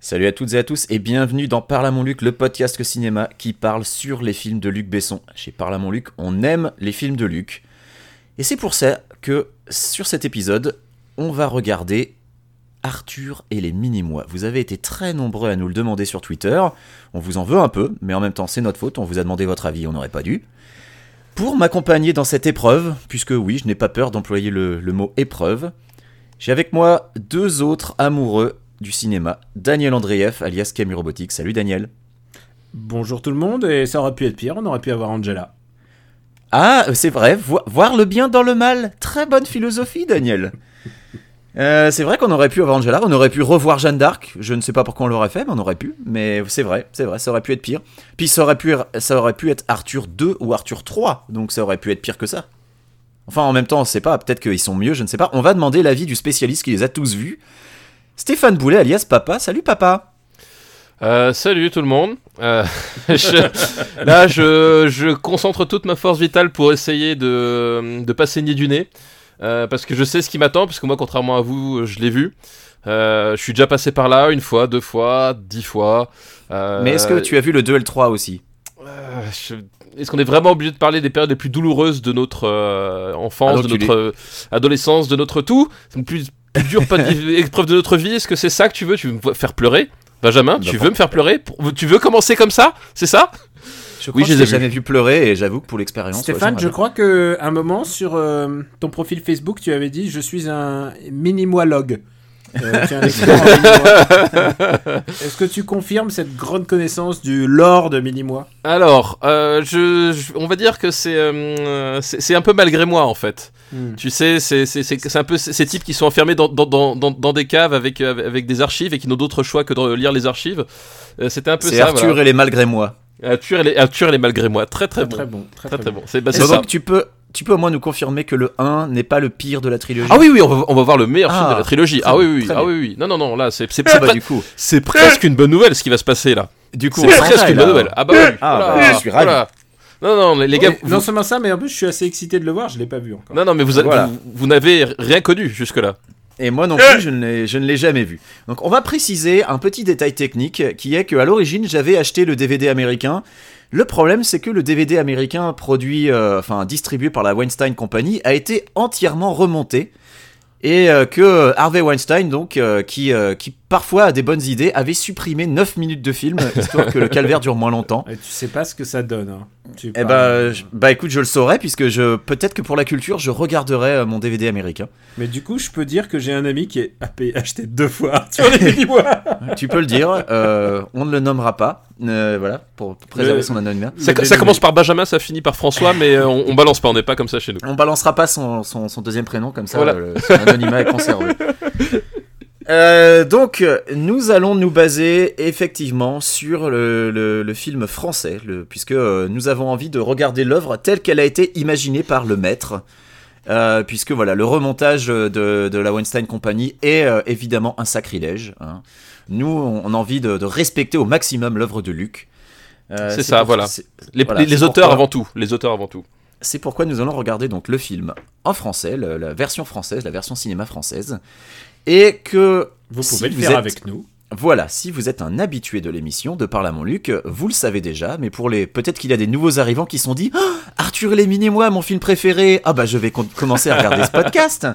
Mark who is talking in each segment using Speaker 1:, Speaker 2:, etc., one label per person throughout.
Speaker 1: Salut à toutes et à tous et bienvenue dans Parle à mon Luc, le podcast que cinéma qui parle sur les films de Luc Besson. Chez Parle à mon Luc, on aime les films de Luc. Et c'est pour ça que sur cet épisode, on va regarder Arthur et les mini-mois. Vous avez été très nombreux à nous le demander sur Twitter. On vous en veut un peu, mais en même temps, c'est notre faute. On vous a demandé votre avis, on n'aurait pas dû. Pour m'accompagner dans cette épreuve, puisque oui, je n'ai pas peur d'employer le, le mot épreuve, j'ai avec moi deux autres amoureux du cinéma, Daniel Andreev, alias Camille Robotique. Salut Daniel.
Speaker 2: Bonjour tout le monde, et ça aurait pu être pire, on aurait pu avoir Angela.
Speaker 1: Ah, c'est vrai, vo- voir le bien dans le mal. Très bonne philosophie, Daniel. Euh, c'est vrai qu'on aurait pu avoir Angela, on aurait pu revoir Jeanne d'Arc. Je ne sais pas pourquoi on l'aurait fait, mais on aurait pu. Mais c'est vrai, c'est vrai, ça aurait pu être pire. Puis ça aurait pu, er, ça aurait pu être Arthur 2 ou Arthur 3, donc ça aurait pu être pire que ça. Enfin, en même temps, on ne sait pas, peut-être qu'ils sont mieux, je ne sais pas. On va demander l'avis du spécialiste qui les a tous vus. Stéphane Boulet, alias Papa. Salut Papa.
Speaker 3: Euh, salut tout le monde. Euh, je- là, je, je concentre toute ma force vitale pour essayer de ne pas saigner du nez. euh, parce que je sais ce qui m'attend, parce que moi, contrairement à vous, je l'ai vu. Euh, je suis déjà passé par là une fois, deux fois, dix fois. Euh,
Speaker 1: Mais est-ce que tu as vu le 2 et le 3 aussi
Speaker 3: euh, je- Est-ce qu'on est vraiment obligé de parler des périodes les plus douloureuses de notre euh,
Speaker 1: Ah,
Speaker 3: enfance,
Speaker 1: donc
Speaker 3: de
Speaker 1: tu
Speaker 3: notre euh, adolescence, de notre tout C'est le plus, plus dur pas de- épreuve de notre vie Est-ce que c'est ça que tu veux Tu veux me faire pleurer Benjamin, tu
Speaker 1: N'importe
Speaker 3: veux me faire pleurer Bah, Pour- Tu veux commencer comme ça C'est ça
Speaker 1: Je oui,
Speaker 3: crois que
Speaker 1: je
Speaker 3: je
Speaker 1: les ai
Speaker 3: l'ai
Speaker 1: jamais vus pleurer et j'avoue que pour l'expérience. ouais,
Speaker 2: Stéphane,
Speaker 1: j'aimerais
Speaker 2: je
Speaker 1: bien.
Speaker 2: crois que à un moment sur euh, ton profil Facebook, tu avais dit je suis un mini-moilogue. Euh, tu es un expert en mini-moi. Est-ce que tu confirmes cette grande connaissance du lore de mini-moi
Speaker 3: Alors, euh, je, je- on va dire que c'est euh, c'est c'est un peu malgré moi en fait.
Speaker 2: Hmm.
Speaker 3: Tu sais, c'est c'est- c'est- c'est un peu ces ces types qui sont enfermés dans, dans, dans, dans, dans des caves avec, euh, avec des archives et qui n'ont d'autre choix que de lire les archives. Euh, C'était un peu
Speaker 1: C'est
Speaker 3: ça.
Speaker 1: Arthur
Speaker 3: voilà.
Speaker 1: et les malgré moi.
Speaker 3: Arthur et les, Arthur et les malgré moi. Très très,
Speaker 2: Très,
Speaker 3: bon.
Speaker 2: très bon. Très,
Speaker 3: Très très bon. C'est bah, c'est
Speaker 1: Donc
Speaker 3: ça.
Speaker 1: tu peux, tu peux au moins nous confirmer que le 1 n'est pas le pire de la trilogie.
Speaker 3: Ah oui, oui, on va, on va voir le meilleur
Speaker 1: Ah,
Speaker 3: film de la trilogie.
Speaker 1: très
Speaker 3: Ah oui,
Speaker 1: bien,
Speaker 3: oui,
Speaker 1: très
Speaker 3: ah
Speaker 1: bien.
Speaker 3: oui, oui. Non, non, non, là, c'est c'est
Speaker 1: Ah
Speaker 3: pre-
Speaker 1: bah, du coup,
Speaker 3: c'est presque une bonne nouvelle ce qui va se passer là.
Speaker 1: du coup,
Speaker 3: C'est
Speaker 1: on s'en
Speaker 3: presque
Speaker 1: va,
Speaker 3: une
Speaker 1: là.
Speaker 3: bonne nouvelle. Ah bah, oui.
Speaker 1: Ah, bah, je suis ravi.
Speaker 3: Non, non, les, les gars, vous-
Speaker 2: Non seulement ça, mais en plus, je suis assez excité de le voir, je l'ai pas vu encore.
Speaker 3: non, non, mais vous, a-
Speaker 1: Voilà.
Speaker 3: vous, vous n'avez rien connu jusque-là.
Speaker 1: Et moi non plus, je ne, l'ai, je ne l'ai jamais vu. Donc on va préciser un petit détail technique qui est que à l'origine j'avais acheté le DVD américain. Le problème c'est que le DVD américain produit, euh, enfin distribué par la Weinstein Company a été entièrement remonté. Et euh, que Harvey Weinstein, donc, euh, qui, euh, qui parfois a des bonnes idées, avait supprimé 9 minutes de film, histoire que le calvaire dure moins longtemps.
Speaker 2: Et tu sais pas ce que ça donne. hein. Tu
Speaker 1: Eh
Speaker 2: parles-
Speaker 1: bah, je- bah écoute, je le saurais, puisque je peut-être que pour la culture, je regarderai euh, mon DVD américain.
Speaker 2: Mais du coup, je peux dire que j'ai un ami qui est appelé- acheté deux fois Arthur et les mini-mois.
Speaker 1: Tu peux le dire, euh, on ne le nommera pas, euh, voilà, pour préserver
Speaker 2: Le-
Speaker 1: son anonymat.
Speaker 3: Ça, ça commence par Benjamin, ça finit par François, mais euh, on, on balance pas, on n'est pas comme ça chez nous.
Speaker 1: On balancera pas son, son- son deuxième prénom, comme ça
Speaker 3: Voilà.
Speaker 1: euh, son anonymat est conservé. Euh, donc, euh, nous allons nous baser effectivement sur le, le- le film français, le- puisque euh, nous avons envie de regarder l'œuvre telle qu'elle a été imaginée par le maître. Euh, puisque voilà, le remontage de, de la Weinstein Company est euh, évidemment un sacrilège. hein. Nous, on, on a envie de, de respecter au maximum l'œuvre de Luc. Euh,
Speaker 3: C'est ça,
Speaker 1: pour-
Speaker 3: voilà.
Speaker 1: c'est-
Speaker 3: Les,
Speaker 1: Voilà,
Speaker 3: les- les
Speaker 1: c'est
Speaker 3: auteurs
Speaker 1: pourquoi-
Speaker 3: avant tout. Les auteurs avant tout.
Speaker 1: c'est pourquoi nous allons regarder donc le film en français, le- la version française, la version cinéma française, et que
Speaker 2: Vous
Speaker 1: Si
Speaker 2: pouvez le
Speaker 1: vous
Speaker 2: faire
Speaker 1: êtes-
Speaker 2: avec nous.
Speaker 1: voilà, si vous êtes un habitué de l'émission de Parle à mon Luc, vous le savez déjà, mais pour les peut-être qu'il y a des nouveaux arrivants qui se sont dit Ah, Arthur Lémine et moi, mon film préféré. Ah bah je vais com- commencer à regarder ce podcast."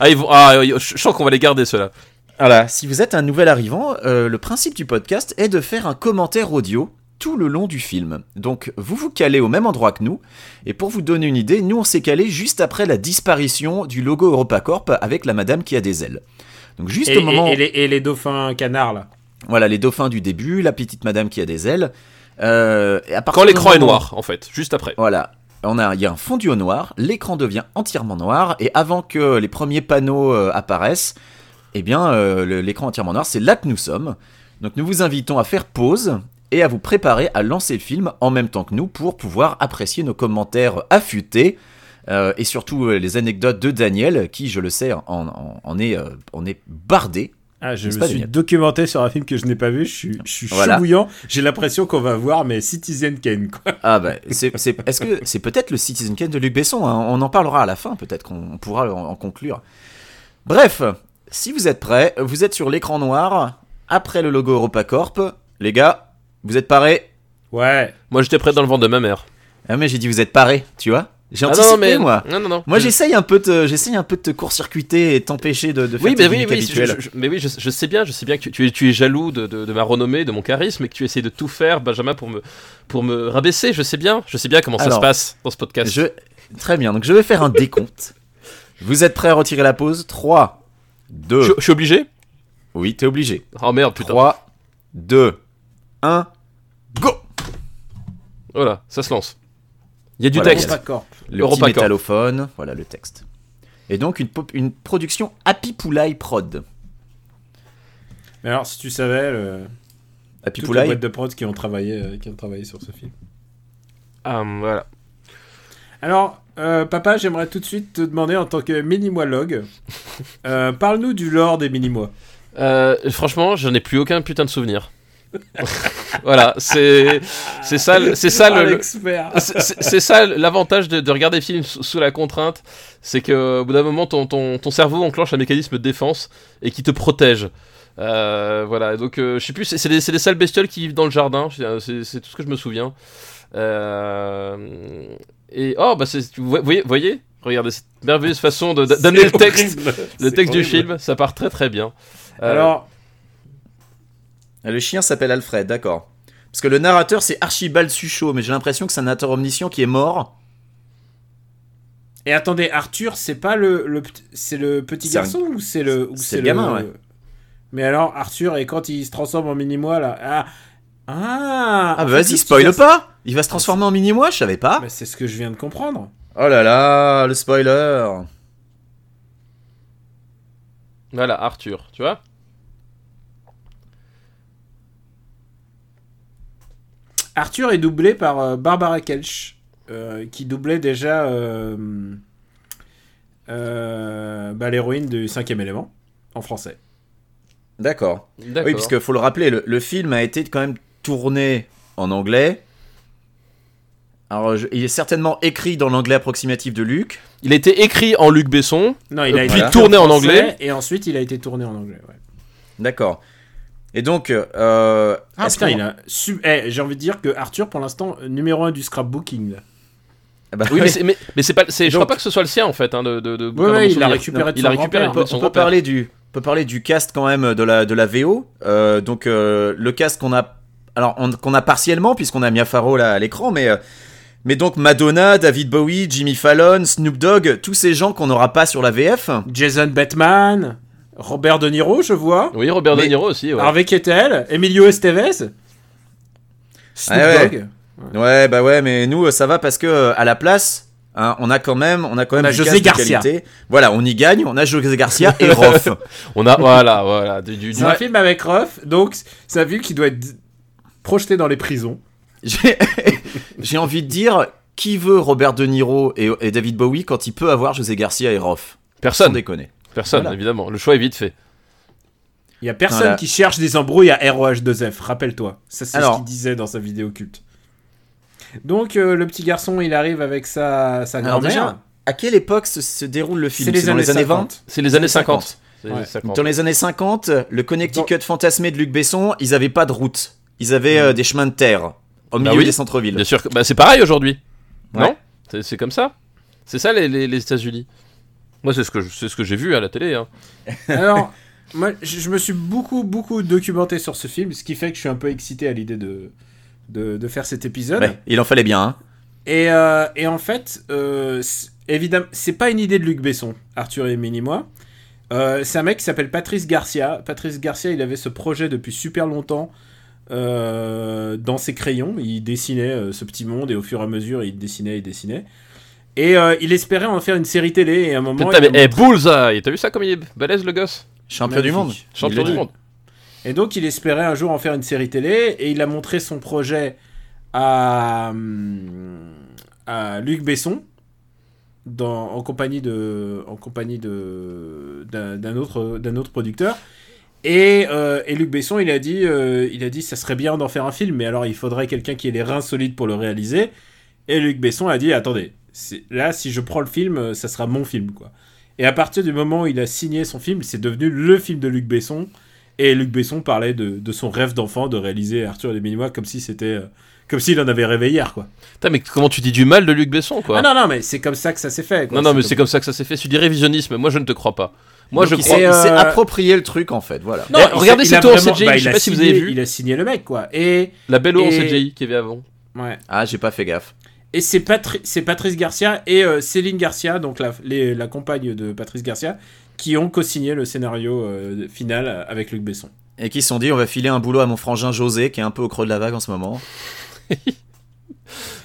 Speaker 3: Ah, ils vont- ah, je je sens qu'on va les garder ceux-là.
Speaker 1: Voilà, si vous êtes un nouvel arrivant, euh, le principe du podcast est de faire un commentaire audio tout le long du film. Donc vous vous calez au même endroit que nous, et pour vous donner une idée, nous on s'est calé juste après la disparition du logo EuropaCorp avec la madame qui a des ailes. Donc juste
Speaker 2: Et,
Speaker 1: au moment...
Speaker 2: et- et les, et les dauphins canards, là.
Speaker 1: Voilà, les dauphins du début, la petite madame qui a des ailes. euh, et à partir
Speaker 3: Quand
Speaker 1: du
Speaker 3: l'écran est
Speaker 1: moment-
Speaker 3: noir, en fait, juste après.
Speaker 1: Voilà. On a, il y a un fondu au noir, l'écran devient entièrement noir, et avant que les premiers panneaux euh, apparaissent, eh bien, euh, le- l'écran entièrement noir, c'est là que nous sommes. Donc nous vous invitons à faire pause et à vous préparer à lancer le film en même temps que nous pour pouvoir apprécier nos commentaires affûtés, euh, et surtout euh, les anecdotes de Daniel, qui, je le sais, en, en- en est, euh, en est bardé.
Speaker 2: Ah, je
Speaker 1: C'est
Speaker 2: me
Speaker 1: pas
Speaker 2: suis
Speaker 1: génial.
Speaker 2: documenté sur un film que je n'ai pas vu, je suis, je suis chaud
Speaker 1: Voilà.
Speaker 2: bouillant. J'ai l'impression qu'on va voir, mais Citizen Kane, quoi.
Speaker 1: Ah bah, c'est, c'est- est-ce que c'est peut-être le Citizen Kane de Luc Besson hein On en parlera à la fin, peut-être qu'on on pourra en, en conclure. Bref, si vous êtes prêts, vous êtes sur l'écran noir. après le logo EuropaCorp. Les gars, vous êtes parés
Speaker 2: Ouais.
Speaker 3: Moi, j'étais prêt dans le vent de ma mère.
Speaker 1: Ah mais j'ai dit vous êtes parés, tu vois J'ai
Speaker 3: Ah
Speaker 1: anticipé
Speaker 3: non, mais...
Speaker 1: moi.
Speaker 3: Non, non, non.
Speaker 1: Moi
Speaker 3: Je-
Speaker 1: j'essaye un peu de j'essaye un peu de te court-circuiter et t'empêcher de, de faire
Speaker 3: Oui,
Speaker 1: tes
Speaker 3: mais oui,
Speaker 1: gimmicks
Speaker 3: oui, je,
Speaker 1: habituels.
Speaker 3: je- mais oui, je, je sais bien, je sais bien que tu, tu es, tu es jaloux de, de- de ma renommée, de mon charisme, et que tu essaies de tout faire, Benjamin, pour me, pour me rabaisser. Je sais bien, je sais bien comment ça
Speaker 1: Alors,
Speaker 3: se passe dans ce podcast.
Speaker 1: Je- Très bien, donc je vais faire un décompte. Vous êtes prêts à retirer la pause 3, 2,
Speaker 3: Je, je suis obligé
Speaker 1: oui, t'es obligé.
Speaker 3: Oh merde, putain.
Speaker 1: 3, 2, 1, go
Speaker 3: Voilà, ça se lance. Il y a du
Speaker 1: Voilà,
Speaker 3: texte.
Speaker 1: bon,
Speaker 2: EuropaCorp.
Speaker 1: Le petit
Speaker 3: Europacorp.
Speaker 1: métallophone, voilà le texte. Et donc une, pop- une production Happy Poulaille Prod.
Speaker 2: Mais alors, si tu savais, le...
Speaker 1: Happy
Speaker 2: toutes les
Speaker 1: Poulaille
Speaker 2: boîtes de prod qui ont travaillé, euh, qui ont travaillé sur ce film.
Speaker 3: Ah, voilà.
Speaker 2: Alors, euh, papa, j'aimerais tout de suite te demander en tant que minimoilogue, euh, parle-nous du lore des minimois.
Speaker 3: Euh, franchement, j'en ai plus aucun putain de souvenir. voilà, c'est c'est ça, le- c'est ça
Speaker 2: Ah,
Speaker 3: le, le-
Speaker 2: l'expert.
Speaker 3: c'est c'est- c'est ça l'avantage de, de regarder des films sous, sous la contrainte, c'est que au bout d'un moment ton, ton, ton cerveau enclenche un mécanisme de défense et qui te protège. Euh, voilà, donc euh, je sais plus, c'est c'est des, c'est des sales bestioles qui vivent dans le jardin, c'est euh, c'est- c'est tout ce que je me souviens. Euh, et oh, bah c'est- vous voyez, voyez regardez cette merveilleuse façon de- d'amener le texte, le texte du film, ça part très très bien. Euh,
Speaker 2: Alors,
Speaker 1: Ah, Le chien s'appelle Alfred, d'accord. Parce que le narrateur c'est Archibald Suchot, mais j'ai l'impression que c'est un narrateur omniscient qui est mort.
Speaker 2: et attendez, Arthur, c'est pas le, le p't- c'est le petit
Speaker 1: C'est un-
Speaker 2: garçon ou c'est le ou
Speaker 1: c'est le gamin, ouais.
Speaker 2: Mais alors, Arthur, et quand il se transforme en minimois là, ah, ah, en
Speaker 1: Ah bah
Speaker 2: fait, le
Speaker 1: vas-y,
Speaker 2: petit
Speaker 1: spoil
Speaker 2: garçon-
Speaker 1: pas Il va se transformer en mini-moi, je savais pas.
Speaker 2: Bah, c'est ce que je viens de comprendre.
Speaker 1: Oh là là, le spoiler
Speaker 3: Voilà, Arthur, tu vois
Speaker 2: Arthur est doublé par euh, Barbara Kelch, euh, qui doublait déjà euh, euh, bah, l'héroïne du cinquième élément en français.
Speaker 1: D'accord.
Speaker 3: D'accord.
Speaker 1: Oui, puisque faut le rappeler, le, le film a été quand même tourné en anglais. Alors, je- il est certainement écrit dans l'anglais approximatif de Luc.
Speaker 3: Il a été écrit en Luc Besson,
Speaker 2: Non, il a
Speaker 1: Puis
Speaker 2: été
Speaker 3: tourné en
Speaker 2: français,
Speaker 3: anglais.
Speaker 2: Et ensuite, il a été tourné en anglais. ouais.
Speaker 1: D'accord. Et donc, euh,
Speaker 2: Ah
Speaker 1: est-ce
Speaker 2: putain,
Speaker 1: qu'on-
Speaker 2: il a. su- eh, J'ai envie de dire que Arthur, pour l'instant, numéro un du scrapbooking. là.
Speaker 1: Ah bah
Speaker 3: Oui,
Speaker 1: oui.
Speaker 3: mais c'est- mais, mais c'est pas. c'est- je
Speaker 1: Donc-
Speaker 3: crois pas que ce soit le sien en fait. Hein, de, de, de-
Speaker 2: Ouais,
Speaker 3: dans
Speaker 2: ouais,
Speaker 3: mon
Speaker 2: il l'a
Speaker 3: souvenir.
Speaker 2: récupéré de
Speaker 3: il a
Speaker 2: son
Speaker 3: récupéré
Speaker 2: grand-père.
Speaker 1: on,
Speaker 3: de
Speaker 1: peut-
Speaker 3: son
Speaker 1: on peut
Speaker 3: grand-père.
Speaker 1: parler du, on peut parler du cast quand même de la de la VO. Euh, donc, euh, le cast qu'on a, alors on- qu'on a partiellement puisqu'on a Mia Farrow là à l'écran, mais euh, mais donc Madonna, David Bowie, Jimmy Fallon, Snoop Dogg, tous ces gens qu'on n'aura pas sur la VF.
Speaker 2: Jason Batman, Robert De Niro, je vois.
Speaker 3: Oui, Robert
Speaker 1: Mais-
Speaker 3: De Niro aussi. ouais.
Speaker 2: Harvey Keitel, Emilio Estevez, Snoop
Speaker 1: Ah ouais.
Speaker 2: Dogg.
Speaker 1: Ouais, bah ouais, mais nous, euh, ça va parce que euh, à la place, hein, on a quand même, on a quand même
Speaker 2: a
Speaker 1: du
Speaker 2: José
Speaker 1: cast de
Speaker 2: Garcia.
Speaker 1: qualité. Voilà, on y gagne. On a José Garcia et Roth.
Speaker 3: On a voilà, voilà. Du, du- du-
Speaker 2: C'est un film avec Ruff, donc c'est un film qui doit être projeté dans les prisons.
Speaker 1: J'ai j'ai envie de dire, qui veut Robert De Niro et, et David Bowie quand il peut avoir José Garcia et Roth Sans
Speaker 3: Personne,
Speaker 1: déconner.
Speaker 3: personne
Speaker 1: Voilà.
Speaker 3: évidemment. Le choix est vite fait.
Speaker 2: Il y a personne
Speaker 1: Voilà.
Speaker 2: qui cherche des embrouilles à ROH2F, rappelle-toi. Ça, c'est ce
Speaker 1: Alors.
Speaker 2: qu'il disait dans sa vidéo culte. Donc, euh, le petit garçon, il arrive avec sa, sa
Speaker 1: Alors
Speaker 2: grand-mère.
Speaker 1: déjà, à quelle époque se, se déroule le film
Speaker 2: C'est les
Speaker 1: dans
Speaker 2: années
Speaker 1: les années 20
Speaker 2: 50.
Speaker 3: C'est les années 50. C'est les
Speaker 2: Ouais.
Speaker 3: années 50.
Speaker 1: Dans les années 50, le Connecticut fantasmé de Luc Besson, ils avaient pas de route. Ils avaient euh, des chemins de terre au
Speaker 3: Bah
Speaker 1: milieu
Speaker 3: oui.
Speaker 1: des centres-villes.
Speaker 3: Bien sûr, que- bah, c'est pareil aujourd'hui.
Speaker 1: Ouais.
Speaker 3: Non C'est- C'est comme ça. C'est ça les, les, les États-Unis. Moi, c'est ce que je- c'est ce que j'ai vu à la télé. hein.
Speaker 2: Alors, moi, je, je me suis beaucoup, beaucoup documenté sur ce film, ce qui fait que je suis un peu excité à l'idée de, de, de faire cet épisode.
Speaker 1: Ouais, il en fallait bien. hein.
Speaker 2: Et, euh, et en fait, euh, c'est- évidemment, c'est pas une idée de Luc Besson, Arthur et Minimois. Euh, c'est un mec qui s'appelle Patrice Garcia. Patrice Garcia, il avait ce projet depuis super longtemps euh, dans ses crayons. Il dessinait euh, ce petit monde et au fur et à mesure, il dessinait, il dessinait. Et euh, il espérait en faire une série télé. Et à un moment,
Speaker 3: Putain,
Speaker 2: il a
Speaker 3: mais hey, eh, bullseye T'as vu ça comme il est balèze le gosse
Speaker 1: Champion du
Speaker 2: Magnifique.
Speaker 1: monde.
Speaker 3: Champion
Speaker 1: dit.
Speaker 3: du monde.
Speaker 2: Et donc, il espérait un jour en faire une série télé, et il a montré son projet à, hum, à Luc Besson, dans, en compagnie de, en compagnie de, d'un, d'un autre, d'un autre producteur. Et, euh, et Luc Besson, il a dit, euh, il a dit, ça serait bien d'en faire un film, mais alors il faudrait quelqu'un qui ait les reins solides pour le réaliser. Et Luc Besson a dit, attendez, c'est- là, si je prends le film, euh, ça sera mon film, quoi. Et à partir du moment où il a signé son film, c'est devenu le film de Luc Besson. Et Luc Besson parlait de, de son rêve d'enfant de réaliser Arthur et les Minimois comme si c'était. euh, Comme s'il en avait rêvé hier, quoi.
Speaker 3: Putain, mais comment tu dis du mal de Luc Besson, quoi
Speaker 2: Ah non, non, mais c'est comme ça que ça s'est fait. quoi.
Speaker 3: Non, non, mais c'est comme ça que ça s'est fait. Tu dis révisionnisme, moi je ne te crois pas. Moi
Speaker 1: Donc,
Speaker 3: je
Speaker 1: il
Speaker 3: crois.
Speaker 1: s'est
Speaker 2: Et,
Speaker 1: il s'est
Speaker 2: euh,
Speaker 1: approprié le truc en fait, voilà.
Speaker 2: Non,
Speaker 3: Eh,
Speaker 2: il
Speaker 3: regardez
Speaker 2: s'est-
Speaker 3: ces
Speaker 2: il a
Speaker 3: tours en
Speaker 2: vraiment- bah,
Speaker 3: CGI, je sais
Speaker 2: il a
Speaker 3: pas si vous
Speaker 2: signé-
Speaker 3: avez vu.
Speaker 2: Il a signé le mec, quoi. Et,
Speaker 3: La belle eau en
Speaker 2: Et-
Speaker 3: CGI qui avait avant.
Speaker 2: ouais.
Speaker 1: Ah, j'ai pas fait gaffe.
Speaker 2: et c'est, Patri- c'est Patrice Garcia et euh, Céline Garcia, donc la, les- la compagne de Patrice Garcia, qui ont co-signé le scénario euh, final avec Luc Besson.
Speaker 1: Et qui se sont dit, on va filer un boulot à mon frangin José, qui est un peu au creux de la vague en ce moment.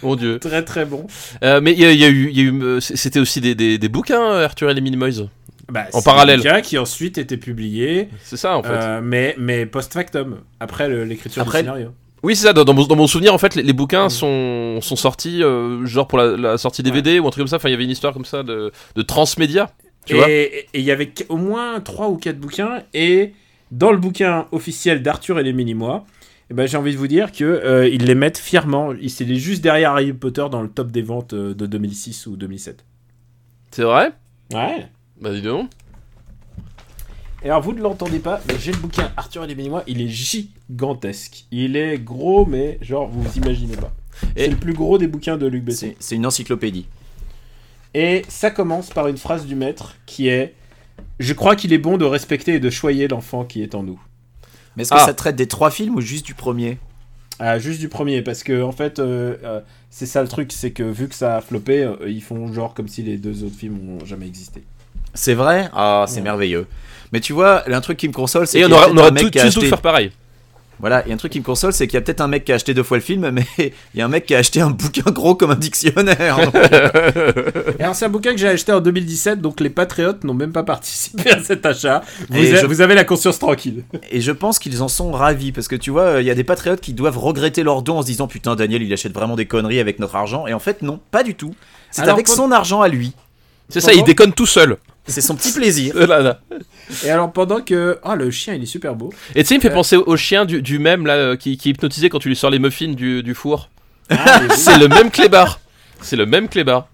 Speaker 3: Mon dieu.
Speaker 2: Très très bon.
Speaker 3: Euh, mais il y, a- il y a eu. il y a eu, euh, c- C'était aussi des, des, des bouquins, euh, Arthur et les Minimoys.
Speaker 2: Bah,
Speaker 3: En
Speaker 2: c'est
Speaker 3: parallèle.
Speaker 2: un bouquin qui ensuite était publié,
Speaker 3: C'est ça en fait.
Speaker 2: euh, mais, mais post-factum, après le- l'écriture
Speaker 1: Après-
Speaker 2: du scénario.
Speaker 3: Oui, c'est ça. Dans, dans mon, dans mon souvenir, en fait, les, les bouquins
Speaker 2: Mm.
Speaker 3: sont, sont sortis, euh, genre pour la, la sortie DVD ou un truc comme ça. Enfin, il y avait une histoire comme ça de, de transmédia. Tu
Speaker 2: et
Speaker 3: vois
Speaker 2: et il y avait qu- au moins 3 ou 4 bouquins, et dans le bouquin officiel d'Arthur et les Minimois, eh ben, j'ai envie de vous dire que euh, ils les mettent fièrement. Ils- C'est les- juste derrière Harry Potter dans le top des ventes euh, de 2006 ou 2007.
Speaker 3: C'est vrai
Speaker 2: Ouais.
Speaker 3: Bah, dis donc.
Speaker 2: Et alors, vous ne l'entendez pas, mais j'ai le bouquin Arthur et les Béninois, il est gigantesque. Il est gros, mais genre, vous vous imaginez pas.
Speaker 3: Et-
Speaker 2: C'est le plus gros des bouquins de Luc Besson.
Speaker 1: C'est c'est une encyclopédie.
Speaker 2: Et ça commence par une phrase du maître qui est Je crois qu'il est bon de respecter et de choyer l'enfant qui est en nous.
Speaker 1: Mais est-ce que
Speaker 3: Ah.
Speaker 1: ça traite des trois films ou juste du premier
Speaker 2: Ah, juste du premier, parce que en fait, euh, euh, c'est ça le truc, c'est que vu que ça a floppé, euh, ils font genre comme si les deux autres films n'ont jamais existé.
Speaker 1: C'est vrai Ah, c'est
Speaker 2: Ouais.
Speaker 1: merveilleux. Mais tu vois, un truc qui me console, c'est
Speaker 3: Et
Speaker 1: qu'il y
Speaker 3: on
Speaker 1: a
Speaker 3: aurait,
Speaker 1: peut-être
Speaker 3: on aurait
Speaker 1: un mec
Speaker 3: tout,
Speaker 1: qui a
Speaker 3: tous
Speaker 1: acheté-
Speaker 3: dû faire pareil.
Speaker 1: Voilà, il y a un truc qui me console, c'est qu'il y a peut-être un mec qui a acheté deux fois le film, mais il y a un mec qui a acheté un bouquin gros comme un dictionnaire. Donc,
Speaker 2: Et alors, c'est un bouquin que j'ai acheté en 2017, donc les Patriotes n'ont même pas participé à cet achat. Vous,
Speaker 1: Et
Speaker 2: a-
Speaker 1: je-
Speaker 2: vous avez la conscience tranquille.
Speaker 1: Et je pense qu'ils en sont ravis, parce que tu vois, euh, il y a des patriotes qui doivent regretter leur don en se disant Putain, Daniel, il achète vraiment des conneries avec notre argent. Et en fait, non, pas du tout. C'est
Speaker 2: Alors,
Speaker 1: avec
Speaker 2: quand-
Speaker 1: son argent à lui.
Speaker 3: C'est ça, il
Speaker 2: Pendant-
Speaker 3: déconne tout seul.
Speaker 1: C'est son petit plaisir.
Speaker 3: Là, là.
Speaker 2: Et alors, pendant que. Ah, le chien, il est super beau.
Speaker 3: Et tu sais, il me fait
Speaker 2: Euh.
Speaker 3: penser au, au chien du, du même là, euh, qui, qui est hypnotisé quand tu lui sors les muffins du, du four.
Speaker 2: Ah, mais oui.
Speaker 3: C'est le même clébard. C'est le même clébard.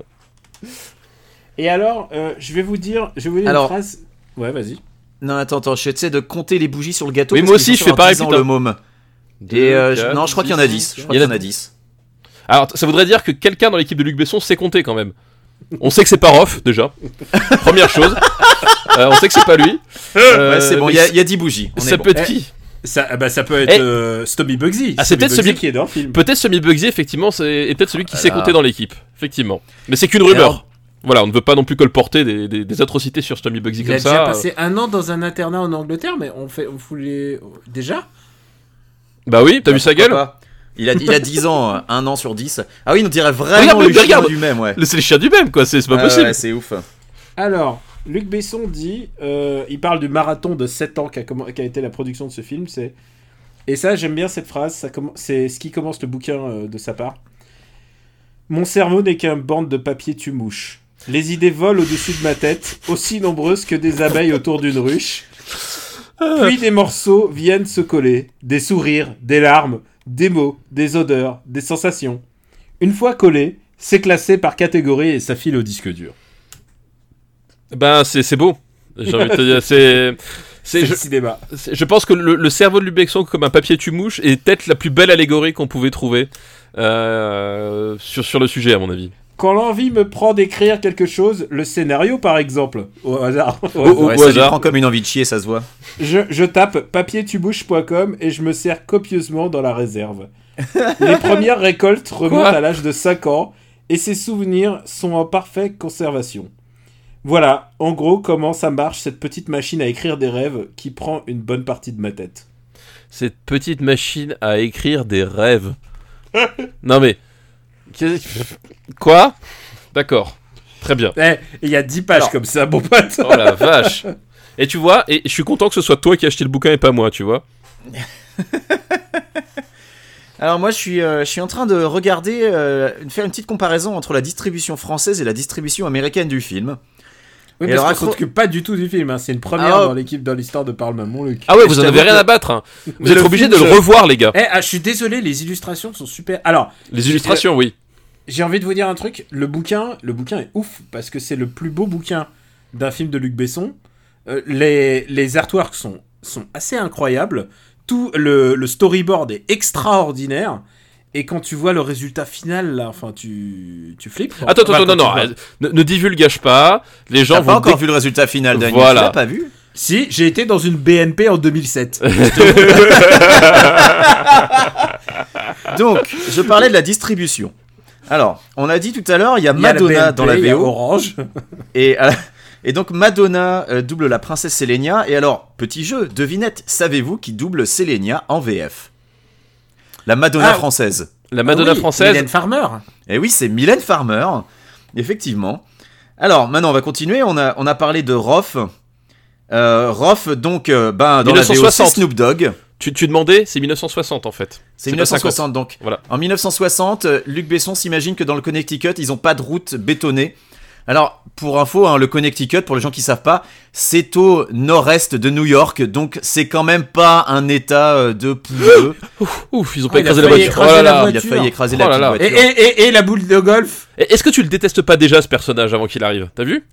Speaker 2: Et alors, euh, je vais vous dire, je vais vous dire
Speaker 1: Alors-
Speaker 2: une phrase. Ouais, vas-y.
Speaker 1: Non, attends, attends, je sais de compter les bougies sur le gâteau.
Speaker 3: Oui,
Speaker 1: parce
Speaker 3: moi
Speaker 1: qu'ils
Speaker 3: aussi,
Speaker 1: sont
Speaker 3: je fais pareil,
Speaker 1: sur un 10 ans,
Speaker 3: putain.
Speaker 1: le môme.
Speaker 3: Deux,
Speaker 1: Et euh, je-
Speaker 3: quatre,
Speaker 1: non, je crois qu'il y en a 10. Je crois
Speaker 3: Il y
Speaker 1: qu'il
Speaker 3: en
Speaker 1: y
Speaker 3: a
Speaker 1: en a 10.
Speaker 3: Alors, t- ça voudrait dire que quelqu'un dans l'équipe de Luc Besson sait compter quand même. On sait que c'est pas Roff, déjà. Première chose. Euh, on sait que c'est pas lui. Euh,
Speaker 1: ouais, c'est bon,
Speaker 3: mais
Speaker 1: il y, a-
Speaker 3: c-
Speaker 1: il y a 10 bougies. On
Speaker 3: Ça
Speaker 1: est bon.
Speaker 3: peut être
Speaker 2: Eh.
Speaker 3: qui
Speaker 2: Ça, ah bah, ça peut être
Speaker 3: Eh.
Speaker 2: euh, Stubby Bugsy.
Speaker 3: Ah, c'est
Speaker 2: Stubby
Speaker 3: peut-être celui-
Speaker 2: qui est dans le film.
Speaker 3: Peut-être semi-bugsy, effectivement, c'est et peut-être celui qui sait
Speaker 1: là.
Speaker 3: compter dans l'équipe. Effectivement. Mais c'est qu'une
Speaker 1: Et
Speaker 3: rumeur.
Speaker 1: alors-
Speaker 3: Voilà, on ne veut pas non plus colporter des, des, des atrocités sur Tommy Bugsy
Speaker 2: Il a
Speaker 3: comme
Speaker 2: déjà
Speaker 3: ça.
Speaker 2: passé un an dans un internat en Angleterre, mais on fait, on voulait déjà.
Speaker 3: Bah oui, t'as vu sa gueule
Speaker 1: Pourquoi pas il a, il a 10 ans, euh, un an sur 10. Ah oui, on dirait vraiment
Speaker 3: Regarde,
Speaker 1: le chien
Speaker 3: regarde.
Speaker 1: du même, ouais.
Speaker 3: Le- C'est le chien du même, quoi, c'est c'est pas
Speaker 1: Ah
Speaker 3: possible.
Speaker 1: ouais, c'est ouf.
Speaker 2: Alors, Luc Besson dit, euh, il parle du marathon de 7 ans qu'a comm- qu'a été la production de ce film. C'est et ça j'aime bien cette phrase. ça comm- C'est ce qui commence le bouquin euh, de sa part. Mon cerveau n'est qu'un bande de papier tu mouches. Les idées volent au-dessus de ma tête, aussi nombreuses que des abeilles autour d'une ruche. Puis des morceaux viennent se coller, des sourires, des larmes, des mots, des odeurs, des sensations. Une fois collé, c'est classé par catégorie et ça file au disque dur.
Speaker 3: Ben, c'est c'est beau. J'ai envie de te dire, c'est.
Speaker 2: C'est
Speaker 3: c'est- Je,
Speaker 2: le cinéma.
Speaker 3: c'est- je pense que le, le cerveau de Lubexon comme un papier tu-mouche est peut-être la plus belle allégorie qu'on pouvait trouver euh, sur, sur le sujet, à mon avis.
Speaker 2: Quand l'envie me prend d'écrire quelque chose, le scénario par exemple, au hasard, au
Speaker 3: Oh,
Speaker 2: hasard,
Speaker 3: Au-
Speaker 1: ouais,
Speaker 3: au
Speaker 1: ça lui
Speaker 3: hasard.
Speaker 1: prend comme une envie de chier, ça se voit.
Speaker 2: Je, je tape papiertubouche.com et je me sers copieusement dans la réserve. Les premières récoltes remontent
Speaker 3: Quoi
Speaker 2: à l'âge de 5 ans et ses souvenirs sont en parfaite conservation. Voilà, en gros, comment ça marche cette petite machine à écrire des rêves qui prend une bonne partie de ma tête.
Speaker 3: Cette petite machine à écrire des rêves. non mais. qu'est-ce- Quoi D'accord. Très bien.
Speaker 2: Eh, il y a 10 pages
Speaker 1: Alors-
Speaker 2: comme ça, mon pote.
Speaker 3: Oh la vache Et tu vois, et je suis content que ce soit toi qui as acheté le bouquin et pas moi, tu vois.
Speaker 1: Alors moi je suis, euh, je suis en train de regarder, euh, faire une petite comparaison entre la distribution française et la distribution américaine du film.
Speaker 2: Oui,
Speaker 1: Et alors,
Speaker 2: parce qu'on
Speaker 1: raconte-
Speaker 2: s'occupe pas du tout du film, hein. c'est une première
Speaker 1: Ah, oh.
Speaker 2: dans l'équipe, dans l'histoire de Parle Maman Luc.
Speaker 3: Ah ouais,
Speaker 1: Je
Speaker 3: vous en
Speaker 1: t'avoue
Speaker 3: avez rien
Speaker 1: que-
Speaker 3: à battre. hein. Vous
Speaker 2: Mais
Speaker 3: êtes
Speaker 2: le
Speaker 3: obligés de
Speaker 2: film,
Speaker 3: le
Speaker 2: je-
Speaker 3: revoir, les gars.
Speaker 2: Eh, ah, je suis désolé, les illustrations sont super. Alors,
Speaker 3: Les illustrations, oui.
Speaker 2: j'ai envie de vous dire un truc. Le bouquin, le bouquin est ouf parce que c'est le plus beau bouquin d'un film de Luc Besson. Euh, les, les artworks sont sont assez incroyables. Tout le, le storyboard est extraordinaire. Et quand tu vois le résultat final, là, enfin, tu, tu flippes. quoi.
Speaker 3: Attends,
Speaker 2: Enfin,
Speaker 3: attends,
Speaker 2: quand
Speaker 3: non, non,
Speaker 2: tu vois-
Speaker 3: euh, ne, ne divulgage pas. Les gens
Speaker 1: T'as pas
Speaker 3: vont
Speaker 1: encore vu le résultat final, Daniel.
Speaker 3: Voilà.
Speaker 1: Tu l'as pas vu
Speaker 2: Si, j'ai été dans une BNP en 2007.
Speaker 1: Donc, je parlais de la distribution. Alors, on a dit tout à l'heure, il y a
Speaker 2: Il y a
Speaker 1: Madonna
Speaker 2: BNP,
Speaker 1: dans la
Speaker 2: il y a
Speaker 1: VO.
Speaker 2: Orange.
Speaker 1: Et, à la- et donc Madonna euh, double la princesse Selenia. Et alors, petit jeu, devinette, savez-vous qui double Selenia en VF La Madonna
Speaker 2: Ah.
Speaker 1: française.
Speaker 3: La Madonna
Speaker 2: Ah oui,
Speaker 3: française.
Speaker 2: Mylène Farmer.
Speaker 1: Et Eh oui, c'est Mylène Farmer, effectivement. Alors, maintenant, on va continuer. On a, on a parlé de Roth. Euh, Roth, donc, euh, ben, dans la VO, c'est
Speaker 3: 1960.
Speaker 1: Snoop Dogg.
Speaker 3: Tu, tu demandais, c'est 1960 en fait.
Speaker 1: C'est
Speaker 3: C'est pas
Speaker 1: 1960 donc.
Speaker 3: Voilà.
Speaker 1: En 1960, euh, Luc Besson s'imagine que dans le Connecticut, ils n'ont pas de route bétonnée. Alors, pour info, hein, le Connecticut, pour les gens qui savent pas, c'est au nord-est de New York, donc c'est quand même pas un état euh, de pouilleux.
Speaker 3: Ouf, ouf, ils ont
Speaker 2: Ah,
Speaker 3: pas
Speaker 2: il a
Speaker 3: écrasé la
Speaker 2: failli
Speaker 3: voiture.
Speaker 2: écraser la
Speaker 3: Oh là
Speaker 1: Il
Speaker 3: là.
Speaker 1: a
Speaker 2: voiture.
Speaker 1: failli écraser
Speaker 3: Oh là
Speaker 1: la
Speaker 3: là.
Speaker 2: Et,
Speaker 1: petite
Speaker 2: et,
Speaker 1: voiture.
Speaker 2: et, et la boule de golf.
Speaker 3: Et Est-ce que tu le détestes pas déjà ce personnage avant qu'il arrive T'as vu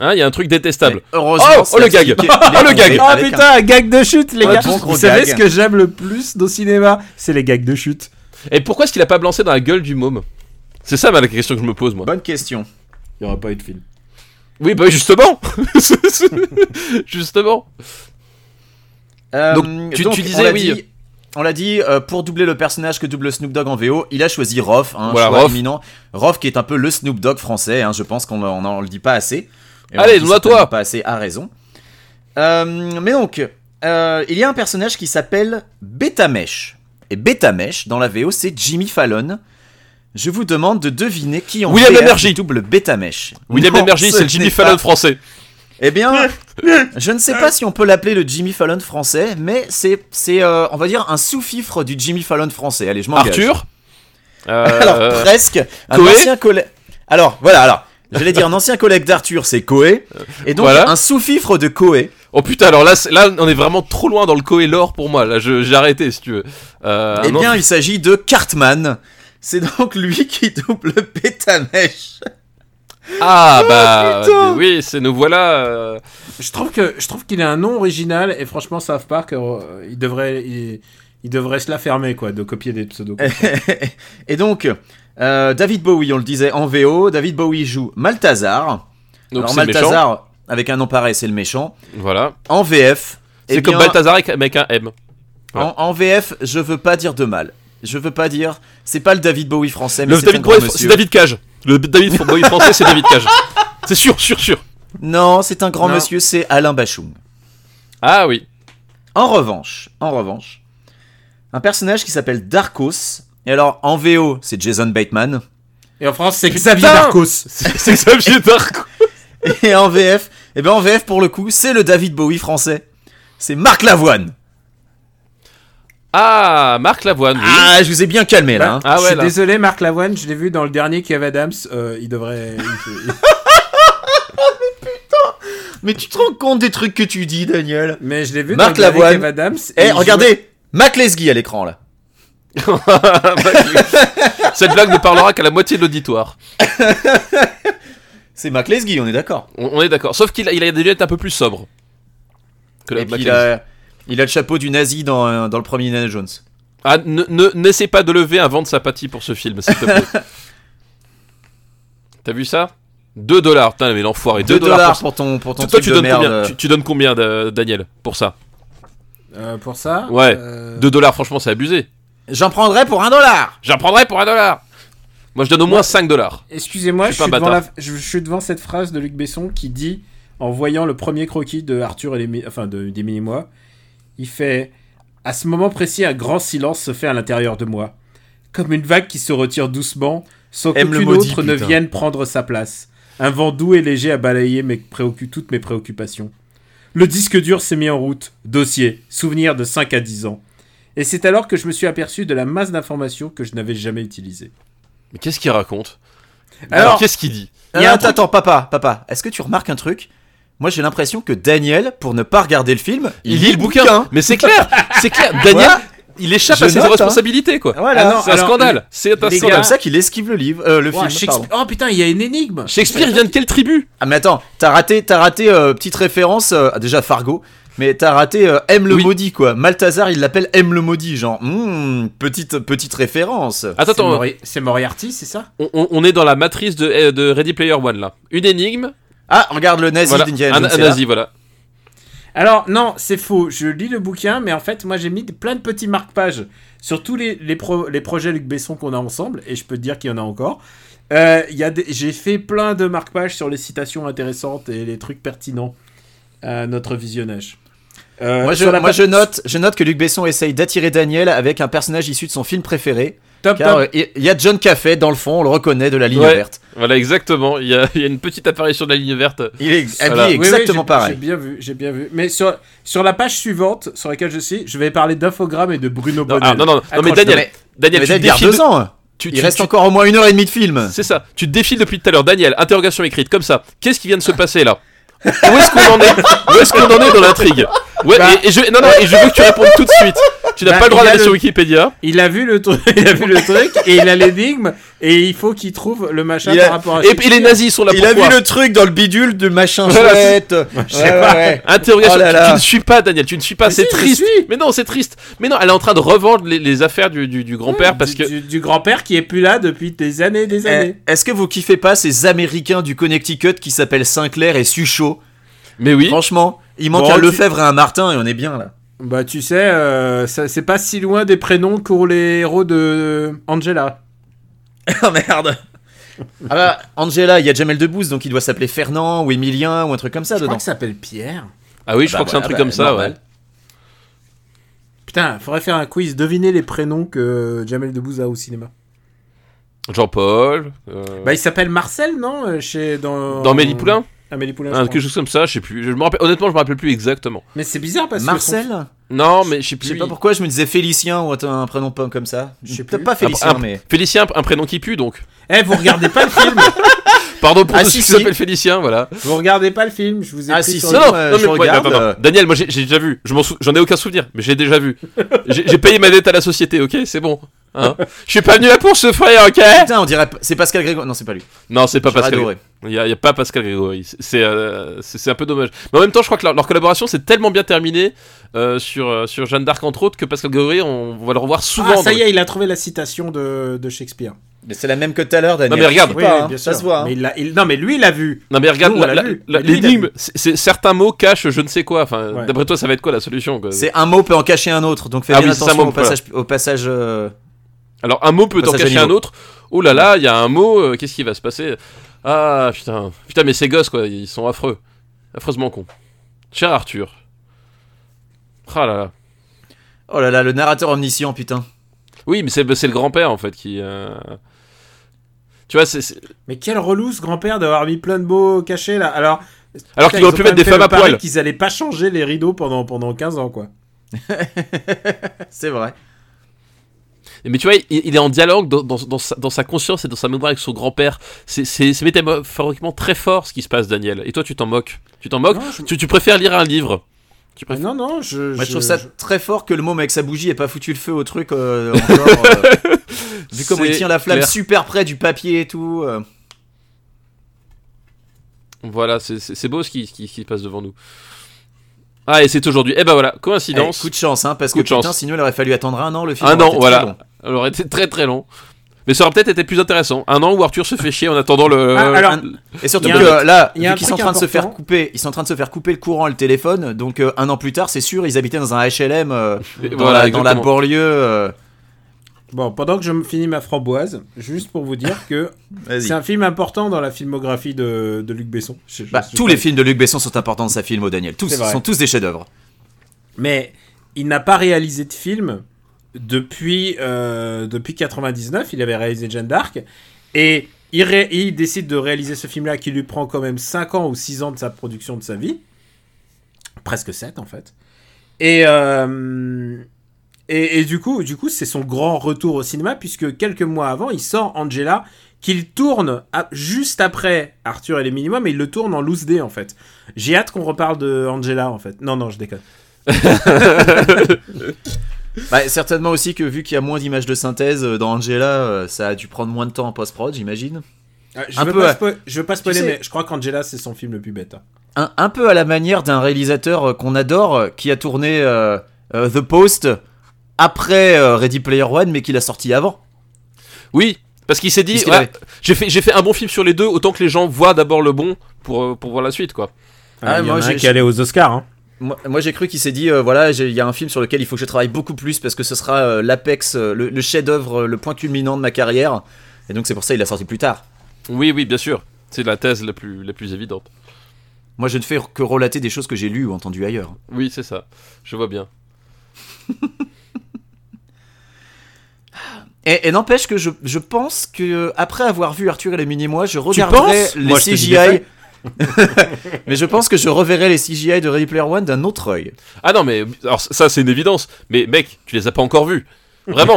Speaker 3: Hein, il y a un truc détestable.
Speaker 1: Mais Heureusement,
Speaker 3: Oh, oh,
Speaker 1: c'est
Speaker 3: le gag.
Speaker 1: expliqué.
Speaker 3: Oh, le
Speaker 1: Avec
Speaker 3: gag.
Speaker 1: un-
Speaker 2: Ah putain, un gag de chute, les
Speaker 1: Un
Speaker 2: gars.
Speaker 1: bon gros
Speaker 2: Vous savez
Speaker 1: gag.
Speaker 2: ce que j'aime le plus dans le cinéma C'est les gags de chute.
Speaker 3: Et pourquoi est-ce qu'il a pas balancé dans la gueule du môme C'est ça ma- la question que je me pose moi.
Speaker 1: Bonne question.
Speaker 2: Il n'y aura pas eu de film.
Speaker 3: Oui, bah justement Justement
Speaker 1: Euh,
Speaker 3: Donc, tu- tu disais,
Speaker 1: on l'a
Speaker 3: oui.
Speaker 1: dit- euh, on l'a dit, euh, pour doubler le personnage que double Snoop Dogg en VO, il a choisi Roth, un
Speaker 3: Voilà,
Speaker 1: choix
Speaker 3: Roth.
Speaker 1: éminent. Roth qui est un peu le Snoop Dogg français, hein, je pense qu'on on en le dit pas assez. Et on
Speaker 3: Allez,
Speaker 1: le dit
Speaker 3: donne-la toi.
Speaker 1: certainement Pas assez, à raison. Euh, mais donc, euh, il y a un personnage qui s'appelle Betamesh. Et Betamesh, dans la VO, c'est Jimmy Fallon. Je vous demande de deviner qui en
Speaker 3: William
Speaker 1: VF
Speaker 3: Emergy.
Speaker 1: double Betamesh.
Speaker 3: William
Speaker 1: Non,
Speaker 3: Emergy,
Speaker 1: ce
Speaker 3: c'est le Jimmy
Speaker 1: n'est
Speaker 3: Fallon
Speaker 1: pas
Speaker 3: français.
Speaker 1: eh bien, je ne sais pas si on peut l'appeler le Jimmy Fallon français, mais c'est, c'est euh, on va dire, un sous-fifre du Jimmy Fallon français. Allez, je m'engage.
Speaker 3: Arthur
Speaker 1: Alors,
Speaker 3: Euh,
Speaker 1: presque. Un
Speaker 3: Coé
Speaker 1: ancien collègue. Alors, voilà, alors. J'allais dire un ancien collègue d'Arthur, c'est Coé. Et donc,
Speaker 3: Euh, Voilà.
Speaker 1: un sous-fifre de Coé.
Speaker 3: Oh putain, alors là, c'est- là, on est vraiment trop loin dans le coélor pour moi. Là, je- j'ai arrêté si tu veux. Euh,
Speaker 1: eh
Speaker 3: un an-
Speaker 1: bien, il s'agit de Cartman. C'est donc lui qui double Pétamèche.
Speaker 3: ah bah
Speaker 1: putain.
Speaker 3: oui, c'est nous voilà. euh,
Speaker 2: Je trouve que je trouve qu'il a un nom original et franchement, South Park, euh, il devrait il, il devrait se la fermer quoi, de copier des pseudos.
Speaker 1: Et donc, euh, David Bowie, on le disait en VO, David Bowie joue Malthazar.
Speaker 3: donc
Speaker 1: alors,
Speaker 3: c'est méchant.
Speaker 1: Malthazar, avec un nom pareil, c'est le méchant.
Speaker 3: Voilà.
Speaker 1: En VF. eh
Speaker 3: C'est comme
Speaker 1: bien,
Speaker 3: Balthazar avec- avec un M.
Speaker 1: en, en VF, je veux pas dire de mal. Je veux pas dire. C'est pas le David Bowie français, mais
Speaker 3: Le
Speaker 1: c'est un
Speaker 3: David
Speaker 1: grand
Speaker 3: Bowie, c'est
Speaker 1: monsieur.
Speaker 3: David Cage. Le David Bowie français, c'est David Cage. C'est sûr, sûr, sûr.
Speaker 1: Non, c'est un grand
Speaker 2: Non.
Speaker 1: monsieur, c'est Alain Bachung.
Speaker 3: Ah oui.
Speaker 1: En revanche, en revanche, un personnage qui s'appelle Darkos. Et alors, en VO, c'est Jason Bateman.
Speaker 2: Et en France, c'est Xavier
Speaker 3: Putain
Speaker 2: Darcos.
Speaker 3: C'est c'est Xavier Darko.
Speaker 1: Et en VF, et ben en VF pour le coup, c'est le David Bowie français. C'est Marc Lavoine.
Speaker 3: Ah, Marc Lavoine. oui.
Speaker 1: Ah, je vous ai bien calmé là. hein.
Speaker 3: Ah
Speaker 2: je
Speaker 3: ouais,
Speaker 2: suis
Speaker 3: là.
Speaker 2: désolé, Marc Lavoine, je l'ai vu dans le dernier Kev Adams. euh, il devrait. il- il-
Speaker 1: Mais tu te rends compte des trucs que tu dis, Daniel
Speaker 2: Mais je l'ai vu dans
Speaker 1: Marc
Speaker 2: le dernier
Speaker 1: Lavoine.
Speaker 2: Kev Adams.
Speaker 1: Eh,
Speaker 2: et il
Speaker 1: regardez, Mac Lesguy à l'écran là.
Speaker 3: Cette blague ne parlera qu'à la moitié de l'auditoire.
Speaker 1: C'est Mac Lesguy, on est d'accord.
Speaker 3: On, on est d'accord. Sauf qu'il a, il a dû être un peu plus sobre. Que la-
Speaker 1: Et puis,
Speaker 3: Mac
Speaker 1: il,
Speaker 3: Lavoine.
Speaker 1: a, il a le chapeau du nazi dans, euh, dans le premier Indiana Jones.
Speaker 3: Ah, ne, ne- n'essaie pas de lever un vent de sympathie pour ce film, s'il te plaît. T'as vu ça 2 dollars. Putain, mais l'enfoiré. 2 dollars. pour
Speaker 1: pour ton, pour ton
Speaker 3: ça. Toi,
Speaker 1: truc
Speaker 3: tu
Speaker 1: de
Speaker 3: donnes,
Speaker 1: merde.
Speaker 3: combien, tu, tu donnes combien, euh, Daniel, pour ça
Speaker 2: joue, euh, pour ça.
Speaker 3: Ouais.
Speaker 2: euh,
Speaker 3: 2 dollars, franchement, c'est abusé.
Speaker 1: J'en prendrais pour un dollar
Speaker 3: J'en prendrais pour un dollar. Moi, je donne au moins 5 dollars.
Speaker 2: Excusez-moi,
Speaker 3: Je
Speaker 2: je,
Speaker 3: suis
Speaker 2: suis
Speaker 3: pas
Speaker 2: devant la- je- je suis devant cette phrase de Luc Besson qui dit, en voyant le premier croquis de Arthur et les, mi- enfin de, des mini-mois, il fait À ce moment précis, un grand silence se fait à l'intérieur de moi, comme une vague qui se retire doucement, sans
Speaker 1: Aime le
Speaker 2: qu'aucune
Speaker 1: maudit,
Speaker 2: autre ne
Speaker 1: putain.
Speaker 2: vienne prendre sa place. Un vent doux et léger a balayé mes préoccu- toutes mes préoccupations. Le disque dur s'est mis en route. Dossier, souvenir de 5 à 10 ans. Et c'est alors que je me suis aperçu de la masse d'informations que je n'avais jamais utilisées.
Speaker 3: Mais qu'est-ce qu'il raconte Bah Alors,
Speaker 2: Alors,
Speaker 3: qu'est-ce qu'il dit
Speaker 2: Il y a
Speaker 1: Ah,
Speaker 2: un
Speaker 1: Attends,
Speaker 2: truc-
Speaker 1: attends, papa, papa, est-ce que tu remarques un truc Moi, j'ai l'impression que Daniel, pour ne pas regarder le film,
Speaker 3: Il lit le bouquin. Mais c'est clair, c'est clair. Daniel,
Speaker 1: Voilà.
Speaker 3: il échappe
Speaker 1: Je
Speaker 3: à ses
Speaker 1: note, hein.
Speaker 3: responsabilités, quoi.
Speaker 1: Voilà.
Speaker 2: Ah non,
Speaker 3: C'est un
Speaker 2: alors,
Speaker 3: scandale. C'est un
Speaker 2: les
Speaker 1: C'est
Speaker 3: scandale.
Speaker 1: comme ça qu'il esquive le livre, euh, le
Speaker 2: Ouah,
Speaker 1: film. pardon.
Speaker 2: Shakespeare- Oh putain, il y a une énigme.
Speaker 3: Shakespeare vient de quelle tribu
Speaker 1: Ah mais attends, t'as raté, t'as raté euh, petite référence euh, ah, déjà Fargo, mais t'as raté euh, M le
Speaker 3: Oui.
Speaker 1: maudit quoi. Malthazar il l'appelle M le maudit, genre hmm, petite petite référence.
Speaker 3: Attends,
Speaker 2: C'est
Speaker 3: attends,
Speaker 2: Mori- C'est Moriarty, c'est ça
Speaker 3: on, on- on est dans la matrice de, euh, de Ready Player One là. Une énigme,
Speaker 1: Ah regarde le nazi
Speaker 3: voilà,
Speaker 1: d'Indiana
Speaker 3: un,
Speaker 1: Jones,
Speaker 3: un
Speaker 1: c'est là.
Speaker 3: nazi, voilà.
Speaker 2: Alors non, c'est faux. Je lis le bouquin, mais en fait, moi j'ai mis de- plein de petits marque-pages sur tous les, les, pro- les projets Luc Besson qu'on a ensemble, et je peux te dire qu'il y en a encore. Euh, il y a des- j'ai fait plein de marque-pages sur les citations intéressantes et les trucs pertinents à notre visionnage. Euh,
Speaker 1: Moi, je,
Speaker 2: sur la
Speaker 1: moi
Speaker 2: page-
Speaker 1: je note, je note que Luc Besson essaye d'attirer Daniel avec un personnage issu de son film préféré.
Speaker 2: Top,
Speaker 1: Car
Speaker 2: top.
Speaker 1: euh, il il y a John Caffey dans le fond, on le reconnaît de la ligne
Speaker 3: Ouais.
Speaker 1: verte.
Speaker 3: Voilà, exactement. Il y, a, il y a une petite apparition de la ligne verte.
Speaker 1: Il est
Speaker 3: Voilà.
Speaker 1: habillé
Speaker 2: Oui, oui,
Speaker 1: exactement
Speaker 2: j'ai-
Speaker 1: pareil.
Speaker 2: J'ai bien vu, j'ai bien vu. Mais sur, sur la page suivante, sur laquelle je suis, je vais parler d'infogramme et de Bruno
Speaker 3: Non,
Speaker 2: Bonnel.
Speaker 3: ah, non, non, non, mais
Speaker 2: Accroche-toi.
Speaker 3: Daniel,
Speaker 1: mais-
Speaker 3: Daniel,
Speaker 1: Mais Daniel, il
Speaker 3: tu
Speaker 1: y a
Speaker 3: défiles-
Speaker 1: deux ans. hein.
Speaker 3: tu-
Speaker 1: Il
Speaker 3: tu-
Speaker 1: reste
Speaker 3: tu-
Speaker 1: encore au moins une heure et demie de film.
Speaker 3: C'est ça. Tu te défiles depuis tout à l'heure. Daniel, interrogation écrite, comme ça. Qu'est-ce qui vient de se passer là Où est-ce qu'on en est Où est-ce qu'on en est dans l'intrigue Ouais,
Speaker 2: Bah-
Speaker 3: et, et je, non, non, et je veux que tu répondes tout de suite. Tu n'as
Speaker 2: Bah,
Speaker 3: pas le droit
Speaker 2: il y a
Speaker 3: d'aller
Speaker 2: le-
Speaker 3: sur Wikipédia.
Speaker 2: Il a vu le truc, il a vu le truc et il a l'énigme et il faut qu'il trouve le machin
Speaker 1: Il a-
Speaker 2: par rapport à
Speaker 3: Et,
Speaker 2: Shakespeare.
Speaker 3: et les nazis sont là
Speaker 1: Il
Speaker 3: pourquoi
Speaker 1: a vu le truc dans le bidule de machin
Speaker 3: Voilà,
Speaker 1: chouette. Je sais pas.
Speaker 3: Interrogation.
Speaker 1: Oh là
Speaker 3: tu-
Speaker 1: là.
Speaker 3: Tu, ne suis pas, Daniel. Tu ne suis pas.
Speaker 2: Mais
Speaker 3: Ah, C'est
Speaker 2: si, je
Speaker 3: triste.
Speaker 2: suis.
Speaker 3: Mais non, c'est triste. Mais non, elle est en train de revendre les, les affaires du, du- du grand-père
Speaker 2: Ouais,
Speaker 3: parce
Speaker 2: du-
Speaker 3: que.
Speaker 2: du, du grand-père qui est plus là depuis des années et des
Speaker 1: Eh,
Speaker 2: années.
Speaker 1: Est-ce que vous kiffez pas ces Américains du Connecticut qui s'appellent Sinclair et Suchot
Speaker 3: Mais oui.
Speaker 1: Franchement, il manque
Speaker 2: Bon,
Speaker 1: un
Speaker 2: tu-
Speaker 1: Lefebvre et un Martin et on est bien là.
Speaker 2: Bah tu sais, euh, ça- c'est pas si loin des prénoms qu'ont les héros de Angela.
Speaker 1: oh merde Ah bah, Angela, il y a Jamel Debbouze, donc il doit s'appeler Fernand ou Emilien ou un truc comme ça
Speaker 2: Je crois
Speaker 1: dedans.
Speaker 2: que ça s'appelle Pierre.
Speaker 3: Ah oui, je
Speaker 1: Bah,
Speaker 3: crois que c'est un
Speaker 1: voilà,
Speaker 3: truc
Speaker 1: bah,
Speaker 3: comme ça.
Speaker 1: normal.
Speaker 3: Ouais.
Speaker 2: Putain, faudrait faire un quiz, deviner les prénoms que Jamel Debbouze a au cinéma.
Speaker 3: Jean-Paul. euh,
Speaker 2: Bah il s'appelle Marcel, non euh, chez, dans...
Speaker 3: dans Amélie Poulain.
Speaker 2: Amélie Poulain, je
Speaker 3: Un-
Speaker 2: crois.
Speaker 3: quelque chose comme ça. Je sais plus. Je me rappelle. Honnêtement, je me rappelle plus exactement.
Speaker 2: Mais c'est bizarre parce que...
Speaker 1: Marcel
Speaker 3: Non, mais je sais
Speaker 1: Je
Speaker 3: plus.
Speaker 1: sais pas pourquoi je me disais Félicien ou un un prénom pas comme ça.
Speaker 2: Je sais
Speaker 1: Peut-être
Speaker 2: plus.
Speaker 1: pas Félicien,
Speaker 3: Ah,
Speaker 1: mais.
Speaker 3: Félicien, un prénom qui pue donc.
Speaker 2: son- Eh, vous regardez pas le film
Speaker 3: Pardon pour
Speaker 1: Ah,
Speaker 3: tous
Speaker 1: si,
Speaker 3: ceux qui
Speaker 1: si.
Speaker 3: s'appellent Félicien, voilà.
Speaker 2: Vous regardez pas le film, je vous ai
Speaker 1: Ah,
Speaker 2: pris
Speaker 1: si,
Speaker 2: sur
Speaker 1: si.
Speaker 2: le-
Speaker 3: Non, non,
Speaker 1: euh,
Speaker 3: non,
Speaker 1: je
Speaker 3: mais ouais,
Speaker 1: regarde,
Speaker 3: attends, attends.
Speaker 1: euh.
Speaker 3: Daniel, moi j'ai j'ai déjà vu. Je m'en sou- j'en ai aucun souvenir, mais j'ai déjà vu. J'ai j'ai payé ma dette à la société, ok, c'est bon. Hein je suis pas venu là pour ce frère, ok.
Speaker 1: Eh Putain, on dirait. C'est Pascal Grégoire. Non, c'est pas lui.
Speaker 3: Non, c'est pas
Speaker 1: J'aurais
Speaker 3: Pascal.
Speaker 1: adoré.
Speaker 3: Il n'y a, il y a pas Pascal Grégory. C'est- C'est euh, c'est- c'est un peu dommage. Mais en même temps, je crois que leur, leur collaboration s'est tellement bien terminée euh, sur, euh, sur Jeanne d'Arc, entre autres, que Pascal Grégory, on va le revoir souvent.
Speaker 2: Ah, ça
Speaker 3: dans-
Speaker 2: y est, il a trouvé la citation de, de Shakespeare.
Speaker 1: Mais c'est la même que tout à l'heure, Daniel.
Speaker 3: Non, mais regarde.
Speaker 1: Je sais pas, hein,
Speaker 2: bien
Speaker 1: ça
Speaker 2: sûr.
Speaker 1: se voit. hein.
Speaker 2: Mais il l'a- il- Non, mais lui, il l'a vu.
Speaker 3: Non, mais regarde,
Speaker 2: Nous, on
Speaker 3: la-
Speaker 2: l'a
Speaker 3: la-
Speaker 2: vu.
Speaker 3: la-
Speaker 2: Mais lui, il l'a
Speaker 3: l'énigme, c'est- c'est- certains mots cachent je ne sais quoi. Enfin,
Speaker 2: Ouais.
Speaker 3: D'après toi, ça va être quoi la solution quoi
Speaker 1: C'est un mot peut en cacher un autre, donc fais
Speaker 3: Ah
Speaker 1: bien
Speaker 3: oui, c'est ça,
Speaker 1: attention
Speaker 3: mot,
Speaker 1: au passage. Au passage euh,
Speaker 3: Alors un mot peut en
Speaker 1: Passage
Speaker 3: cacher un
Speaker 1: animaux.
Speaker 3: autre. Oh là là, il y a un mot, euh, qu'est-ce qui va se passer Ah putain, putain mais ces gosses quoi, ils sont affreux. Affreusement cons. Cher Arthur. Ah là là.
Speaker 1: Oh là là, le narrateur omniscient, putain.
Speaker 3: Oui mais c'est c'est le grand-père en fait qui... euh, Tu vois, c'est... c'est-
Speaker 2: Mais quel relou ce grand-père d'avoir mis plein de mots cachés là. Alors,
Speaker 3: Alors
Speaker 2: putain,
Speaker 3: qu'ils auraient
Speaker 2: ils
Speaker 3: pu
Speaker 2: ont quand
Speaker 3: mettre des
Speaker 2: même fait le
Speaker 3: femmes à
Speaker 2: pari
Speaker 3: poil.
Speaker 2: Qu'ils allaient pas changer les rideaux pendant, pendant 15 ans, quoi.
Speaker 1: C'est vrai.
Speaker 3: Mais tu vois, il, il est en dialogue dans, dans- dans sa, dans sa conscience et dans sa mémoire avec son grand-père. C'est- C'est c'est métaphoriquement très fort ce qui se passe, Daniel. Et toi, tu t'en moques. Tu t'en moques
Speaker 2: Non, je- Ah,
Speaker 3: tu, tu préfères lire un livre. Tu préfères...
Speaker 2: Non, non, je.
Speaker 1: Moi, je, trouve ça très fort que le môme avec sa bougie ait pas foutu le feu au truc euh, encore. euh,
Speaker 2: Ah
Speaker 1: vu comment il
Speaker 3: C'est
Speaker 1: tient la flamme
Speaker 3: clair.
Speaker 1: super près du papier et tout. euh.
Speaker 3: Voilà, c'est- c'est c'est beau ce qui, ce qui- ce qui se passe devant nous. Ah, et c'est aujourd'hui. Eh ben voilà, coïncidence.
Speaker 1: Eh, coup de chance, hein, parce
Speaker 3: Coup
Speaker 1: que
Speaker 3: de chance.
Speaker 1: putain, sinon il aurait fallu attendre un an le film.
Speaker 3: Un
Speaker 1: aurait
Speaker 3: an,
Speaker 1: été très
Speaker 3: voilà.
Speaker 1: long.
Speaker 3: Elle aurait été très très long. Mais ça aurait peut-être été plus intéressant. Un an où Arthur se fait chier en attendant le.
Speaker 2: Ah, alors,
Speaker 1: Et surtout
Speaker 2: Il y
Speaker 1: que
Speaker 2: a un
Speaker 1: là,
Speaker 2: il y a
Speaker 1: vu
Speaker 2: un
Speaker 1: qu'ils
Speaker 2: truc
Speaker 1: sont en train de se faire
Speaker 2: important.
Speaker 1: couper, ils sont en train de se faire couper le courant et le téléphone. Donc euh, un an plus tard, c'est sûr, ils habitaient dans un HLM euh,
Speaker 3: Et
Speaker 1: dans,
Speaker 3: voilà,
Speaker 1: la, dans la
Speaker 3: exactement.
Speaker 1: banlieue. euh,
Speaker 2: Bon, pendant que je me finis ma framboise, juste pour vous dire que
Speaker 1: Vas-y.
Speaker 2: c'est un film important dans la filmographie de, de Luc Besson. Je- je-
Speaker 1: Bah,
Speaker 2: je-
Speaker 1: tous les films de Luc Besson sont importants dans sa film, oh, Daniel. Tous
Speaker 2: C'est vrai.
Speaker 1: sont tous des chefs-d'œuvre.
Speaker 2: Mais il n'a pas réalisé de film depuis, euh, depuis 99. Il avait réalisé Jeanne d'Arc. Et il, ré- il décide de réaliser ce film-là qui lui prend quand même 5 ans ou 6 ans de sa production de sa vie. Presque 7 en fait. Et, euh, et, et du coup, du coup, c'est son grand retour au cinéma puisque quelques mois avant, il sort Angela qu'il tourne à- juste après Arthur et les Minima, mais il le tourne en loose day en fait. J'ai hâte qu'on reparle de Angela en fait. Non, non, je déconne.
Speaker 1: Bah, certainement aussi que vu qu'il y a moins d'images de synthèse euh, dans Angela, euh, ça a dû prendre moins de temps en post-prod, j'imagine.
Speaker 2: Ah, je,
Speaker 1: Un
Speaker 2: veux
Speaker 1: peu,
Speaker 2: pas
Speaker 1: ouais.
Speaker 2: spo- je veux pas spoiler,
Speaker 1: sais-
Speaker 2: mais je crois qu'Angela, c'est son film le plus bête. hein.
Speaker 1: Un, un peu à la manière d'un réalisateur euh, qu'on adore, euh, qui a tourné euh, euh, The Post après euh, Ready Player One, mais qui l'a sorti avant.
Speaker 3: Oui, parce qu'il s'est dit,
Speaker 1: Puisqu'il
Speaker 3: ouais,
Speaker 1: avait-
Speaker 3: j'ai fait, j'ai fait un bon film sur les deux, autant que les gens voient d'abord le bon pour, euh, pour voir la suite, quoi.
Speaker 1: Ah,
Speaker 2: Ah, il y
Speaker 1: moi,
Speaker 2: en a un
Speaker 1: j'ai-
Speaker 2: qui allait aux Oscars. hein.
Speaker 1: Moi, moi, j'ai cru qu'il s'est dit, euh, voilà, j'ai- il y a un film sur lequel il faut que je travaille beaucoup plus parce que ce sera euh, l'apex, euh, le, le chef-d'œuvre, euh, le point culminant de ma carrière. Et donc c'est pour ça qu'il l'a sorti plus tard.
Speaker 3: Oui, oui, bien sûr. C'est la thèse la plus, la plus évidente.
Speaker 1: Moi, je ne fais que relater des choses que j'ai lues ou entendues ailleurs.
Speaker 3: Oui, c'est ça. Je vois bien.
Speaker 1: Et, et n'empêche que je, je pense que euh, après avoir vu Arthur et les Mini-Moi, je regarderai
Speaker 2: penses
Speaker 1: les
Speaker 2: Moi, je te dis des
Speaker 1: CGI. Mais je pense que je reverrai les CGI de Ready Player One d'un autre œil.
Speaker 3: Ah non, mais alors ça, c'est une évidence. Mais mec, tu les as pas encore vus. Vraiment.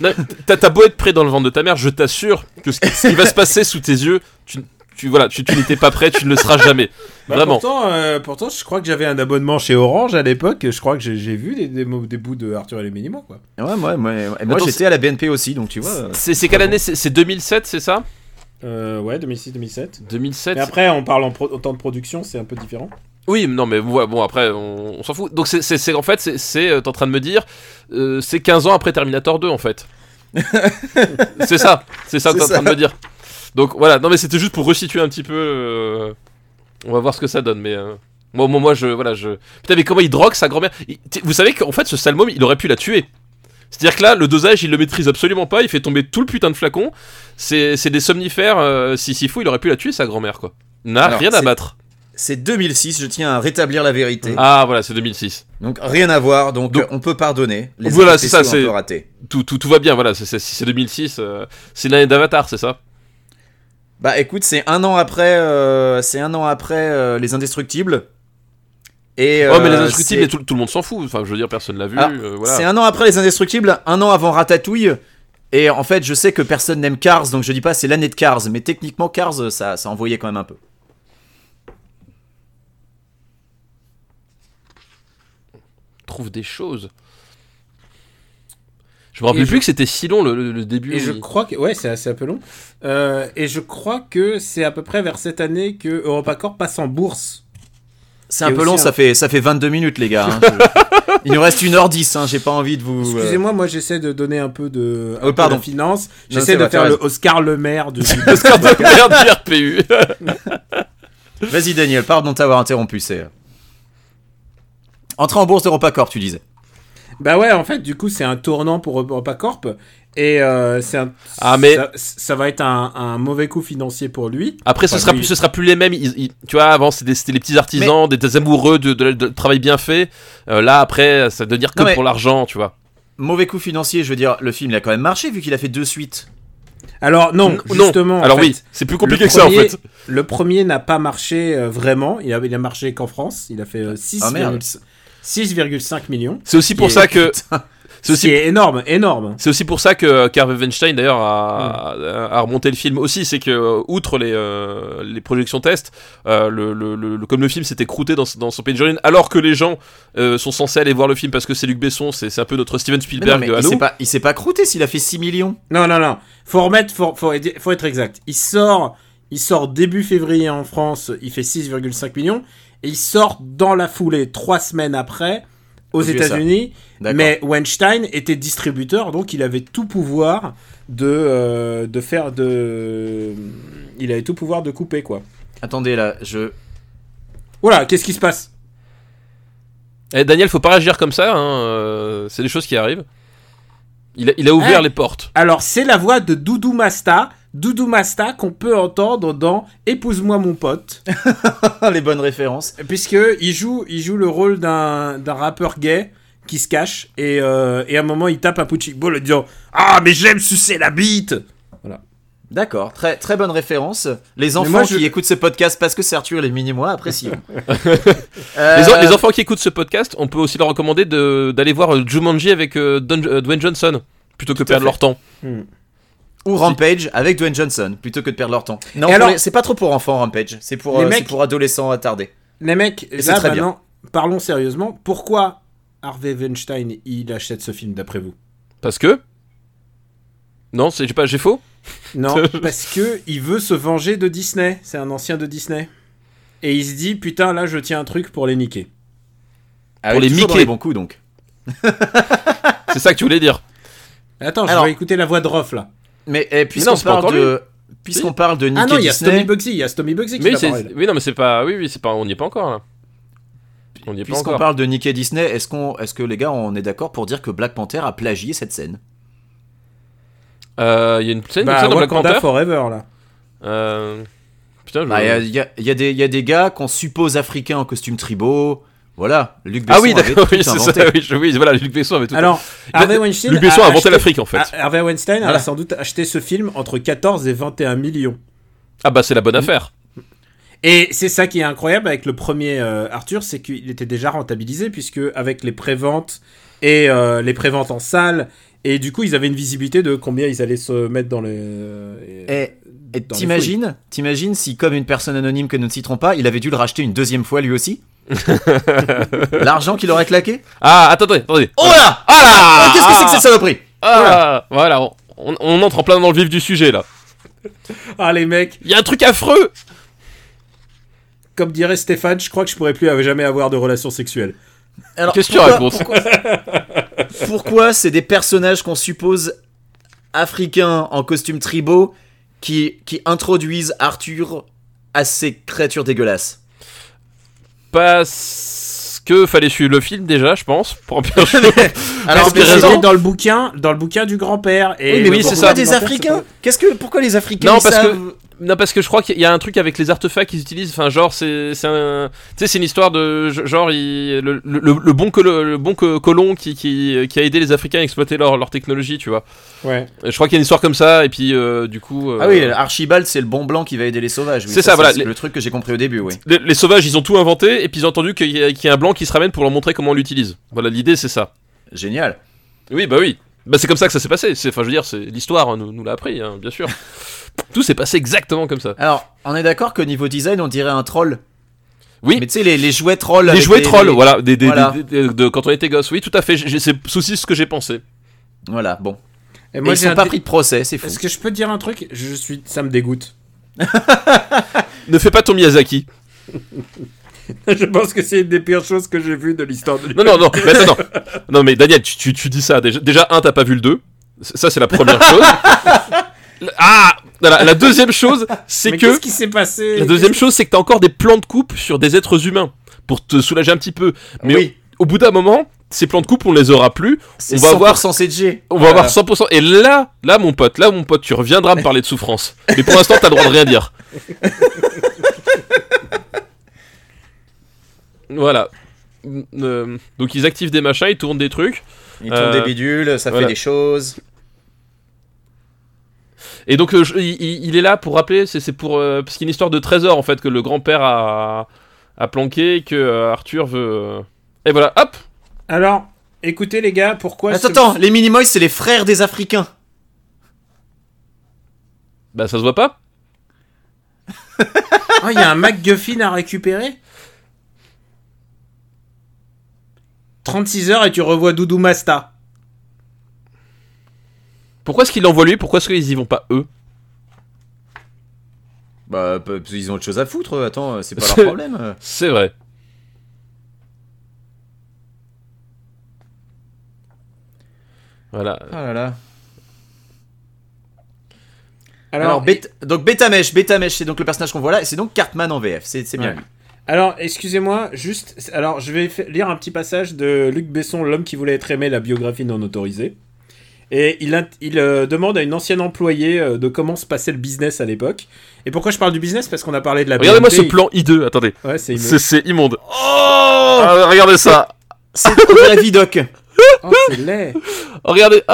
Speaker 3: Non, T'as t'as beau être prêt dans le ventre de ta mère, je t'assure que ce, qui- ce qui va se passer sous tes yeux, tu, tu, voilà, tu, tu n'étais pas prêt, tu ne le seras jamais.
Speaker 2: Bah,
Speaker 3: Vraiment.
Speaker 2: Pourtant, euh, pourtant, je crois que j'avais un abonnement chez Orange à l'époque. et Je crois que j'ai j'ai vu des, des, mo- des bouts de Arthur et les Minimois. Quoi.
Speaker 1: Ouais, ouais, ouais, ouais. Et moi,
Speaker 3: Attends,
Speaker 1: j'étais à la BNP aussi, donc tu vois. euh,
Speaker 3: C'est c'est quelle année C'est c'est 2007, c'est ça
Speaker 2: Euh, ouais, 2006-2007.
Speaker 3: 2007
Speaker 2: Mais après, on parle en, pro- en temps de production, c'est un peu différent.
Speaker 3: Oui, mais non, mais ouais, bon, après, on, on s'en fout. Donc, c'est- c'est c'est- en fait, c'est- c'est euh, t'es en train de me dire, euh, c'est 15 ans après Terminator 2, en fait. c'est ça, c'est ça que t'es en
Speaker 1: C'est
Speaker 3: train de me dire. Donc, voilà, non, mais c'était juste pour resituer un petit peu. euh, on va voir ce que ça donne, mais. euh, moi, moi, moi, je. Voilà, je. Putain, mais comment il drogue sa grand-mère Il- t- Vous savez qu'en fait, ce salmon, il aurait pu la tuer. C'est-à-dire que là, le dosage, il le maîtrise absolument pas, il fait tomber tout le putain de flacon. C'est c'est des somnifères, euh, si s'il faut, il aurait pu la tuer, sa grand-mère, quoi. N'a
Speaker 1: Alors,
Speaker 3: rien à
Speaker 1: c'est- Mm.
Speaker 3: battre.
Speaker 1: C'est 2006, je tiens à rétablir la vérité.
Speaker 3: Ah, voilà, c'est 2006.
Speaker 1: Donc rien à voir, donc,
Speaker 3: Donc-
Speaker 1: euh, on peut pardonner. Les
Speaker 3: Voilà,
Speaker 1: effets
Speaker 3: c'est ça,
Speaker 1: spéciaux un
Speaker 3: c'est-
Speaker 1: peu ratés.
Speaker 3: tout, tout, tout va bien, voilà, c'est- c'est c'est 2006, euh, c'est l'année d'Avatar, c'est ça
Speaker 1: Bah écoute, c'est un an après, euh, c'est un an après euh, les Indestructibles. Et
Speaker 3: Oh, mais les
Speaker 1: euh,
Speaker 3: Indestructibles,
Speaker 1: c'est-
Speaker 3: tout, tout le monde s'en fout, enfin, je veux dire, personne l'a vu,
Speaker 1: Alors,
Speaker 3: euh,
Speaker 1: C'est
Speaker 3: voilà.
Speaker 1: un an après les Indestructibles, un an avant Ratatouille. Et en fait, je sais que personne n'aime Cars, donc je dis pas c'est l'année de Cars, mais techniquement Cars, euh, ça, ça envoyait quand même un peu.
Speaker 3: Trouve des choses. Je me rappelle
Speaker 2: Et
Speaker 3: plus que c'était si long le, le- le début.
Speaker 2: Et je
Speaker 3: oui.
Speaker 2: crois que. Ouais, c'est assez un peu long. Euh, et je crois que c'est à peu près vers cette année que EuropaCorp passe en bourse.
Speaker 1: C'est un
Speaker 2: Et
Speaker 1: peu
Speaker 2: aussi
Speaker 1: long,
Speaker 2: un-
Speaker 1: ça fait ça fait 22 minutes les gars. hein. Je- Il nous reste 1h10, hein, j'ai pas envie de vous. euh,
Speaker 2: Excusez-moi, moi j'essaie de donner un peu de, un
Speaker 1: Oh,
Speaker 2: peu
Speaker 1: pardon.
Speaker 2: de finance.
Speaker 1: Non,
Speaker 2: J'essaie
Speaker 1: c'est
Speaker 2: de
Speaker 1: vrai,
Speaker 2: faire
Speaker 1: t'as
Speaker 2: le Oscar Le Maire de
Speaker 3: Parce qu'en de merde du RPU.
Speaker 1: Vas-y Daniel, pardon de t'avoir interrompu, c'est... euh. Entrée en bourse d'EuropaCorp, tu disais.
Speaker 2: Bah ouais, en fait, du coup, c'est un tournant pour EuropaCorp. Et euh, c'est un-
Speaker 3: Ah, mais-
Speaker 2: ça, ça va être un, un mauvais coup financier pour lui.
Speaker 3: Après, ce
Speaker 2: Enfin,
Speaker 3: sera,
Speaker 2: lui-
Speaker 3: plus- ce sera plus les mêmes. ils- ils- tu vois, avant, c'était c'était les petits artisans, des, des amoureux de, de, de- de travail bien fait. Euh, là, après, ça devenir que
Speaker 1: Non, mais-
Speaker 3: pour l'argent, tu vois.
Speaker 1: Mauvais coup financier, je veux dire, le film il a quand même marché vu qu'il a fait deux suites.
Speaker 2: Alors non,
Speaker 3: N-
Speaker 2: justement. en
Speaker 3: Alors
Speaker 2: fait,
Speaker 3: oui, c'est plus compliqué
Speaker 2: le
Speaker 3: que ça, en
Speaker 2: premier-
Speaker 3: fait.
Speaker 2: Le premier n'a pas marché euh, vraiment. Il a, il a marché qu'en France. Il a fait euh,
Speaker 1: Ah, merde.
Speaker 2: 6,5 6,5 millions.
Speaker 3: C'est aussi pour
Speaker 2: Et-
Speaker 3: ça que.
Speaker 1: Ah,
Speaker 3: C'est
Speaker 2: Ce
Speaker 3: aussi
Speaker 2: qui est énorme, énorme.
Speaker 3: C'est aussi pour ça que Carve Weinstein d'ailleurs a,
Speaker 1: Mm.
Speaker 3: a- a remonté le film aussi, c'est que euh, outre les, euh, les projections test, euh, le, le- le- le- comme le film s'était croûté dans, dans son pays de Jordan, alors que les gens euh, sont censés aller voir le film parce que c'est Luc Besson, c'est c'est un peu notre
Speaker 1: Mais
Speaker 3: Steven
Speaker 1: non,
Speaker 3: Spielberg
Speaker 1: mais
Speaker 3: à
Speaker 1: il
Speaker 3: nous.
Speaker 1: s'est pas, il s'est pas croûté s'il a fait 6 millions.
Speaker 2: Non, non, non. Faut remettre, faut, faut, aider- faut être exact. Il sort, il sort début février en France, il fait 6,5 millions, et il sort dans la foulée, trois semaines après, aux
Speaker 1: Aux USA.
Speaker 2: États-Unis.
Speaker 1: D'accord.
Speaker 2: Mais Weinstein était distributeur, donc il avait tout pouvoir de, euh, de faire de. Il avait tout pouvoir de couper, quoi.
Speaker 1: Attendez là, je...
Speaker 2: Voilà, qu'est-ce qui se passe
Speaker 3: Eh, Daniel, faut pas réagir comme ça, hein, euh, c'est des choses qui arrivent. Il a, il a ouvert
Speaker 2: Eh.
Speaker 3: les portes.
Speaker 2: Alors, c'est la voix de Doudou Masta, Doudou Masta qu'on peut entendre dans Épouse-moi mon pote.
Speaker 1: Les bonnes références.
Speaker 2: Puisque il joue, il joue le rôle d'un d'un rappeur gay qui se cache et, euh, et à un moment il tape un Pucci Ball en disant Ah, mais j'aime sucer la bite
Speaker 1: D'accord, très, très bonne référence. Les enfants
Speaker 2: moi, je-
Speaker 1: qui écoutent ce podcast parce que c'est Arthur et les mini-mois apprécient.
Speaker 3: Les,
Speaker 1: Euh,
Speaker 3: en- les enfants qui écoutent ce podcast, on peut aussi leur recommander de- d'aller voir euh, Jumanji avec euh, Don- euh, Dwayne Johnson plutôt que perdre
Speaker 1: fait.
Speaker 3: leur temps.
Speaker 1: Ou Rampage avec Dwayne Johnson, plutôt que de perdre leur temps.
Speaker 2: Et
Speaker 1: Non, pour
Speaker 2: alors-
Speaker 1: les- c'est pas trop pour enfants Rampage, c'est pour,
Speaker 2: Les
Speaker 1: euh, c'est
Speaker 2: mecs-
Speaker 1: pour adolescents attardés.
Speaker 2: Les mecs,
Speaker 1: c'est
Speaker 2: là
Speaker 1: très
Speaker 2: maintenant, parlons sérieusement. Pourquoi Harvey Weinstein, il achète ce film d'après vous
Speaker 3: Parce que Non, c'est j'ai pas j'ai faux
Speaker 2: Non, parce que il veut se venger de Disney. C'est un ancien de Disney. Et il se dit putain là je tiens un truc pour les niquer.
Speaker 1: Ah
Speaker 3: Pour
Speaker 1: oui,
Speaker 3: les
Speaker 1: toujours dans
Speaker 3: Mickey.
Speaker 1: bons coups donc.
Speaker 3: C'est ça que tu voulais dire.
Speaker 2: Attends, je
Speaker 1: Alors-
Speaker 2: vais écouter la voix de Rof là.
Speaker 1: Mais eh,
Speaker 3: non,
Speaker 1: puisqu'on
Speaker 3: c'est pas
Speaker 1: parle
Speaker 3: encore
Speaker 1: de puisqu'on parle de Mickey
Speaker 2: ah non, il y a
Speaker 1: Disney,
Speaker 2: Stomy Bugsy, il y a Stomy Bugsy qui
Speaker 3: Mais
Speaker 2: fait
Speaker 3: c'est
Speaker 2: la parole.
Speaker 3: oui non mais c'est pas oui oui c'est pas on n'y est pas encore là. On n'y est pas
Speaker 1: puisqu'on
Speaker 3: encore.
Speaker 1: parle de Mickey Disney, est-ce qu'on est-ce que les gars on est d'accord pour dire que Black Panther a plagié cette scène
Speaker 3: Euh, Il y a une scène comme
Speaker 2: Bah,
Speaker 3: ça dans Black
Speaker 2: Wakanda
Speaker 3: Panther.
Speaker 2: Forever là.
Speaker 3: Euh, Putain, je...
Speaker 1: Bah, il y a- il y, a- il y a des il y a des gars qu'on suppose africains en costume tribaux. Voilà, Luc Besson
Speaker 3: ah oui,
Speaker 1: avait
Speaker 3: d'accord,
Speaker 1: tout
Speaker 3: oui, c'est ça,
Speaker 1: inventé.
Speaker 3: oui, je- oui, voilà, Luc Besson avait tout.
Speaker 2: Alors,
Speaker 3: Il a-
Speaker 2: Harvey Weinstein.
Speaker 3: Luc Besson a inventé
Speaker 2: acheté-
Speaker 3: l'Afrique en fait. Ah,
Speaker 2: Ah, Harvey Weinstein
Speaker 1: Voilà.
Speaker 2: a sans doute acheté ce film entre 14 et 21 millions.
Speaker 3: bah c'est la bonne affaire.
Speaker 2: Et c'est ça qui est incroyable avec le premier euh, Arthur, c'est qu'il était déjà rentabilisé puisque avec les préventes et euh, les préventes en salle et du coup ils avaient une visibilité de combien ils allaient se mettre dans le.
Speaker 1: Et- Et
Speaker 2: dans les
Speaker 1: t'imagines, t'imagines si, comme une personne anonyme que nous ne citerons pas, il avait dû le racheter une deuxième fois lui aussi L'argent qu'il aurait claqué
Speaker 3: Ah, attendez, attendez.
Speaker 1: Oh là
Speaker 3: Ah là
Speaker 1: Ah, Qu'est-ce que c'est que cette saloperie
Speaker 3: Ah, voilà, on, on- on entre en plein dans le vif du sujet là.
Speaker 2: fouilles. Ah les mecs,
Speaker 3: Il y a un truc affreux.
Speaker 2: comme dirait Stéphane, je crois que je pourrais plus jamais avoir de relations sexuelles.
Speaker 1: Alors,
Speaker 3: Qu'est-ce que tu
Speaker 1: pourquoi-
Speaker 3: racontes
Speaker 1: Pourquoi c'est des personnages qu'on suppose africains en costume tribaux qui, qui introduisent Arthur à ces créatures dégueulasses
Speaker 3: Parce que fallait suivre le film déjà, je pense. Première chose.
Speaker 1: Alors,
Speaker 3: Parce que
Speaker 1: mais
Speaker 3: Ah, raison-
Speaker 2: dans le bouquin, dans le bouquin du grand-père. Et
Speaker 3: Oui, mais
Speaker 2: le
Speaker 3: oui, c'est
Speaker 1: pourquoi
Speaker 3: ça.
Speaker 1: des
Speaker 2: grand-père, c'est
Speaker 1: Africains
Speaker 2: pas-
Speaker 1: Qu'est-ce que pourquoi les Africains
Speaker 3: Non,
Speaker 1: ils
Speaker 3: parce
Speaker 1: savent-
Speaker 3: Non, parce que je crois qu'il y a un truc avec les artefacts qu'ils utilisent. Enfin, genre, c'est c'est un. Tu sais, c'est une histoire de. Genre, il- le, le- le- le bon, colo- le bon co- colon qui, qui, qui a aidé les Africains à exploiter leur, leur technologie, tu vois.
Speaker 2: Ouais.
Speaker 3: Je crois qu'il y a une histoire comme ça, et puis euh, du coup. euh,
Speaker 1: Ah oui, Archibald, c'est le bon blanc qui va aider les sauvages. oui,
Speaker 3: C'est ça, voilà,
Speaker 1: C'est
Speaker 3: les-
Speaker 1: le truc que j'ai compris au début, oui.
Speaker 3: les, les sauvages, ils ont tout inventé, et puis ils ont entendu qu'il y, a- qu'il y a un blanc qui se ramène pour leur montrer comment on l'utilise. Voilà, l'idée, c'est ça.
Speaker 1: Génial.
Speaker 3: Oui, bah oui. Bah, c'est comme ça que ça s'est passé. C'est- Enfin, je veux dire, c'est l'histoire hein, nous, nous l'a appris, hein, bien sûr. tout s'est passé exactement comme ça.
Speaker 1: Alors, on est d'accord que niveau design, on dirait un troll.
Speaker 3: Oui.
Speaker 1: Mais tu sais, les, les jouets trolls.
Speaker 3: Des
Speaker 1: avec
Speaker 3: jouets trolls,
Speaker 1: les-
Speaker 3: voilà, des, des-
Speaker 1: Voilà.
Speaker 3: des- des- de, quand on était gosse. Oui, tout à fait, j'ai- j'ai- c'est aussi ce que j'ai pensé.
Speaker 1: Voilà, bon.
Speaker 2: Et
Speaker 1: Et
Speaker 2: moi
Speaker 1: ils
Speaker 2: j'ai
Speaker 1: sont
Speaker 2: un
Speaker 1: pas
Speaker 2: dé-
Speaker 1: pris de procès, c'est fou.
Speaker 2: Est-ce que je peux te dire un truc Je suis, ça me dégoûte.
Speaker 3: Ne fais pas ton Miyazaki.
Speaker 2: je pense que c'est une des pires choses que j'ai vues de l'histoire de.
Speaker 3: Non, non, non, mais attends, non. Non, mais Daniel, tu, tu- tu dis ça. Déjà, déjà, un, t'as pas vu le 2. Ça, c'est la première chose. ah la, la deuxième chose, c'est
Speaker 2: Mais
Speaker 3: que.
Speaker 2: qu'est-ce qui s'est passé
Speaker 3: La deuxième chose, c'est que t'as encore des plans de coupe sur des êtres humains pour te soulager un petit peu. Mais
Speaker 1: oui,
Speaker 3: au, au bout d'un moment, ces plans de coupe, on les aura plus.
Speaker 1: c'est
Speaker 3: on va
Speaker 1: 100%
Speaker 3: voir-
Speaker 1: CG.
Speaker 3: On
Speaker 1: Voilà.
Speaker 3: va avoir 100%. Et là, là, mon pote, là, mon pote, tu reviendras me parler de souffrance. Mais pour l'instant, t'as le droit de rien dire. voilà. Euh, donc ils activent des machins, ils tournent des trucs.
Speaker 1: Ils tournent des
Speaker 3: Euh,
Speaker 1: bidules, ça
Speaker 3: voilà.
Speaker 1: fait des choses.
Speaker 3: Et donc euh, je- il, il- il est là pour rappeler, c'est c'est pour... euh, parce qu'il y a une histoire de trésor en fait que le grand-père a, a planqué, et que euh, Arthur veut... euh, Et voilà, hop
Speaker 2: Alors, écoutez les gars, pourquoi
Speaker 1: attends, attends, les Minimoys, c'est les frères des Africains.
Speaker 3: Bah ça se voit pas
Speaker 2: Oh, il y a un MacGuffin à récupérer 36 heures et tu revois Doudou Masta.
Speaker 3: Pourquoi est-ce qu'il l'envoie lui Pourquoi est-ce qu'ils y vont pas eux
Speaker 1: Bah, p- ils ont autre chose à foutre, euh, attends, euh, c'est pas leur
Speaker 3: C'est-
Speaker 1: problème. euh.
Speaker 3: C'est vrai. Voilà.
Speaker 1: Oh là là.
Speaker 2: Alors,
Speaker 1: Alors, Beth- donc Betamesh, Betamesh, c'est donc le personnage qu'on voit là, et c'est donc Cartman en VF, c'est c'est bien
Speaker 2: Ouais.
Speaker 1: lui.
Speaker 2: alors, excusez-moi, juste, alors je vais fa- lire un petit passage de Luc Besson, l'homme qui voulait être aimé, la biographie non autorisée. Et il, int- il euh, demande à une ancienne employée euh, de comment se passait le business à l'époque. Et pourquoi je parle du business Parce qu'on a parlé de la
Speaker 3: Regardez-moi ce
Speaker 2: BNP.
Speaker 3: plan hideux, attendez.
Speaker 2: Ouais, c'est immonde.
Speaker 3: C'est c'est immonde. Oh Regardez ça
Speaker 1: C'est un vrai vidoc.
Speaker 2: Oh, c'est laid.
Speaker 3: Regardez Oh,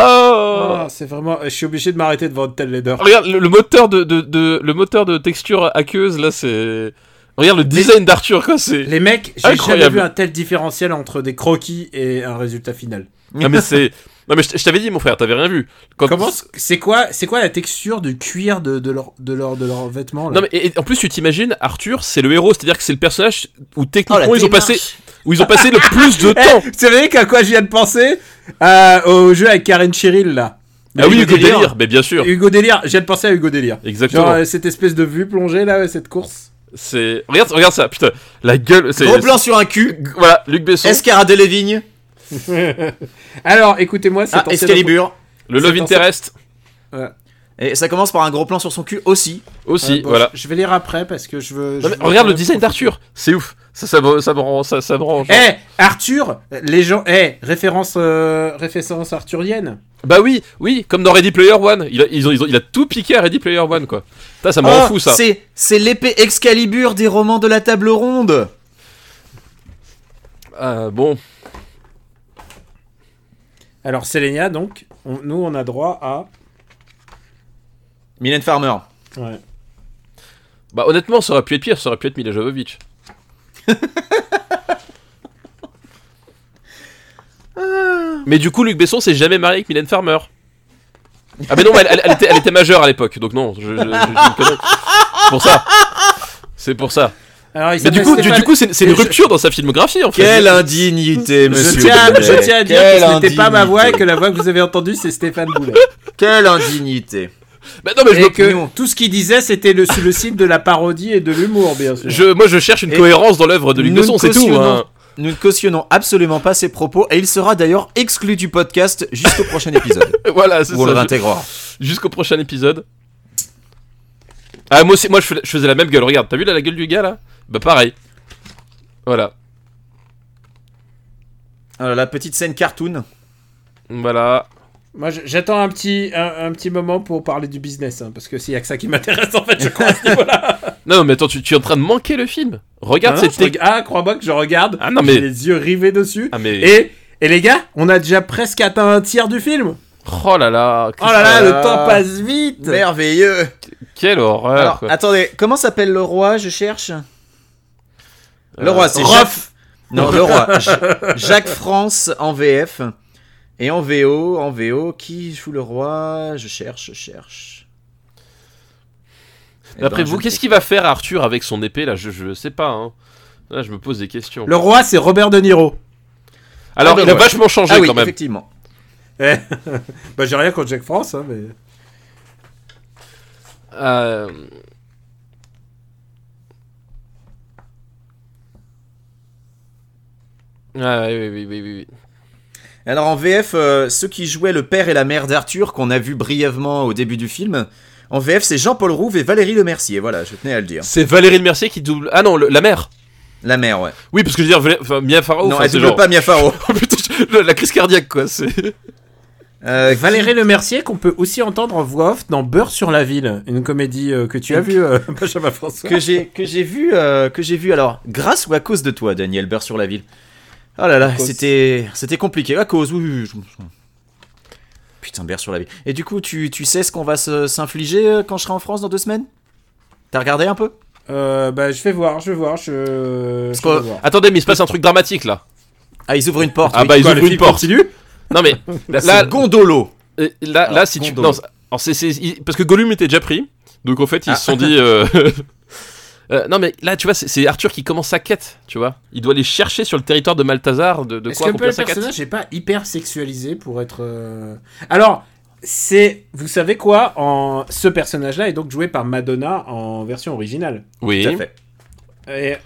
Speaker 2: Oh, c'est vraiment. Je suis obligé de m'arrêter devant de telles laideurs.
Speaker 3: Regarde le, le moteur de, de, de- le moteur de texture aqueuse là c'est regarde le design d'Arthur quoi c'est
Speaker 2: Les mecs, j'ai jamais
Speaker 3: Incroyable.
Speaker 2: vu un tel différentiel entre des croquis et un résultat final.
Speaker 3: non mais c'est non mais je, je t'avais dit mon frère t'avais rien vu Quand-
Speaker 2: Comment C'est quoi C'est quoi la texture du cuir de, de leur de leur de leurs vêtements là
Speaker 3: non mais et- et en plus tu t'imagines Arthur c'est le héros c'est à dire que c'est le personnage
Speaker 1: Oh,
Speaker 3: où
Speaker 1: la
Speaker 3: techniquement ils ont
Speaker 1: démarche.
Speaker 3: passé où ils ont passé le plus de temps.
Speaker 2: Vous savez qu'à quoi je viens de penser Euh, Au jeu avec Karen Cheryl, là.
Speaker 3: Ah oui, Hugo
Speaker 2: Délire.
Speaker 3: Délire, mais bien sûr.
Speaker 2: Hugo Délire, je viens de penser à Hugo Délire. Genre,
Speaker 3: Exactement.
Speaker 2: euh, cette espèce de vue plongée, là, euh, cette course.
Speaker 3: C'est regarde, regarde ça, putain, la gueule. C'est
Speaker 1: Gros plan sur un cul.
Speaker 3: Voilà, Luc Besson,
Speaker 1: Escaradé les vignes.
Speaker 2: Alors, écoutez-moi, c'est
Speaker 1: Ah,
Speaker 2: ancien-
Speaker 1: Excalibur.
Speaker 3: le Love
Speaker 2: c'est un-
Speaker 3: Interest
Speaker 1: Et ça commence par un gros plan sur son cul aussi.
Speaker 3: aussi,
Speaker 2: Ouais, Euh, bon,
Speaker 3: voilà.
Speaker 2: Je je vais lire après parce que je veux. Ah, bah, je
Speaker 3: Non, mais
Speaker 2: veux-
Speaker 3: regarde le design d'Arthur, c'est ouf. Ça, ça me, ça me rend, ça, ça me rend.
Speaker 2: Eh,
Speaker 3: genre-
Speaker 2: Arthur, les gens. Eh, référence, euh, référence arthurienne.
Speaker 3: Bah oui, oui, comme dans Ready Player One, il a, ils ont, ils ont- il a tout piqué à Ready Player One quoi. Ça, ça me rend
Speaker 2: Ah,
Speaker 1: Oh,
Speaker 3: fou ça.
Speaker 1: C'est, c'est l'épée Excalibur des romans de la table ronde.
Speaker 3: Ah, bon,
Speaker 2: Alors, Selenia, donc, on- nous, on a droit à.
Speaker 1: Mylène Farmer.
Speaker 2: Ouais.
Speaker 3: bah honnêtement, ça aurait pu être pire, ça aurait pu être Mila Jovovich. Mais du coup, Luc Besson s'est jamais marié avec Mylène Farmer. Ah mais non, mais elle, elle- elle était, elle était majeure à l'époque, donc non, je, je- je- je me connais. C'est pour ça. C'est pour ça.
Speaker 2: Alors, il
Speaker 3: Mais du
Speaker 2: s'appelle
Speaker 3: coup, du,
Speaker 2: Stéphane-
Speaker 3: du coup, c'est c'est une
Speaker 2: je-
Speaker 3: rupture dans sa filmographie en fait.
Speaker 1: Quelle indignité,
Speaker 2: Je
Speaker 1: Eh, monsieur.
Speaker 2: tiens,
Speaker 1: Boulet.
Speaker 2: je tiens à dire
Speaker 1: Quelle
Speaker 2: que ce n'était pas ma voix et
Speaker 1: indignité.
Speaker 2: que la voix que vous avez entendue, c'est Stéphane Boulet.
Speaker 1: Quelle indignité.
Speaker 3: Bah non, mais je,
Speaker 2: Et
Speaker 3: me-
Speaker 2: que tout ce qu'il disait, c'était le, sur le site de la parodie et de l'humour, bien sûr.
Speaker 3: je- moi, je cherche une
Speaker 1: Et
Speaker 3: cohérence dans l'œuvre de Luc
Speaker 1: nous
Speaker 3: Besson,
Speaker 1: ne
Speaker 3: c'est tout.
Speaker 1: cautionnons
Speaker 3: hein.
Speaker 1: Nous ne cautionnons absolument pas ces propos et il sera d'ailleurs exclu du podcast jusqu'au prochain épisode.
Speaker 3: Voilà, c'est
Speaker 1: Ou on
Speaker 3: ça.
Speaker 1: le
Speaker 3: je-
Speaker 1: réintégrera.
Speaker 3: Jusqu'au prochain épisode. Ah, moi aussi, moi je fais- je faisais la même gueule. Regarde, t'as vu là, la gueule du gars là Bah pareil. Voilà.
Speaker 1: Alors, Oh la petite scène cartoon.
Speaker 3: Voilà.
Speaker 2: Moi, je- j'attends un petit, un, un petit moment pour parler du business, hein, parce que s'il y a que ça qui m'intéresse, en fait, je crois. à ce niveau-là.
Speaker 3: Non, non, mais attends, tu, tu es en train de manquer le film. Regarde
Speaker 2: Non,
Speaker 3: cette
Speaker 2: je reg- Ah, crois-moi que je regarde.
Speaker 3: Ah, non,
Speaker 2: j'ai
Speaker 3: mais-
Speaker 2: les yeux rivés dessus.
Speaker 3: Ah, mais.
Speaker 2: Et, et les gars, on a déjà presque atteint un tiers du film.
Speaker 3: Oh là là.
Speaker 2: Oh là là,
Speaker 1: Ah.
Speaker 2: le temps passe vite.
Speaker 1: Merveilleux.
Speaker 3: Quelle horreur.
Speaker 1: Alors, ah,
Speaker 3: quoi.
Speaker 1: attendez, comment s'appelle le roi Je cherche.
Speaker 3: Euh,
Speaker 1: Le roi, c'est Jacques...
Speaker 2: Rof.
Speaker 1: Non, le roi. Ja- Jacques France en VF. Et en VO, en VO, qui joue le roi Je cherche, je cherche. Eh
Speaker 3: D'après
Speaker 1: ben,
Speaker 3: vous,
Speaker 1: je-
Speaker 3: qu'est-ce qu'il va faire Arthur avec son épée là je, je sais pas. Hein. Là, je me pose des questions.
Speaker 2: Le roi, c'est Robert De Niro.
Speaker 3: Alors,
Speaker 1: Ah, ben,
Speaker 3: il a
Speaker 1: ouais.
Speaker 3: vachement changé
Speaker 1: Ah oui,
Speaker 3: quand même.
Speaker 1: effectivement.
Speaker 2: Eh. bah, j'ai rien contre Jack France, hein, mais.
Speaker 3: Euh, Ah, oui, oui, oui, oui, oui.
Speaker 1: Alors en VF, euh, ceux qui jouaient le père et la mère d'Arthur, qu'on a vu brièvement au début du film, en VF, c'est Jean-Paul Rouve et Valérie Lemercier. Voilà, je tenais à le dire.
Speaker 3: C'est Valérie Le Mercier qui double. Ah non, le- la mère.
Speaker 1: La mère, ouais.
Speaker 3: Oui, parce que je veux dire, Valé- enfin, Mia Farrow,
Speaker 1: non,
Speaker 3: Oh, enfin,
Speaker 1: elle
Speaker 3: c'est
Speaker 1: double
Speaker 3: genre.
Speaker 1: pas Mia Farrow.
Speaker 3: Oh, putain, je- la crise cardiaque, quoi. C'est.
Speaker 1: Euh,
Speaker 2: Valérie Le Mercier qu'on peut aussi entendre en voix off dans Beurre sur la ville, une comédie euh, que tu as vue, euh, Benjamin François.
Speaker 1: que j'ai que j'ai vu euh, que j'ai vu alors grâce ou à cause de toi Daniel Beurre sur la ville. Oh là là,
Speaker 2: cause.
Speaker 1: c'était c'était compliqué à cause oui, oui, oui, je- je- Putain Beurre sur la ville. Et du coup, tu, tu sais ce qu'on va se- s'infliger euh, quand je serai en France dans deux semaines T'as regardé un peu
Speaker 2: Euh, bah, je vais voir, je vais voir, je.
Speaker 1: Parce
Speaker 2: je vais
Speaker 1: que-
Speaker 2: voir.
Speaker 3: Attendez, mais il se passe un truc dramatique là.
Speaker 1: Ah, ils ouvrent une porte.
Speaker 3: Ah
Speaker 1: oui.
Speaker 3: bah, ils
Speaker 2: Quoi,
Speaker 3: ouvrent
Speaker 2: le
Speaker 3: une
Speaker 2: film
Speaker 3: porte.
Speaker 2: continue
Speaker 3: Non, mais là,
Speaker 1: C'est Gondolo.
Speaker 3: euh, là,
Speaker 1: Alors,
Speaker 3: là, si tu.
Speaker 1: Gondolo.
Speaker 3: Non, c'est- alors, c'est- c'est- il- Parce que Gollum était déjà pris. Donc en
Speaker 1: Ah.
Speaker 3: fait, ils se sont dit. euh, euh, non, mais là, tu vois, c'est- c'est Arthur qui commence sa quête, tu vois. Il doit aller chercher sur le territoire de Malthazar de, de
Speaker 2: Est-ce
Speaker 3: quoi
Speaker 2: que le
Speaker 3: accomplir sa quête.
Speaker 2: personnage n'est pas hyper sexualisé pour être. euh, Alors, c'est. Vous savez quoi en... Ce personnage-là est donc joué par Madonna en version originale.
Speaker 3: Oui.
Speaker 1: Tout à fait.
Speaker 2: Et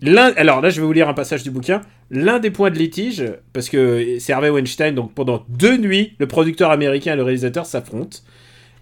Speaker 2: l'un- Alors là, je vais vous lire un passage du bouquin. L'un des points de litige, parce que c'est Harvey Weinstein, donc pendant deux nuits, le producteur américain et le réalisateur s'affrontent.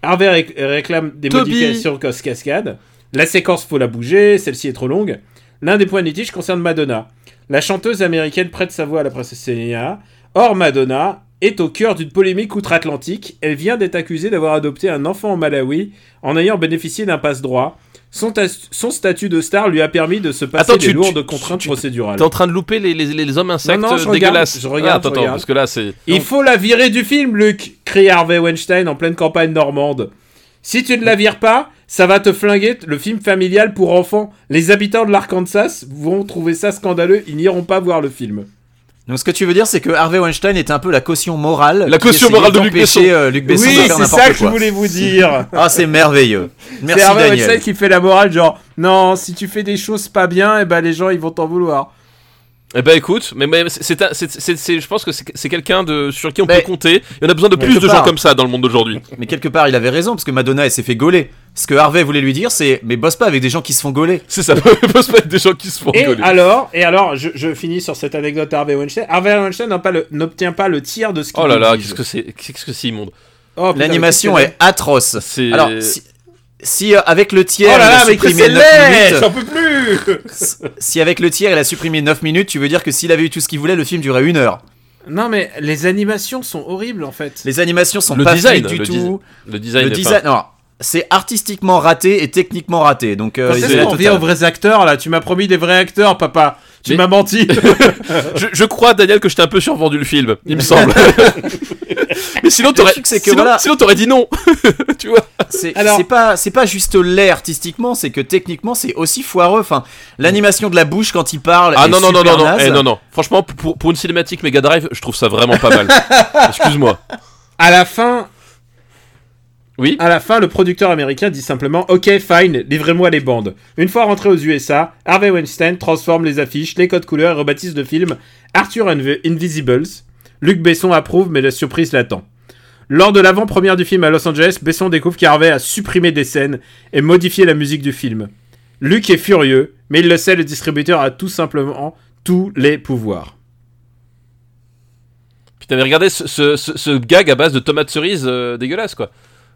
Speaker 2: Harvey ré- réclame des
Speaker 3: Toby.
Speaker 2: modifications cos cascade. La séquence faut la bouger, celle-ci est trop longue. L'un des points de litige concerne Madonna. La chanteuse américaine prête sa voix à la princesse Selena. Or, Madonna est au cœur d'une polémique outre-Atlantique. Elle vient d'être accusée d'avoir adopté un enfant au Malawi en ayant bénéficié d'un passe-droit. Son, tas- son statut de star lui a permis de se passer
Speaker 3: Attends,
Speaker 2: des
Speaker 3: tu-
Speaker 2: lourdes
Speaker 3: tu-
Speaker 2: contraintes
Speaker 3: tu-
Speaker 2: procédurales.
Speaker 3: T'es en train de louper les, les, les hommes insectes
Speaker 2: Non, non, je
Speaker 3: euh,
Speaker 2: regarde,
Speaker 3: dégueulasses.
Speaker 2: je regarde,
Speaker 3: Ah, attends,
Speaker 2: je
Speaker 3: attends,
Speaker 2: regarde.
Speaker 3: parce que là, c'est.
Speaker 2: Il faut la virer du film, Luc crie Harvey Weinstein en pleine campagne normande. Si tu ne la vires pas, ça va te flinguer t- le film familial pour enfants. Les habitants de l'Arkansas vont trouver ça scandaleux, ils n'iront pas voir le film.
Speaker 1: Donc ce que tu veux dire, c'est que Harvey Weinstein est un peu la caution morale.
Speaker 3: La
Speaker 1: qui
Speaker 3: caution
Speaker 1: essayait
Speaker 3: morale de Luc
Speaker 1: d'empêcher,
Speaker 3: Besson.
Speaker 1: euh, Luc
Speaker 2: Oui,
Speaker 1: Besson de
Speaker 2: c'est
Speaker 1: faire
Speaker 2: ça
Speaker 1: n'importe
Speaker 2: que je
Speaker 1: quoi.
Speaker 2: voulais vous dire.
Speaker 1: Ah, c'est merveilleux. Merci
Speaker 2: C'est Harvey
Speaker 1: Daniel.
Speaker 2: Weinstein qui fait la morale, genre, non, si tu fais des choses pas bien, eh ben, les gens ils vont t'en vouloir.
Speaker 3: Eh ben écoute, mais, mais c'est, c'est un- c'est- c'est- c'est- je pense que c'est, c'est quelqu'un de sur qui on
Speaker 1: Mais-
Speaker 3: peut compter. Et on a besoin de plus
Speaker 1: Quelque
Speaker 3: de gens
Speaker 1: part.
Speaker 3: comme ça dans le monde d'aujourd'hui.
Speaker 1: Mais quelque part, il avait raison, parce que Madonna, elle s'est fait gauler. Ce que Harvey voulait lui dire, c'est Mais bosse pas avec des gens qui se font gauler.
Speaker 3: C'est ça, peut se mettre des gens qui se font
Speaker 2: Et
Speaker 3: rigoler.
Speaker 2: alors, et alors je, je finis sur cette anecdote Harvey Weinstein. Harvey Weinstein n'a pas le- n'obtient pas, le tiers de ce qu'il
Speaker 3: Oh là là,
Speaker 2: exige.
Speaker 3: qu'est-ce que c'est, qu'est-ce que c'est immonde.
Speaker 2: Oh, putain, mais
Speaker 1: L'animation
Speaker 2: qu'est-ce que
Speaker 1: est atroce.
Speaker 3: C'est.
Speaker 1: Alors, si, si, euh, avec le
Speaker 2: c'est
Speaker 1: tiers,
Speaker 2: Oh là
Speaker 1: elle
Speaker 2: là,
Speaker 1: a
Speaker 2: mais que
Speaker 1: supprimé
Speaker 2: c'est
Speaker 1: 9
Speaker 2: laid
Speaker 1: minutes.
Speaker 2: J'en peux plus
Speaker 1: Si avec le tiers, elle a supprimé 9 minutes, tu veux dire que s'il avait eu tout ce qu'il voulait, le film durait une heure.
Speaker 2: Non, mais les animations sont horribles en fait.
Speaker 1: Les animations sont
Speaker 3: Le
Speaker 1: pas
Speaker 3: design,
Speaker 1: fluides du
Speaker 3: le design.
Speaker 1: tout.
Speaker 3: le design.
Speaker 1: le
Speaker 3: est
Speaker 1: design, non, c'est artistiquement raté et techniquement raté. Donc, euh,
Speaker 2: Quand
Speaker 1: il
Speaker 2: est-ce
Speaker 1: fait la
Speaker 2: qu'on
Speaker 1: totale.
Speaker 2: vient aux vrais acteurs là Tu m'as promis des vrais acteurs, papa. Tu
Speaker 3: Mais-
Speaker 2: m'as menti.
Speaker 3: pas- Je, je crois, Daniel, que je t'ai un peu survendu le film, il me semble. mais sinon, t'aurais,
Speaker 1: truc, c'est que
Speaker 3: sinon,
Speaker 1: voilà.
Speaker 3: sinon, t'aurais dit non. tu vois.
Speaker 1: C'est
Speaker 2: Alors-
Speaker 1: c'est pas c'est pas juste laid artistiquement, c'est que techniquement c'est aussi foireux. Enfin, l'animation de la bouche quand il parle.
Speaker 3: Ah
Speaker 1: est
Speaker 3: non, non, non,
Speaker 1: super
Speaker 3: non, non,
Speaker 1: naze.
Speaker 3: Eh, non, non. Franchement, pour, pour une cinématique Mega Drive, je trouve ça vraiment pas mal. Excuse-moi.
Speaker 2: à la fin,
Speaker 3: Oui.
Speaker 2: À la fin, le producteur américain dit simplement Ok, fine, livrez-moi les bandes. Une fois rentré aux USA, Harvey Weinstein transforme les affiches, les codes couleurs et rebaptise le film Arthur and the Invisibles. Luc Besson approuve, mais la surprise l'attend. Lors de l'avant-première du film à Los Angeles, Besson découvre qu'Harvey a supprimé des scènes et modifié la musique du film. Luc est furieux, mais il le sait, le distributeur a tout simplement tous les pouvoirs.
Speaker 3: Puis t'avais regardé ce, ce, ce- ce gag à base de tomates cerises euh, dégueulasse, quoi.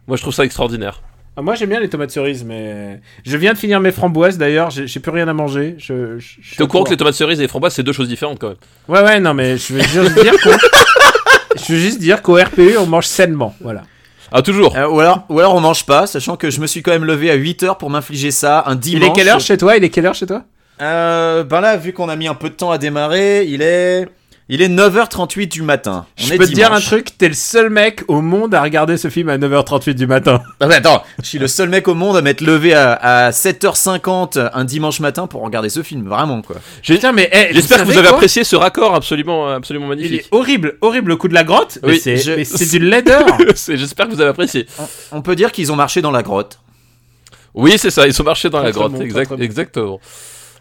Speaker 3: Moi, je trouve ça extraordinaire.
Speaker 2: Ah, moi j'aime bien les tomates cerises, mais je viens de finir mes framboises d'ailleurs, j'ai j'ai plus rien à manger. Je, je- je suis
Speaker 3: T'es au courant
Speaker 2: court.
Speaker 3: que les tomates cerises et les framboises, c'est deux choses différentes, quand même.
Speaker 2: Ouais, ouais, non, mais je veux juste dire qu'on. Je veux juste dire qu'au RPE, on mange sainement. Voilà.
Speaker 3: Ah, toujours.
Speaker 1: Euh, ou alors ou alors on mange pas, sachant que je me suis quand même levé à 8 heures pour m'infliger ça un
Speaker 2: Il
Speaker 1: dimanche.
Speaker 2: est quelle heure chez toi Il est quelle heure chez toi
Speaker 1: Euh, Ben là, vu qu'on a mis un peu de temps à démarrer, il est il est 9h38 du matin. On
Speaker 2: Je
Speaker 1: est
Speaker 2: peux te dire un
Speaker 1: dimanche.
Speaker 2: truc, t'es le seul mec au monde à regarder ce film à 9h38 du matin.
Speaker 1: Ah, mais attends, je suis le seul mec au monde à m'être levé à, à 7h50 un dimanche matin pour regarder ce film, vraiment quoi.
Speaker 2: Putain, mais eh,
Speaker 3: J'espère que vous
Speaker 2: savez
Speaker 3: avez
Speaker 2: quoi
Speaker 3: apprécié ce raccord absolument, euh, absolument
Speaker 2: Il
Speaker 3: magnifique.
Speaker 2: est horrible, horrible le coup de la grotte. mais
Speaker 3: Oui,
Speaker 2: c'est
Speaker 1: je-
Speaker 2: mais c'est d'une laideur.
Speaker 3: C'est- J'espère que vous avez apprécié.
Speaker 1: On peut dire qu'ils ont marché dans la grotte.
Speaker 3: Oui, c'est ça, ils sont marchés dans
Speaker 2: Très,
Speaker 3: la
Speaker 2: très
Speaker 3: grotte,
Speaker 2: bon, très,
Speaker 3: exact,
Speaker 2: très bon.
Speaker 3: exactement.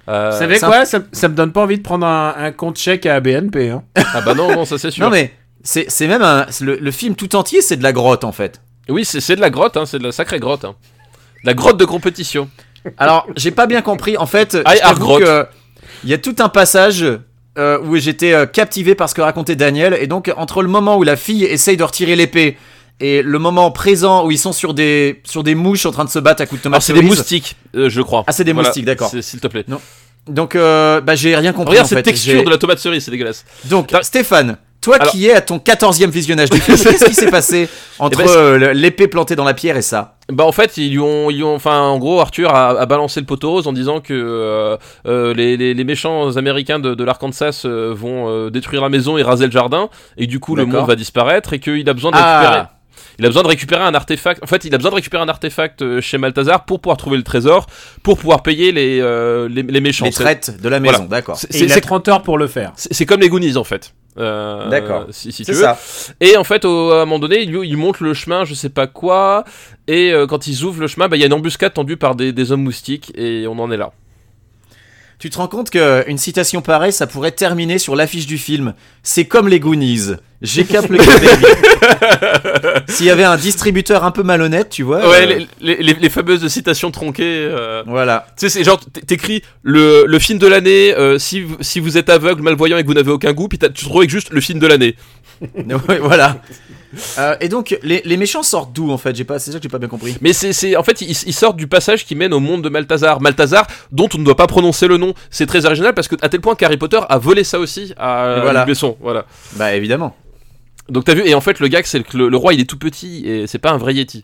Speaker 3: Euh,
Speaker 2: Vous savez
Speaker 1: c'est un-
Speaker 2: quoi ça, ça me donne pas envie de prendre un, un compte chèque à BNP. Hein.
Speaker 3: ah bah non, non, ça c'est sûr.
Speaker 1: Non mais c'est c'est même un, le, le film tout entier, c'est de la grotte en fait.
Speaker 3: Oui, c'est c'est de la grotte, hein, c'est de la sacrée grotte. hein. De La grotte de compétition.
Speaker 1: Alors, j'ai pas bien compris. En fait,
Speaker 3: Ah,
Speaker 1: je
Speaker 3: Art
Speaker 1: t'avoue
Speaker 3: Grotte.
Speaker 1: que euh, il y a tout un passage euh, où j'étais euh, captivé par ce que racontait Daniel, et donc entre le moment où la fille essaye de retirer l'épée et le moment présent où ils sont sur des sur des mouches en train de se battre à coups de
Speaker 3: Alors
Speaker 1: tomates
Speaker 3: Ah, c'est des
Speaker 1: cerises.
Speaker 3: moustiques, euh, je crois.
Speaker 1: Ah, c'est des
Speaker 3: Voilà,
Speaker 1: moustiques, d'accord.
Speaker 3: c'est- S'il te plaît.
Speaker 1: Donc, euh, bah, j'ai rien compris.
Speaker 3: Regarde
Speaker 1: en
Speaker 3: cette
Speaker 1: fait.
Speaker 3: texture
Speaker 1: J'ai-
Speaker 3: de la tomate cerise, c'est dégueulasse.
Speaker 1: Donc,
Speaker 3: T'as-
Speaker 1: Stéphane, toi
Speaker 3: Alors-
Speaker 1: qui es à ton 14e visionnage du film, qu'est-ce qui s'est passé entre
Speaker 3: Eh ben, c'est-
Speaker 1: euh, le- l'épée plantée dans la pierre et ça
Speaker 3: Bah en fait ils lui ont, ils lui ont enfin en gros Arthur a, a balancé le poteau rose en disant que euh, euh, les, les- les méchants américains de, de l'Arkansas euh, vont euh, détruire la maison et raser le jardin et que du coup le
Speaker 1: D'accord.
Speaker 3: monde va disparaître et qu'il a besoin de
Speaker 1: Ah.
Speaker 3: récupérer. Il a besoin de récupérer un artefact. En fait, il a besoin de récupérer un artefact euh, chez Malthazar pour pouvoir trouver le trésor, pour pouvoir payer les, euh, les, les méchants.
Speaker 1: Les
Speaker 3: C'est-
Speaker 1: traites de la
Speaker 3: Voilà.
Speaker 1: maison, d'accord.
Speaker 3: c'est-
Speaker 2: Et
Speaker 3: C'est
Speaker 2: il a
Speaker 3: c'est-
Speaker 2: 30 heures pour le faire.
Speaker 3: c'est- c'est comme les Goonies en fait. Euh,
Speaker 1: D'accord.
Speaker 3: Si, si tu
Speaker 1: C'est
Speaker 3: veux.
Speaker 1: ça.
Speaker 3: Et en fait, au- à un moment donné, ils, lui- ils montent le chemin, je sais pas quoi. Et euh, quand ils ouvrent le chemin, bah, il y a une embuscade tendue par des, des hommes moustiques. Et on en est là.
Speaker 1: Tu te rends compte qu'une citation pareille, ça pourrait terminer sur l'affiche du film. C'est comme les Goonies. J'écape le Québec. S'il y avait un distributeur un peu malhonnête, tu vois.
Speaker 3: ouais,
Speaker 1: euh,
Speaker 3: les, les- les- les fameuses citations tronquées. euh.
Speaker 1: Voilà.
Speaker 3: Tu sais, c'est genre, t- t'écris le, le film de l'année euh, si, vous- si vous êtes aveugle, malvoyant et que vous n'avez aucun goût, puis t'as- tu te retrouves avec juste le film de l'année.
Speaker 1: Ouais, voilà. Euh, et donc, les, les méchants sortent d'où en fait J'ai pas, c'est ça que j'ai pas bien compris.
Speaker 3: Mais c'est, c'est- en fait, ils, ils sortent du passage qui mène au monde de Malthazar. Malthazar, dont on ne doit pas prononcer le nom. C'est très original parce que à tel point qu'Harry Potter a volé ça aussi à
Speaker 1: Et voilà.
Speaker 3: Luc Besson. Voilà.
Speaker 1: Bah évidemment.
Speaker 3: Donc t'as vu, et en fait le gars, c'est que le, le roi, il est tout petit et c'est pas un vrai Yeti.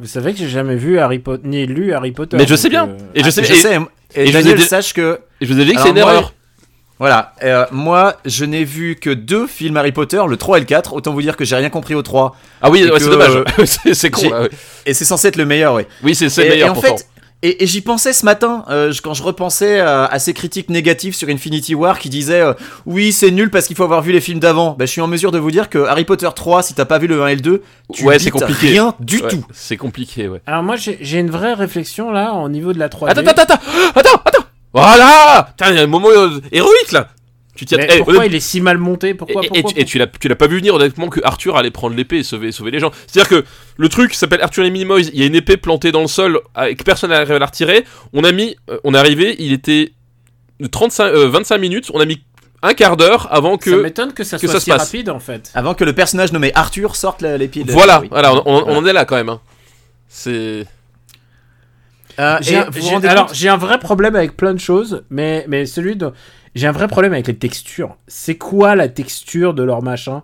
Speaker 2: Vous savez que j'ai jamais vu Harry Potter, ni lu Harry Potter.
Speaker 3: Mais je
Speaker 2: donc,
Speaker 3: sais bien.
Speaker 2: euh,
Speaker 3: Et je sais,
Speaker 1: Ah, Je
Speaker 3: et-
Speaker 1: sais. Et,
Speaker 3: et je
Speaker 1: Daniel,
Speaker 3: vous ai-
Speaker 1: sache que
Speaker 3: et je vous ai dit que c'est
Speaker 1: Alors
Speaker 3: une
Speaker 1: moi,
Speaker 3: erreur.
Speaker 1: Voilà, euh, moi je n'ai vu que deux films Harry Potter, le 3 et le 4, autant vous dire que j'ai rien compris au 3.
Speaker 3: Ah oui,
Speaker 1: et
Speaker 3: ouais,
Speaker 1: que,
Speaker 3: c'est dommage.
Speaker 1: euh,
Speaker 3: c'est, c'est con.
Speaker 1: j'ai-
Speaker 3: là, ouais.
Speaker 1: Et c'est censé être le meilleur, oui.
Speaker 3: Oui, c'est, c'est
Speaker 1: et,
Speaker 3: le meilleur
Speaker 1: et en
Speaker 3: pourtant.
Speaker 1: fait, et, et j'y pensais ce matin, euh, je- quand je repensais euh, à ces critiques négatives sur Infinity War qui disaient euh, Oui, c'est nul parce qu'il faut avoir vu les films d'avant. Bah, je suis en mesure de vous dire que Harry Potter 3, si t'as pas vu le 1 et le 2, tu
Speaker 3: Ouais, c'est
Speaker 1: bites
Speaker 3: compliqué.
Speaker 1: rien du
Speaker 3: Ouais,
Speaker 1: tout.
Speaker 3: C'est compliqué, ouais.
Speaker 2: Alors moi j'ai j'ai une vraie réflexion là au niveau de la 3D.
Speaker 3: Attends, attends, attends, attends, attends. Voilà Putain, il y a un moment euh, héroïque là Tu t'y att-
Speaker 2: Mais
Speaker 3: Eh,
Speaker 2: pourquoi
Speaker 3: honnêtement,
Speaker 2: il est si mal monté Pourquoi
Speaker 3: et, et-
Speaker 2: pourquoi,
Speaker 3: et tu l'as tu l'as pas vu venir honnêtement que Arthur allait prendre l'épée et sauver, sauver les gens. C'est-à-dire que le truc s'appelle Arthur et les Minimoys, il y a une épée plantée dans le sol avec que personne n'arrive à la retirer. On a mis euh, on est arrivé, il était 35 euh, 25 minutes, on a mis un quart d'heure avant
Speaker 2: Ça
Speaker 3: que
Speaker 2: m'étonne que ça
Speaker 3: que
Speaker 2: soit
Speaker 3: ça se
Speaker 2: si
Speaker 3: passe.
Speaker 2: rapide en fait.
Speaker 1: Avant que le personnage nommé Arthur sorte la- les pieds de
Speaker 3: voilà,
Speaker 1: oui.
Speaker 3: voilà, on, on- on
Speaker 1: Voilà.
Speaker 3: en est là quand même. hein. C'est
Speaker 1: Euh,
Speaker 2: J'ai
Speaker 1: et
Speaker 2: un-
Speaker 1: vous vous
Speaker 2: j'ai-
Speaker 1: rendez
Speaker 2: alors
Speaker 1: compte
Speaker 2: j'ai un vrai problème avec plein de choses, mais, mais celui de... J'ai un vrai problème avec les textures. C'est quoi la texture de leur machin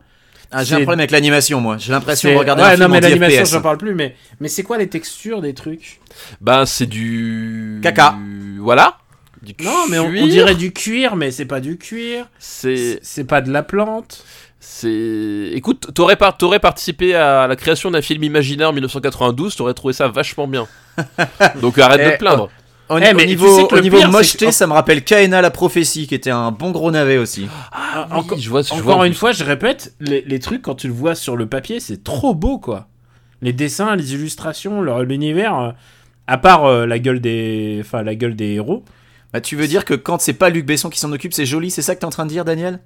Speaker 1: Ah, J'ai un
Speaker 2: c'est-
Speaker 1: problème avec l'animation, moi. J'ai l'impression
Speaker 2: C'est-
Speaker 1: de regarder
Speaker 2: ouais,
Speaker 1: un film
Speaker 2: non, mais
Speaker 1: en
Speaker 2: l'animation,
Speaker 1: FPS.
Speaker 2: j'en parle plus, mais, mais c'est quoi les textures des trucs
Speaker 3: bah c'est du
Speaker 1: Caca.
Speaker 3: Voilà. Du
Speaker 2: Non, mais on, on
Speaker 3: cuir,
Speaker 2: dirait du cuir, mais c'est pas du cuir.
Speaker 3: c'est
Speaker 2: C'est c'est pas de la plante.
Speaker 3: C'est. Écoute, t'aurais, par- t'aurais participé à la création d'un film imaginaire en 1992, t'aurais trouvé ça vachement bien. Donc arrête de
Speaker 1: Eh,
Speaker 3: te plaindre.
Speaker 1: Au,
Speaker 2: Eh,
Speaker 1: au
Speaker 2: mais tu
Speaker 1: niveau,
Speaker 2: sais que
Speaker 1: au
Speaker 2: le
Speaker 1: niveau
Speaker 2: pire, c'est que-
Speaker 1: mocheté, ça me rappelle Kaena la prophétie, qui était un bon gros navet aussi.
Speaker 2: Ah,
Speaker 3: Oui,
Speaker 2: enco-
Speaker 3: je vois, je vois,
Speaker 2: Encore
Speaker 3: en
Speaker 2: une
Speaker 3: plus.
Speaker 2: fois, je répète, les, les trucs, quand tu le vois sur le papier, c'est trop beau, quoi. Les dessins, les illustrations, leur- l'univers, euh, à part euh, la, gueule des... enfin, la gueule des héros,
Speaker 1: Bah, tu veux dire que quand c'est pas Luc Besson qui s'en occupe, c'est joli, c'est ça que t'es en train de dire, Daniel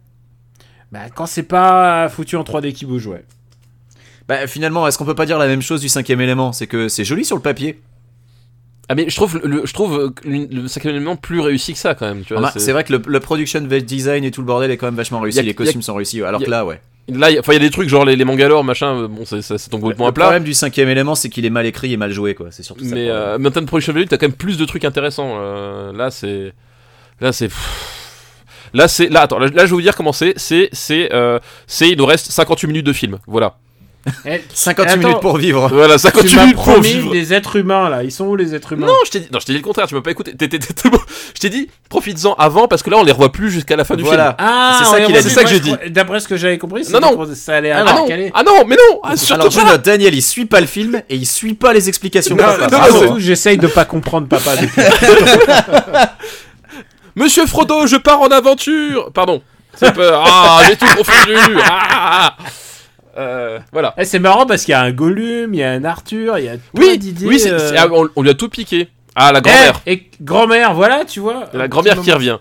Speaker 2: bah, quand c'est pas foutu en 3D qui bouge, ouais.
Speaker 1: Bah, finalement, est-ce qu'on peut pas dire la même chose du cinquième élément C'est que c'est joli sur le papier.
Speaker 3: Ah, mais je trouve le, le- je trouve le, le cinquième élément plus réussi que ça quand même. Tu
Speaker 1: Ah
Speaker 3: vois,
Speaker 1: bah, c'est vrai que le, le production design et tout le bordel est quand même vachement réussi.
Speaker 3: Y a- y
Speaker 1: les
Speaker 3: a-
Speaker 1: costumes sont réussis, alors
Speaker 3: y a-
Speaker 1: que là, ouais.
Speaker 3: Là, il y a enfin, il y a des trucs genre les, les mangalores, machin, euh, bon, c'est- ça, ça tombe complètement
Speaker 1: le
Speaker 3: à plat.
Speaker 1: problème du cinquième élément, c'est qu'il est mal écrit et mal joué, quoi. C'est surtout ça. le
Speaker 3: Mais
Speaker 1: problème.
Speaker 3: euh, mais en termes de production value, t'as quand même plus de trucs intéressants. euh, là, c'est. Là, c'est. Là, c'est. Là, attends, là, là, je vais vous dire comment c'est. C'est. C'est. euh, c'est. Il nous reste 58 minutes de film. Voilà.
Speaker 2: Eh,
Speaker 1: 58
Speaker 2: Attends.
Speaker 1: minutes pour vivre.
Speaker 3: Voilà, 58
Speaker 2: tu m'as
Speaker 3: minutes pour
Speaker 2: promis
Speaker 3: vivre.
Speaker 2: des êtres humains, là. Ils sont où, les êtres humains
Speaker 3: Non, je t'ai dit, non, je t'ai dit le contraire, tu m'as pas écouté. T'étais- t'étais bon. Je t'ai dit, profites-en avant parce que là on les revoit plus jusqu'à la fin du
Speaker 1: Voilà.
Speaker 2: Ah,
Speaker 1: C'est ça
Speaker 2: on
Speaker 1: qu'il
Speaker 2: est
Speaker 1: a
Speaker 2: revenu.
Speaker 1: dit. C'est ça que
Speaker 2: Moi,
Speaker 1: j'ai
Speaker 2: je crois- D'après ce que j'avais compris, c'est
Speaker 3: Non, non.
Speaker 2: que ça allait
Speaker 3: film.
Speaker 2: à
Speaker 3: Ah non,
Speaker 2: recalé.
Speaker 3: ah non, mais non, ah, surtout
Speaker 1: Alors, je
Speaker 3: pas.
Speaker 1: note, Daniel, il suit pas le film et il suit pas les explications.
Speaker 3: Non,
Speaker 1: papa.
Speaker 3: non,
Speaker 1: Bravo.
Speaker 3: non,
Speaker 2: Surtout, j'essaye de pas comprendre, papa. depuis-
Speaker 3: Monsieur Frodo, je pars en aventure. Pardon. C'est pas- Ah, j'ai tout confondu. Ah. Euh, voilà.
Speaker 2: Eh, c'est marrant parce qu'il y a un Gollum, il y a un Arthur, il y a plein
Speaker 3: Oui,
Speaker 2: d'idées.
Speaker 3: oui, c'est-
Speaker 2: euh,
Speaker 3: c'est- ah, on, on lui a tout piqué. Ah, la
Speaker 2: Eh,
Speaker 3: grand-mère,
Speaker 2: et grand-mère, voilà, Eh, tu vois.
Speaker 3: la grand-mère qui revient.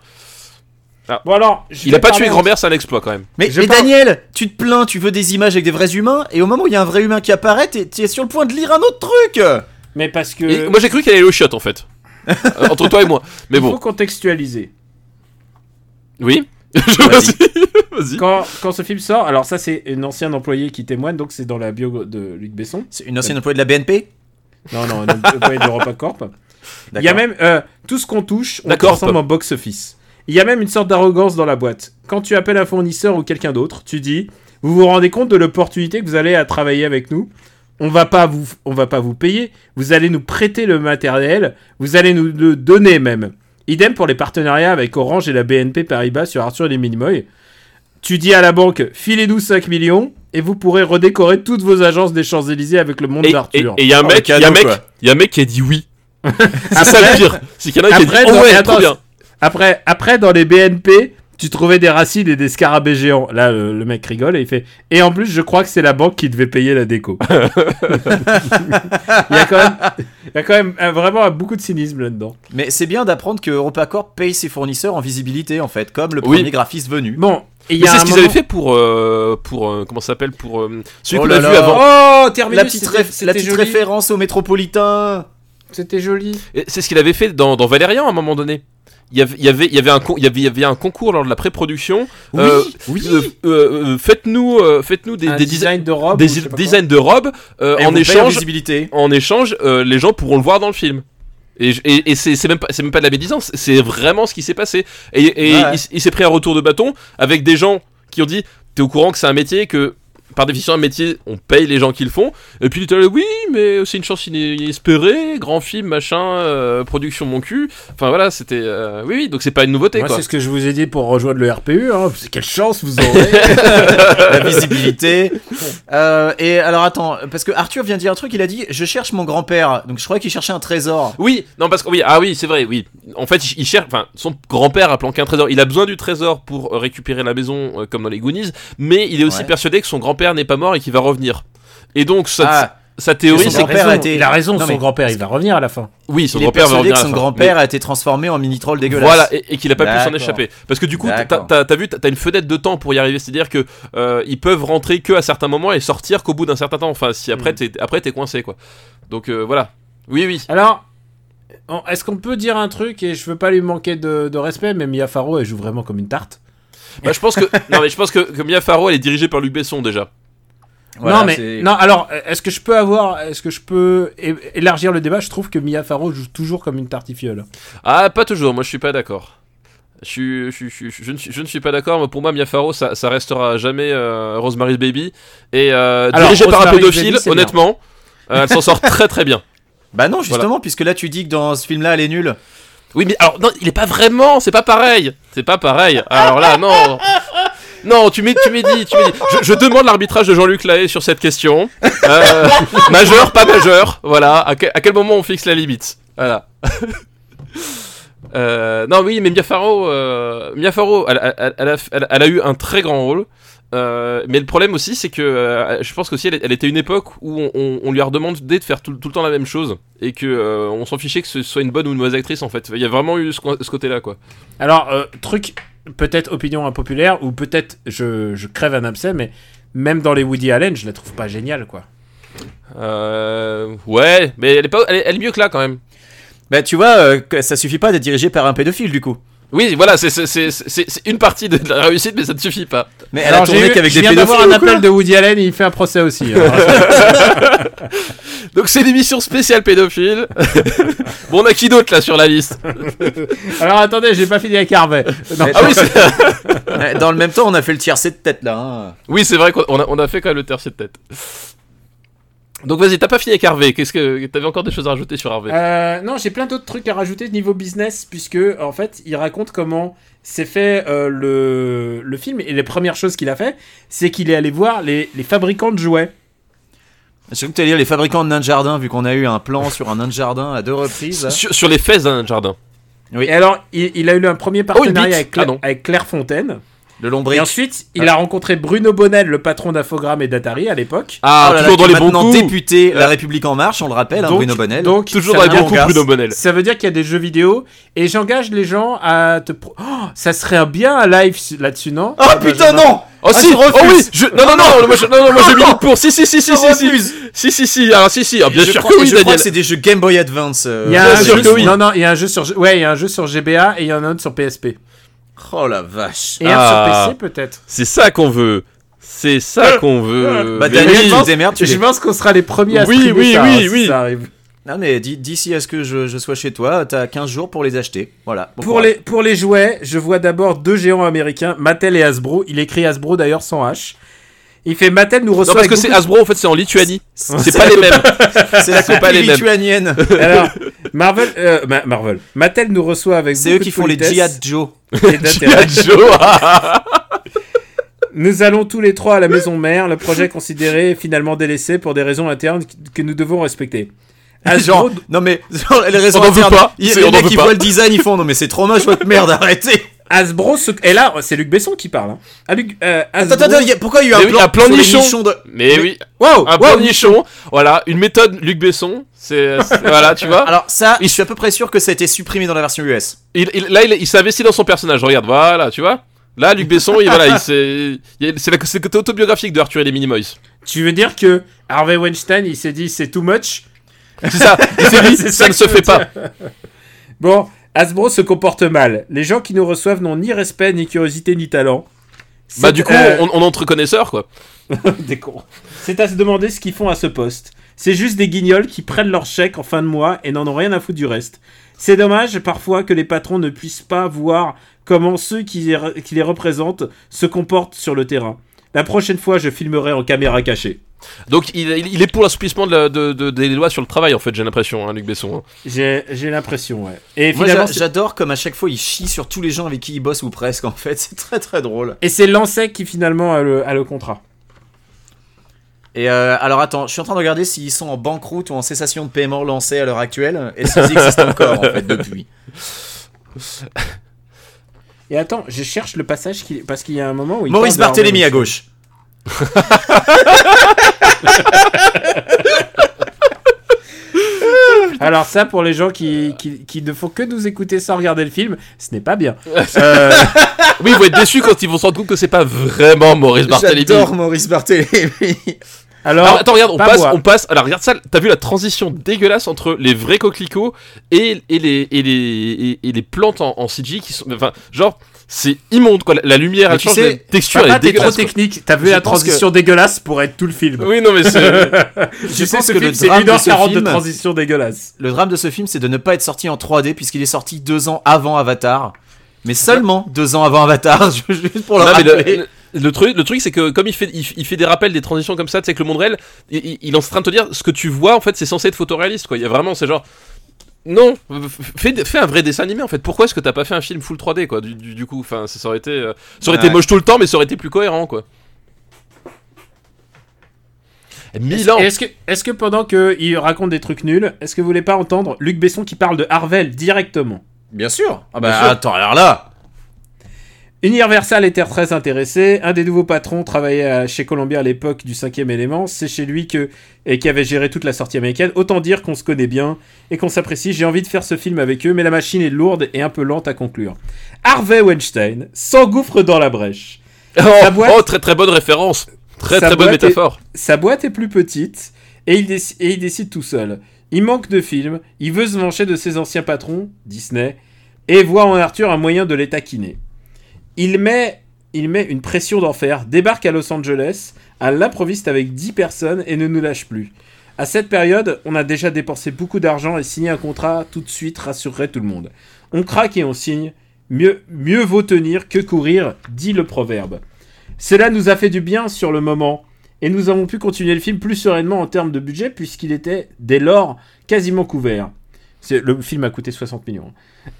Speaker 2: Bon alors, je
Speaker 3: Il
Speaker 2: vais
Speaker 3: a pas
Speaker 2: parler
Speaker 3: tué
Speaker 2: en-
Speaker 3: grand-mère, c'est un exploit quand même.
Speaker 1: Mais,
Speaker 2: Je
Speaker 1: mais
Speaker 2: parle-
Speaker 1: Daniel, tu te plains, tu veux des images avec des vrais humains, et au moment où il y a un vrai humain qui apparaît, t'es t'es sur le point de lire un autre truc
Speaker 2: Mais parce que
Speaker 3: Et moi j'ai cru qu'elle allait au chiotte en fait. Euh, Entre toi et moi. Mais
Speaker 2: il faut
Speaker 3: bon,
Speaker 2: contextualiser.
Speaker 3: oui.
Speaker 1: Vas-y.
Speaker 3: Vas-y. Vas-y.
Speaker 2: Quand, quand ce film sort, alors ça c'est un ancien employé qui témoigne, donc c'est dans la bio de Luc Besson.
Speaker 1: C'est une ancienne employée de la BNP
Speaker 2: Non, non, un employé de Corp. Il y a
Speaker 1: D'accord.
Speaker 2: même euh, tout ce qu'on touche, on
Speaker 3: D'accord.
Speaker 2: transforme en box-office. Il y a même une sorte d'arrogance dans la boîte. Quand tu appelles un fournisseur ou quelqu'un d'autre, tu dis "Vous vous rendez compte de l'opportunité que vous allez à travailler avec nous On va pas vous on va pas vous payer, vous allez nous prêter le matériel, vous allez nous le donner même." Idem pour les partenariats avec Orange et la BNP Paribas sur Arthur et les Minimoy. Tu dis à la banque "Filez-nous 5 millions et vous pourrez redécorer toutes vos agences des Champs-Élysées avec le monde
Speaker 3: Et et-
Speaker 2: d'Arthur."
Speaker 3: et il y a un
Speaker 1: Oh,
Speaker 3: mec,
Speaker 1: le
Speaker 3: il y a un
Speaker 1: cadeau,
Speaker 3: mec,
Speaker 1: quoi.
Speaker 3: il y a un mec qui a dit oui. c'est ça le pire. C'est qu'il y en a un qui a
Speaker 2: Après,
Speaker 3: dit oh
Speaker 2: dans-
Speaker 3: ouais,
Speaker 2: attends,
Speaker 3: trop bien.
Speaker 2: Après, après, dans les BNP, tu trouvais des racines et des scarabées géants. Là, le, le mec rigole et il fait. Et en plus, je crois que c'est la banque qui devait payer la déco. il, y a quand même, il y a quand même euh, vraiment euh, beaucoup de cynisme là-dedans.
Speaker 1: Mais c'est bien d'apprendre que EuropaCorp paye ses fournisseurs en visibilité, en fait, comme le
Speaker 3: Oui.
Speaker 1: premier graphiste venu.
Speaker 2: Bon, et il y
Speaker 3: Mais
Speaker 2: a
Speaker 3: c'est
Speaker 2: un
Speaker 3: ce qu'ils avaient
Speaker 2: moment-
Speaker 3: fait pour euh, pour euh, comment ça s'appelle pour euh, celui
Speaker 1: Oh
Speaker 3: qu'on
Speaker 1: là
Speaker 3: a vu
Speaker 1: là.
Speaker 3: avant.
Speaker 2: Oh, Terminus,
Speaker 1: la petite,
Speaker 2: c'était-
Speaker 1: réf- la
Speaker 2: c'était
Speaker 1: petite
Speaker 2: joli.
Speaker 1: référence au métropolitain
Speaker 2: C'était joli.
Speaker 3: Et C'est ce qu'il avait fait dans, dans Valérian à un moment donné. Il y avait il y avait il y avait un con- il y avait, il y avait un concours lors de la pré-production. Euh,
Speaker 1: oui.
Speaker 3: euh, euh, euh, faites-nous euh, faites-nous des
Speaker 2: Un
Speaker 3: des desi-
Speaker 2: design de robe.
Speaker 3: des
Speaker 2: ou je sais pas quoi.
Speaker 3: designs de robes euh,
Speaker 1: Et on
Speaker 3: en
Speaker 1: paye
Speaker 3: échange
Speaker 1: visibilité.
Speaker 3: en échange euh, les gens pourront le voir dans le film. Et, je- et, et c'est c'est même, pas- c'est même pas de la médisance, c'est vraiment ce qui s'est passé. Et, et
Speaker 1: Ouais.
Speaker 3: il, s- il s'est pris un retour de bâton avec des gens qui ont dit T'es au courant que c'est un métier, que par définition, un métier, on paye les gens qui le font. Et puis il était là Oui, mais c'est une chance iné- inespérée, grand film, machin, euh, production mon cul. Enfin voilà, c'était. euh, oui, oui, donc c'est pas une nouveauté
Speaker 2: Moi,
Speaker 3: quoi.
Speaker 2: c'est ce que je vous ai dit pour rejoindre le RPU. Hein. Quelle chance vous aurez.
Speaker 1: la visibilité. Euh, et alors attends, parce que Arthur vient de dire un truc, il a dit Je cherche mon grand-père. Donc je croyais qu'il cherchait un trésor.
Speaker 3: Oui, non parce que oui, ah oui, c'est vrai, oui. En fait, il- il cherche, enfin, son grand-père a planqué un trésor. Il a besoin du trésor pour euh, récupérer la maison, euh, comme dans les Goonies, mais il est aussi
Speaker 1: Ouais.
Speaker 3: persuadé que son grand-père n'est pas mort et qu'il va revenir. Et donc, ça,
Speaker 1: Ah,
Speaker 3: sa théorie,
Speaker 1: Son
Speaker 3: c'est
Speaker 1: grand-père a été-
Speaker 2: Il a raison,
Speaker 1: Non,
Speaker 2: son
Speaker 1: mais-
Speaker 2: grand-père, il va revenir à la fin.
Speaker 3: oui, son
Speaker 1: Il est
Speaker 3: grand-père va
Speaker 1: persuadé
Speaker 3: revenir
Speaker 1: que
Speaker 3: à la
Speaker 1: son
Speaker 3: fin.
Speaker 1: grand-père a été transformé en mini-troll
Speaker 3: Mais-
Speaker 1: dégueulasse.
Speaker 3: Voilà, et, et qu'il a pas pu s'en
Speaker 1: D'accord.
Speaker 3: échapper. Parce que du coup, t'as-
Speaker 1: D'accord.
Speaker 3: t'as t'as vu, t'as t'as une fenêtre de temps pour y arriver. C'est-à-dire que euh, ils peuvent rentrer que à certains moments et sortir qu'au bout d'un certain temps. Enfin, si
Speaker 1: Mm.
Speaker 3: après
Speaker 2: Hmm.
Speaker 3: t'es après t'es coincé quoi. Donc euh, voilà. Oui, oui.
Speaker 2: Alors, on- est-ce qu'on peut dire un truc et je veux pas lui manquer de, de respect, mais Mia Farrow, elle joue vraiment comme une tarte.
Speaker 3: Bah, je pense que non, mais je pense que, que Mia Farrow elle est dirigée par Luc Besson déjà.
Speaker 1: Voilà,
Speaker 2: non, mais
Speaker 1: c'est-
Speaker 2: non. Alors, est-ce que je peux avoir, est-ce que je peux é- élargir le débat Je trouve que Mia Farrow joue toujours comme une tartifiole.
Speaker 3: Ah, pas toujours. Moi, je suis pas d'accord. Je, suis- je, suis- je, suis- je ne suis- je ne suis pas d'accord. mais Pour moi, Mia Farrow, ça, ça restera jamais euh, Rosemary's Baby. Et euh,
Speaker 2: Alors,
Speaker 3: dirigée par un
Speaker 2: Rosemary's
Speaker 3: pédophile,
Speaker 2: Baby, c'est
Speaker 3: honnêtement, euh, elle s'en sort très très bien.
Speaker 1: Bah non, justement, puisque là tu dis que dans ce film-là, elle est nulle.
Speaker 3: Oui, mais alors, non, il est pas vraiment, c'est pas pareil. C'est pas pareil. Alors là, non. Non, tu m'es, tu m'es dit, tu m'es dit. Je, je demande l'arbitrage de Jean-Luc Lahaye sur cette question. Euh, majeur, pas majeur. Voilà. À, que- à quel moment on fixe la limite Voilà. Euh, non, oui, mais Mia Farrow, euh, Mia Farrow, elle, elle- elle a, elle- elle a eu un très grand rôle. Euh, mais le problème aussi, c'est que euh, je pense qu'aussi elle, elle était une époque où on, on- on lui a redemandé de faire tout, tout le temps la même chose et que euh, on s'en fichait que ce soit une bonne ou une mauvaise actrice en fait. Il y a vraiment eu ce, co- ce côté-là quoi.
Speaker 2: Alors, euh, truc peut-être opinion impopulaire ou peut-être je, je crève un abcès, mais même dans les Woody Allen, je la trouve pas géniale, quoi.
Speaker 3: Euh, ouais, mais elle est, pas, elle, est, elle est mieux que là quand même.
Speaker 1: Bah tu vois, euh, que ça suffit pas d'être dirigé par un pédophile du coup.
Speaker 3: Oui, voilà, c'est c'est- c'est- c'est- c'est une partie de la réussite, mais ça ne suffit pas.
Speaker 1: Mais
Speaker 2: Alors,
Speaker 1: elle a tourné
Speaker 2: j'ai eu-
Speaker 1: qu'avec
Speaker 2: je
Speaker 1: des
Speaker 2: viens d'avoir
Speaker 1: pédophiles.
Speaker 2: un
Speaker 1: ou quoi
Speaker 2: appel de Woody Allen, et il fait un procès aussi. Alors,
Speaker 3: Donc c'est l'émission spéciale pédophile. bon, on a qui d'autre là sur la liste
Speaker 2: alors, attendez, j'ai pas fini avec Harvey. Non.
Speaker 1: Mais-
Speaker 3: Ah oui, c'est
Speaker 1: Ouais, Dans le même temps, on a fait le tiercé de tête là. hein.
Speaker 3: oui, c'est vrai qu'on on a, on a fait quand même le tertier de tête. Donc vas-y, t'as pas fini avec Harvey. Qu'est-ce que t'avais encore des choses à rajouter sur
Speaker 1: Ah,
Speaker 3: Harvey
Speaker 2: Euh, non, j'ai plein d'autres trucs à rajouter de niveau business, puisque en fait, il raconte comment s'est fait euh, le, le film. Et les premières choses qu'il a fait, c'est qu'il est allé voir les, les fabricants de jouets.
Speaker 1: Je crois que t'allais dire les fabricants de nains de jardin, vu qu'on a eu un plan sur un nain de jardin à deux reprises.
Speaker 3: sur, sur les fesses d'un jardin.
Speaker 1: Oui.
Speaker 2: Et alors, il, il a eu un premier
Speaker 3: une bite.
Speaker 2: partenariat avec, Cla-
Speaker 3: Ah non. Ah.
Speaker 2: avec Claire Fontaine.
Speaker 1: Le
Speaker 2: Et
Speaker 1: lombric.
Speaker 2: ensuite, il a rencontré Bruno Bonnel, le patron d'Infogrames et d'Atari à l'époque.
Speaker 3: Ah,
Speaker 1: Oh là là,
Speaker 3: toujours
Speaker 1: qui est
Speaker 3: dans les bons
Speaker 1: maintenant
Speaker 3: coups.
Speaker 1: député La République En Marche, on le rappelle, hein,
Speaker 2: Donc-
Speaker 1: Bruno Bonnel.
Speaker 2: donc,
Speaker 3: Toujours
Speaker 2: ça
Speaker 3: dans les
Speaker 2: veut
Speaker 3: bons
Speaker 2: dire-
Speaker 1: Bernard
Speaker 3: coups,
Speaker 1: Mongas.
Speaker 3: Bruno Bonnel.
Speaker 2: Ça veut dire qu'il y a des jeux vidéo et j'engage les gens à te. pro- Oh, ça serait un bien un live su- là-dessus, non
Speaker 1: Oh putain, non
Speaker 3: Oh
Speaker 1: Ah,
Speaker 3: si,
Speaker 1: tu
Speaker 3: oh oui,
Speaker 1: refuses.
Speaker 3: je... non, non, non, Ah, moi, je... non, non, moi j'ai mis
Speaker 1: non.
Speaker 3: le pour, si, si, si, si,
Speaker 1: Je
Speaker 3: si, si,
Speaker 1: refuse.
Speaker 3: si, si, si, alors si, si, ah, bien
Speaker 1: Je
Speaker 3: sûr
Speaker 1: crois-
Speaker 3: que oui,
Speaker 1: je crois
Speaker 3: Daniel.
Speaker 1: que c'est des jeux Game Boy Advance. euh,
Speaker 2: Il y a un
Speaker 3: bien sûr
Speaker 2: jeu
Speaker 3: que
Speaker 2: sur-
Speaker 3: oui.
Speaker 2: Non, non, il y a un jeu sur, ouais, il y a un jeu sur GBA et il y en a un autre sur PSP.
Speaker 1: Oh la vache.
Speaker 2: Et
Speaker 3: Ah.
Speaker 2: un sur PC peut-être.
Speaker 3: C'est ça qu'on veut, c'est ça qu'on veut.
Speaker 1: Bah
Speaker 3: Mais
Speaker 1: Daniel,
Speaker 3: oui.
Speaker 1: tu te démerdes, tu
Speaker 2: Je
Speaker 1: les-
Speaker 2: pense qu'on sera les premiers à
Speaker 3: Oui,
Speaker 2: streamer
Speaker 3: oui,
Speaker 2: ça,
Speaker 3: oui,
Speaker 2: hein, si
Speaker 3: oui.
Speaker 2: ça arrive.
Speaker 1: Non mais d'i- d'ici à ce que je, je sois chez toi, t'as 15 jours pour les acheter. Voilà. Bon
Speaker 2: Pour
Speaker 1: courage.
Speaker 2: les, pour les jouets, je vois d'abord deux géants américains, Mattel et Hasbro. Il écrit Hasbro d'ailleurs sans H. Il fait Mattel nous reçoit.
Speaker 3: Non, parce
Speaker 2: avec
Speaker 3: que c'est
Speaker 2: beaucoup-
Speaker 3: Hasbro, en fait, c'est en Lituanie. Ah, C'est
Speaker 1: C'est
Speaker 3: pas
Speaker 1: la
Speaker 3: les mêmes.
Speaker 1: C'est la
Speaker 3: C'est pas les
Speaker 1: compagnie
Speaker 3: mêmes.
Speaker 1: lituanienne.
Speaker 2: Alors, Marvel, euh, Ma- Marvel. Mattel nous reçoit avec.
Speaker 1: C'est eux
Speaker 2: beaucoup
Speaker 1: qui
Speaker 2: de
Speaker 1: font les
Speaker 2: politesse
Speaker 1: Jihad Joe.
Speaker 2: et d'intérêt.
Speaker 3: G.I. Joe, ah,
Speaker 2: Nous allons tous les trois à la maison mère, le projet considéré est finalement délaissé pour des raisons internes que nous devons respecter.
Speaker 1: Ah, Genre,
Speaker 2: Hasbro,
Speaker 1: non mais genre, les raisons
Speaker 3: On en veut
Speaker 1: internes,
Speaker 3: pas.
Speaker 1: ils-
Speaker 3: C'est- on
Speaker 1: les
Speaker 3: en
Speaker 1: mecs
Speaker 3: veut
Speaker 1: qui
Speaker 3: pas.
Speaker 1: voient le design, ils font non mais c'est trop moche votre merde, arrêtez.
Speaker 2: Hasbro se... Et là, c'est Luc Besson qui parle. hein. Ah, Luc, euh,
Speaker 1: Attends,
Speaker 2: Hasbro...
Speaker 1: attends, attends, y a- pourquoi il y a
Speaker 3: Mais
Speaker 1: un
Speaker 3: oui, il y a plan
Speaker 1: sur les
Speaker 3: nichon.
Speaker 1: nichons de-
Speaker 3: Mais oui,
Speaker 2: Wow,
Speaker 3: un
Speaker 2: wow,
Speaker 3: plan nichon, voilà, une méthode Luc Besson, c'est, c'est- voilà, tu vois.
Speaker 1: Alors ça, je suis à peu près sûr que ça a été supprimé dans la version US.
Speaker 3: Il, il- là, il, il s'investit dans son personnage, regarde, voilà, tu vois. Là, Luc Besson, il, voilà, il, s'est- il- c'est, la, c'est le côté autobiographique de Arthur et les Minimoys.
Speaker 2: Tu veux dire que Harvey Weinstein, il s'est dit c'est too much
Speaker 3: C'est ça, il s'est dit,
Speaker 2: C'est ça
Speaker 3: ça ne
Speaker 2: que
Speaker 3: se
Speaker 2: je veux
Speaker 3: fait pas.
Speaker 2: Bon, Hasbro se comporte mal. Les gens qui nous reçoivent n'ont ni respect, ni curiosité, ni talent.
Speaker 3: Bah
Speaker 2: C'est-
Speaker 3: du coup,
Speaker 2: euh,
Speaker 3: on, on entre connaisseurs quoi.
Speaker 2: Des cons. C'est à se demander ce qu'ils font à ce poste. C'est juste des guignols qui prennent leur chèque en fin de mois et n'en ont rien à foutre du reste. C'est dommage parfois que les patrons ne puissent pas voir comment ceux qui les, qui les représentent se comportent sur le terrain. La prochaine fois, je filmerai en caméra cachée.
Speaker 3: Donc il, il- il est pour l'assouplissement de la- de- de- des lois sur le travail en fait, j'ai l'impression, hein, Luc Besson. hein.
Speaker 2: J'ai j'ai l'impression, ouais. Et
Speaker 1: Moi,
Speaker 2: finalement,
Speaker 1: j'a-
Speaker 2: c'est-
Speaker 1: j'adore comme à chaque fois il chie sur tous les gens avec qui il bosse ou presque en fait, c'est très très drôle.
Speaker 2: et c'est Lancet qui finalement a le, a le contrat.
Speaker 1: Et euh, alors attends, je suis en train de regarder s'ils sont en banqueroute ou en cessation de paiement lancée à l'heure actuelle et s'ils existent encore en fait depuis.
Speaker 2: Et attends, je cherche le passage qui- parce qu'il y a un moment où il
Speaker 1: Maurice
Speaker 2: parle de-
Speaker 1: Barthélémy à gauche.
Speaker 2: Alors ça, pour les gens qui, qui, qui ne font que nous écouter sans regarder le film, ce n'est pas bien. Euh,
Speaker 3: Oui, ils vont être déçus quand ils vont se rendre compte que c'est pas vraiment Maurice Barthélémy.
Speaker 1: J'adore Maurice Barthélémy.
Speaker 2: alors,
Speaker 1: Ah,
Speaker 3: Alors, attends, regarde, on
Speaker 2: pas
Speaker 3: passe,
Speaker 2: moi.
Speaker 3: on passe. Alors, regarde ça, t'as vu la transition dégueulasse entre les vrais coquelicots et, et, les, et, les, et, et les plantes en, en CG qui sont. Enfin, genre, c'est immonde quoi. La, la lumière,
Speaker 1: Mais
Speaker 3: elle
Speaker 1: tu
Speaker 3: change,
Speaker 1: sais,
Speaker 3: la texture, elle
Speaker 2: papa,
Speaker 3: est
Speaker 2: t'es trop
Speaker 3: dégueulasse. quoi.
Speaker 2: technique. T'as vu
Speaker 3: Je
Speaker 2: la
Speaker 3: pense
Speaker 2: transition dégueulasse pour être tout le film.
Speaker 3: Oui, non, mais c'est.
Speaker 2: tu sais,
Speaker 1: pense
Speaker 2: ce
Speaker 1: que
Speaker 2: film,
Speaker 1: le
Speaker 2: c'est
Speaker 1: drame de
Speaker 2: 1h40
Speaker 1: ce
Speaker 2: de
Speaker 1: film-
Speaker 2: transition dégueulasse.
Speaker 1: Le drame de ce film, c'est de ne pas être sorti en 3D puisqu'il est sorti deux ans avant Avatar. Mais seulement deux ans avant Avatar, juste pour le
Speaker 3: Non, mais
Speaker 1: rappeler.
Speaker 3: le, le- le truc, le truc, c'est que comme il fait, il, il fait des rappels des transitions comme ça, tu sais que le monde réel, il, il- il est en train de te dire ce que tu vois. En fait, c'est censé être photoréaliste. Quoi. Il y a vraiment, c'est genre, non, f- fais, fais un vrai dessin animé. En fait, pourquoi est-ce que t'as pas fait un film full 3D quoi Du, du- du coup, enfin, ça ça aurait été, euh, ça aurait
Speaker 1: Ouais.
Speaker 3: été moche tout le temps, mais ça aurait été plus cohérent quoi. Mille ans.
Speaker 2: Est-ce que, est-ce que pendant qu'il raconte des trucs nuls, est-ce que vous voulez pas entendre Luc Besson qui parle de Harvel directement
Speaker 1: Bien sûr. Ah bah
Speaker 3: Bien sûr.
Speaker 1: attends, alors là.
Speaker 2: Universal était très intéressé. Un des nouveaux patrons travaillait à- chez Columbia à l'époque du cinquième élément. C'est chez lui que et qui avait géré toute la sortie américaine. Autant dire qu'on se connaît bien et qu'on s'apprécie. J'ai envie de faire ce film avec eux, mais la machine est lourde et un peu lente à conclure. Harvey Weinstein s'engouffre dans la brèche.
Speaker 3: Oh,
Speaker 2: boîte-
Speaker 3: oh, très très bonne référence. Très
Speaker 2: Sa
Speaker 3: très bonne
Speaker 2: boîte est-
Speaker 3: métaphore.
Speaker 2: Sa boîte est plus petite et il, déci- et il décide tout seul. Il manque de films, il veut se venger de ses anciens patrons, Disney, et voit en Arthur un moyen de les taquiner. Il met, il met une pression d'enfer, débarque à Los Angeles, à l'improviste avec 10 personnes et ne nous lâche plus. À cette période, on a déjà dépensé beaucoup d'argent et signer un contrat tout de suite rassurerait tout le monde. On craque et on signe. Mieux, mieux vaut tenir que courir, dit le proverbe. Cela nous a fait du bien sur le moment, et nous avons pu continuer le film plus sereinement en termes de budget puisqu'il était dès lors quasiment couvert. C'est- Le film a coûté 60 millions.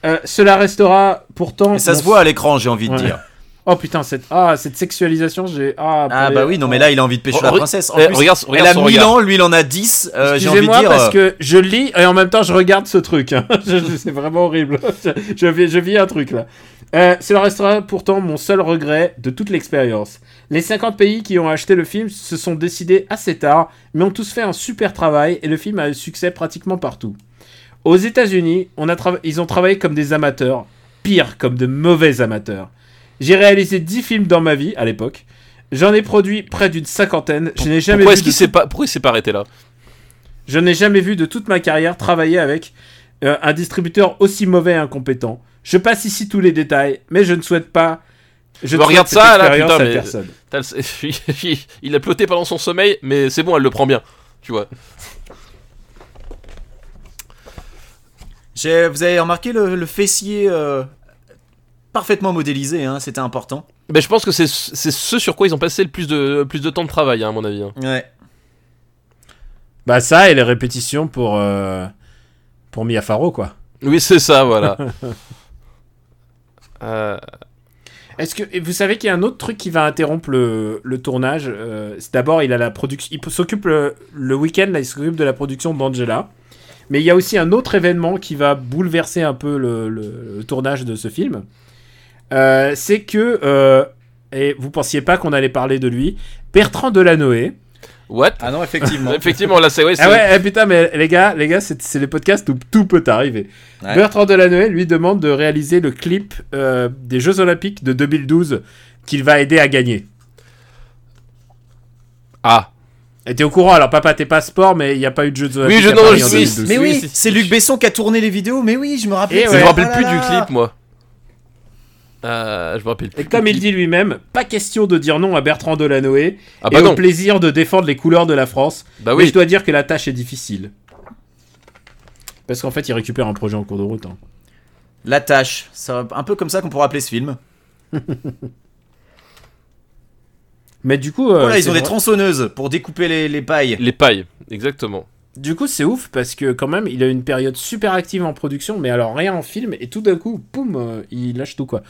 Speaker 2: Euh, cela restera pourtant.
Speaker 1: Mais ça se
Speaker 2: mon-
Speaker 1: voit à l'écran, j'ai envie de
Speaker 2: Ouais.
Speaker 1: dire.
Speaker 2: Oh putain, cette, ah, cette sexualisation, j'ai. Ah,
Speaker 1: Ah
Speaker 2: purée.
Speaker 1: bah oui, non mais là il a envie de pêcher
Speaker 3: Oh,
Speaker 1: la
Speaker 3: re-
Speaker 1: princesse. En
Speaker 3: Eh,
Speaker 1: plus,
Speaker 3: regarde,
Speaker 1: elle
Speaker 3: regarde
Speaker 1: a
Speaker 3: son
Speaker 1: 1000
Speaker 3: regard.
Speaker 1: ans, lui il en a 10. euh, j'ai envie de
Speaker 2: Excusez-moi
Speaker 1: dire.
Speaker 2: parce
Speaker 1: euh,
Speaker 2: que je lis et en même temps je regarde ce truc. hein. Je- je- C'est vraiment horrible. Je, je vis, je vis un truc là. Euh, cela restera pourtant mon seul regret de toute l'expérience. Les 50 pays qui ont acheté le film se sont décidés assez tard, mais ont tous fait un super travail et le film a eu succès pratiquement partout. Aux États-Unis, on a trava- ils ont travaillé comme des amateurs, pire, comme de mauvais amateurs. J'ai réalisé 10 films dans ma vie à l'époque. J'en ai produit près d'une cinquantaine. Je n'ai jamais
Speaker 3: Pourquoi
Speaker 2: vu
Speaker 3: est-ce
Speaker 2: de
Speaker 3: qu'il s'est pas, pourquoi il s'est pas arrêté là
Speaker 2: je n'ai jamais vu de toute ma carrière travailler avec euh, un distributeur aussi mauvais et incompétent. Je passe ici tous les détails, mais je ne souhaite pas. Je
Speaker 3: Bah,
Speaker 2: ne
Speaker 3: regarde
Speaker 2: souhaite cette
Speaker 3: ça, là,
Speaker 2: expérience
Speaker 3: putain,
Speaker 2: à
Speaker 3: mais-
Speaker 2: personne.
Speaker 3: T'as le- il a ploté pendant son sommeil, mais c'est bon, elle le prend bien. Tu vois.
Speaker 1: j'ai- Vous avez remarqué le, le fessier euh, parfaitement modélisé, hein, c'était important.
Speaker 3: Mais je pense que c'est c'est ce sur quoi ils ont passé le plus de, plus de temps de travail, hein, à mon avis. hein.
Speaker 1: Ouais.
Speaker 2: Bah ça et les répétitions pour euh, pour Mia Farrow quoi.
Speaker 3: Oui, c'est ça, voilà. Euh,
Speaker 2: Est-ce que et vous savez qu'il y a un autre truc qui va interrompre le, le tournage euh, c'est D'abord, il a la production, il s'occupe le, le week-end là, il s'occupe de la production d'Angela. Mais il y a aussi un autre événement qui va bouleverser un peu le, le- le tournage de ce film. Euh, c'est que euh, et vous pensiez pas qu'on allait parler de lui, Bertrand Delanoë.
Speaker 3: what
Speaker 1: Ah non, effectivement.
Speaker 3: Effectivement, là, c'est ouais,
Speaker 2: Ah
Speaker 3: c'est-
Speaker 2: ouais, eh, putain, mais les gars, les gars, c'est c'est les podcasts où tout peut arriver.
Speaker 1: Ouais.
Speaker 2: Bertrand Delanoë lui demande de réaliser le clip euh, des Jeux Olympiques de 2012 qu'il va aider à gagner.
Speaker 3: Ah.
Speaker 2: Et t'es au courant, alors papa, t'es pas sport, mais il n'y a pas eu de jeux olympiques.
Speaker 3: je-
Speaker 2: à
Speaker 3: non,
Speaker 2: Paris
Speaker 3: je
Speaker 2: en
Speaker 3: suis-
Speaker 2: 2012.
Speaker 1: mais
Speaker 3: Oui,
Speaker 1: oui,
Speaker 3: si, si.
Speaker 1: c'est Luc Besson qui a tourné les vidéos, mais oui, je me rappelle.
Speaker 2: Et
Speaker 1: de
Speaker 2: ouais.
Speaker 3: Je
Speaker 1: ça.
Speaker 3: me rappelle
Speaker 1: Oh là
Speaker 3: plus du
Speaker 1: là.
Speaker 3: clip, moi. Euh, je me rappelle plus.
Speaker 2: Et comme il dit lui-même, pas question de dire non à Bertrand Delanoë
Speaker 3: Ah
Speaker 2: et
Speaker 3: bah
Speaker 2: au
Speaker 3: non.
Speaker 2: plaisir de défendre les couleurs de la France.
Speaker 3: Bah
Speaker 2: Mais
Speaker 3: oui.
Speaker 2: je dois dire que la tâche est difficile. Parce qu'en fait, il récupère un projet en cours de route. hein.
Speaker 1: La tâche, c'est un peu comme ça qu'on pourrait appeler ce film.
Speaker 2: Mais du coup, euh,
Speaker 1: Voilà, ils
Speaker 2: c'est
Speaker 1: ont des
Speaker 2: vrai-
Speaker 1: tronçonneuses pour découper les, les pailles.
Speaker 3: Les pailles, exactement.
Speaker 2: du coup, c'est ouf parce que quand même, il a eu une période super active en production, mais alors rien en film et tout d'un coup, boum, euh, il lâche tout quoi.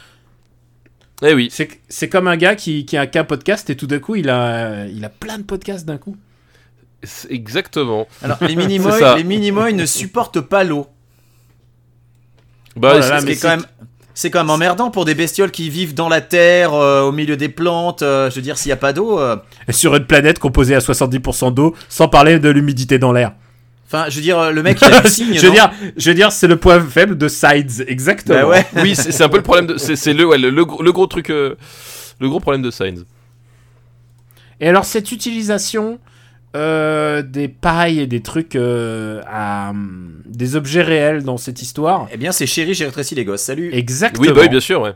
Speaker 3: Eh oui.
Speaker 2: C'est c'est comme un gars qui, qui a qu'un podcast et tout d'un coup, il a, il a plein de podcasts d'un coup.
Speaker 3: c'est- Exactement.
Speaker 1: Alors, les
Speaker 3: C'est ça.
Speaker 1: Minimoys, les Minimoys ne supportent pas l'eau.
Speaker 3: Bah,
Speaker 2: Oh là
Speaker 3: Ah, c'est-
Speaker 2: là,
Speaker 1: Ce
Speaker 2: mais
Speaker 1: qui est quand même. C'est quand même emmerdant pour des bestioles qui vivent dans la terre, euh, au milieu des plantes. euh, je veux dire, s'il n'y a pas d'eau, euh,
Speaker 2: sur une planète composée à 70% d'eau, sans parler de l'humidité dans l'air.
Speaker 1: Enfin, je veux dire, euh, le mec, il a du signe.
Speaker 4: je veux
Speaker 1: non
Speaker 4: dire, je veux dire, c'est le point faible de Sides, exactement.
Speaker 1: Bah ouais.
Speaker 3: Oui, c'est c'est un peu le problème de. C'est c'est le, ouais, le, le gros le gros truc. euh, le gros problème de Sainz.
Speaker 2: Et alors cette utilisation euh, des pailles et des trucs euh, à, hum, des objets réels dans cette histoire.
Speaker 1: Eh bien, c'est chéri, j'ai rétréci les gosses. Salut.
Speaker 2: Exactement.
Speaker 3: Oui, bah oui, bien sûr, ouais.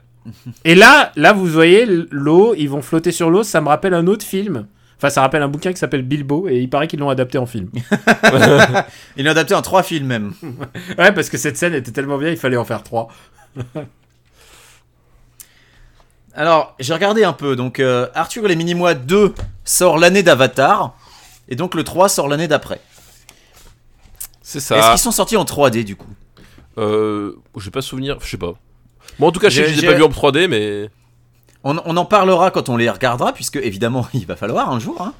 Speaker 2: Et là, là vous voyez l'eau, ils vont flotter sur l'eau. Ça me rappelle un autre film. Enfin, ça rappelle un bouquin qui s'appelle Bilbo et il paraît qu'ils l'ont adapté en film.
Speaker 1: Il l'a adapté en trois films même.
Speaker 2: ouais, parce que cette scène était tellement bien, il fallait en faire trois.
Speaker 1: Alors, j'ai regardé un peu. Donc, euh, Arthur et les Minimois 2 sort l'année d'Avatar. Et donc, le 3 sort l'année d'après.
Speaker 3: C'est
Speaker 1: Est-ce
Speaker 3: ça.
Speaker 1: qu'ils sont sortis en 3D du coup
Speaker 3: Euh, j'ai pas souvenir, je sais pas. Bon, en tout cas, je sais que je
Speaker 1: J'ai-
Speaker 3: les ai pas
Speaker 1: j'ai-
Speaker 3: vus en 3D, mais.
Speaker 1: on, on en parlera quand on les regardera, puisque évidemment, il va falloir un jour. hein.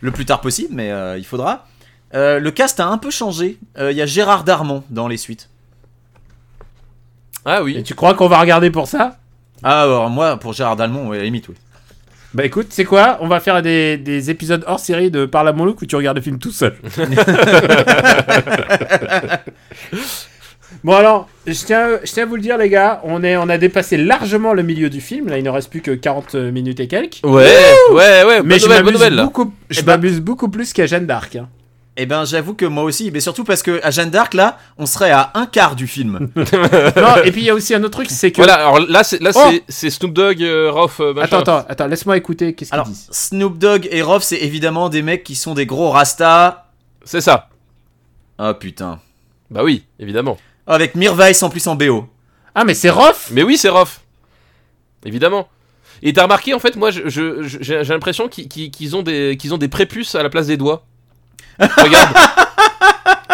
Speaker 1: Le plus tard possible, mais euh, il faudra. Euh, le cast a un peu changé. Euh, Il y a Gérard Darmon dans les suites.
Speaker 3: Ah
Speaker 2: Et
Speaker 3: oui.
Speaker 2: tu crois qu'on va regarder pour ça
Speaker 1: Ah, alors moi, pour Gérard Darmon, ouais, à la limite, oui.
Speaker 2: Bah écoute, c'est quoi On va faire des, des épisodes hors série de Parle à mon look où tu regardes le film tout seul. bon alors, je tiens, je tiens à vous le dire les gars, on, est, on a dépassé largement le milieu du film, là il ne reste plus que 40 minutes et quelques.
Speaker 3: Ouais, ouais, ouais.
Speaker 2: Mais
Speaker 3: bonne
Speaker 2: je
Speaker 3: nouvelle, bonne
Speaker 2: m'amuse
Speaker 3: nouvelle. là.
Speaker 2: beaucoup, je
Speaker 1: Eh ben-
Speaker 2: m'amuse beaucoup plus qu'à Jeanne d'Arc. hein.
Speaker 1: Eh ben, j'avoue que moi aussi, mais surtout parce que à Jeanne d'Arc, là, on serait à un quart du film.
Speaker 2: non, et puis il y a aussi un autre truc, c'est que...
Speaker 3: Voilà, alors là, c'est là,
Speaker 2: Oh
Speaker 3: c'est- c'est Snoop Dogg, euh, Ralph, euh, machin.
Speaker 2: Attends, attends, attends, laisse-moi écouter qu'est-ce qu'ils
Speaker 1: Alors,
Speaker 2: disent.
Speaker 1: Snoop Dogg et Rof, c'est évidemment des mecs qui sont des gros rastas.
Speaker 3: C'est ça.
Speaker 1: Ah putain.
Speaker 3: Bah oui, évidemment.
Speaker 1: Avec Mirvice en plus en BO.
Speaker 2: Ah mais c'est Rof
Speaker 3: Mais oui, c'est Rof. Évidemment. Et t'as remarqué, en fait, moi, je- je- je- j'ai j'ai l'impression qu'ils qu'ils- qu'ils ont, des- qu'ils ont des prépuces à la place des doigts. Regarde.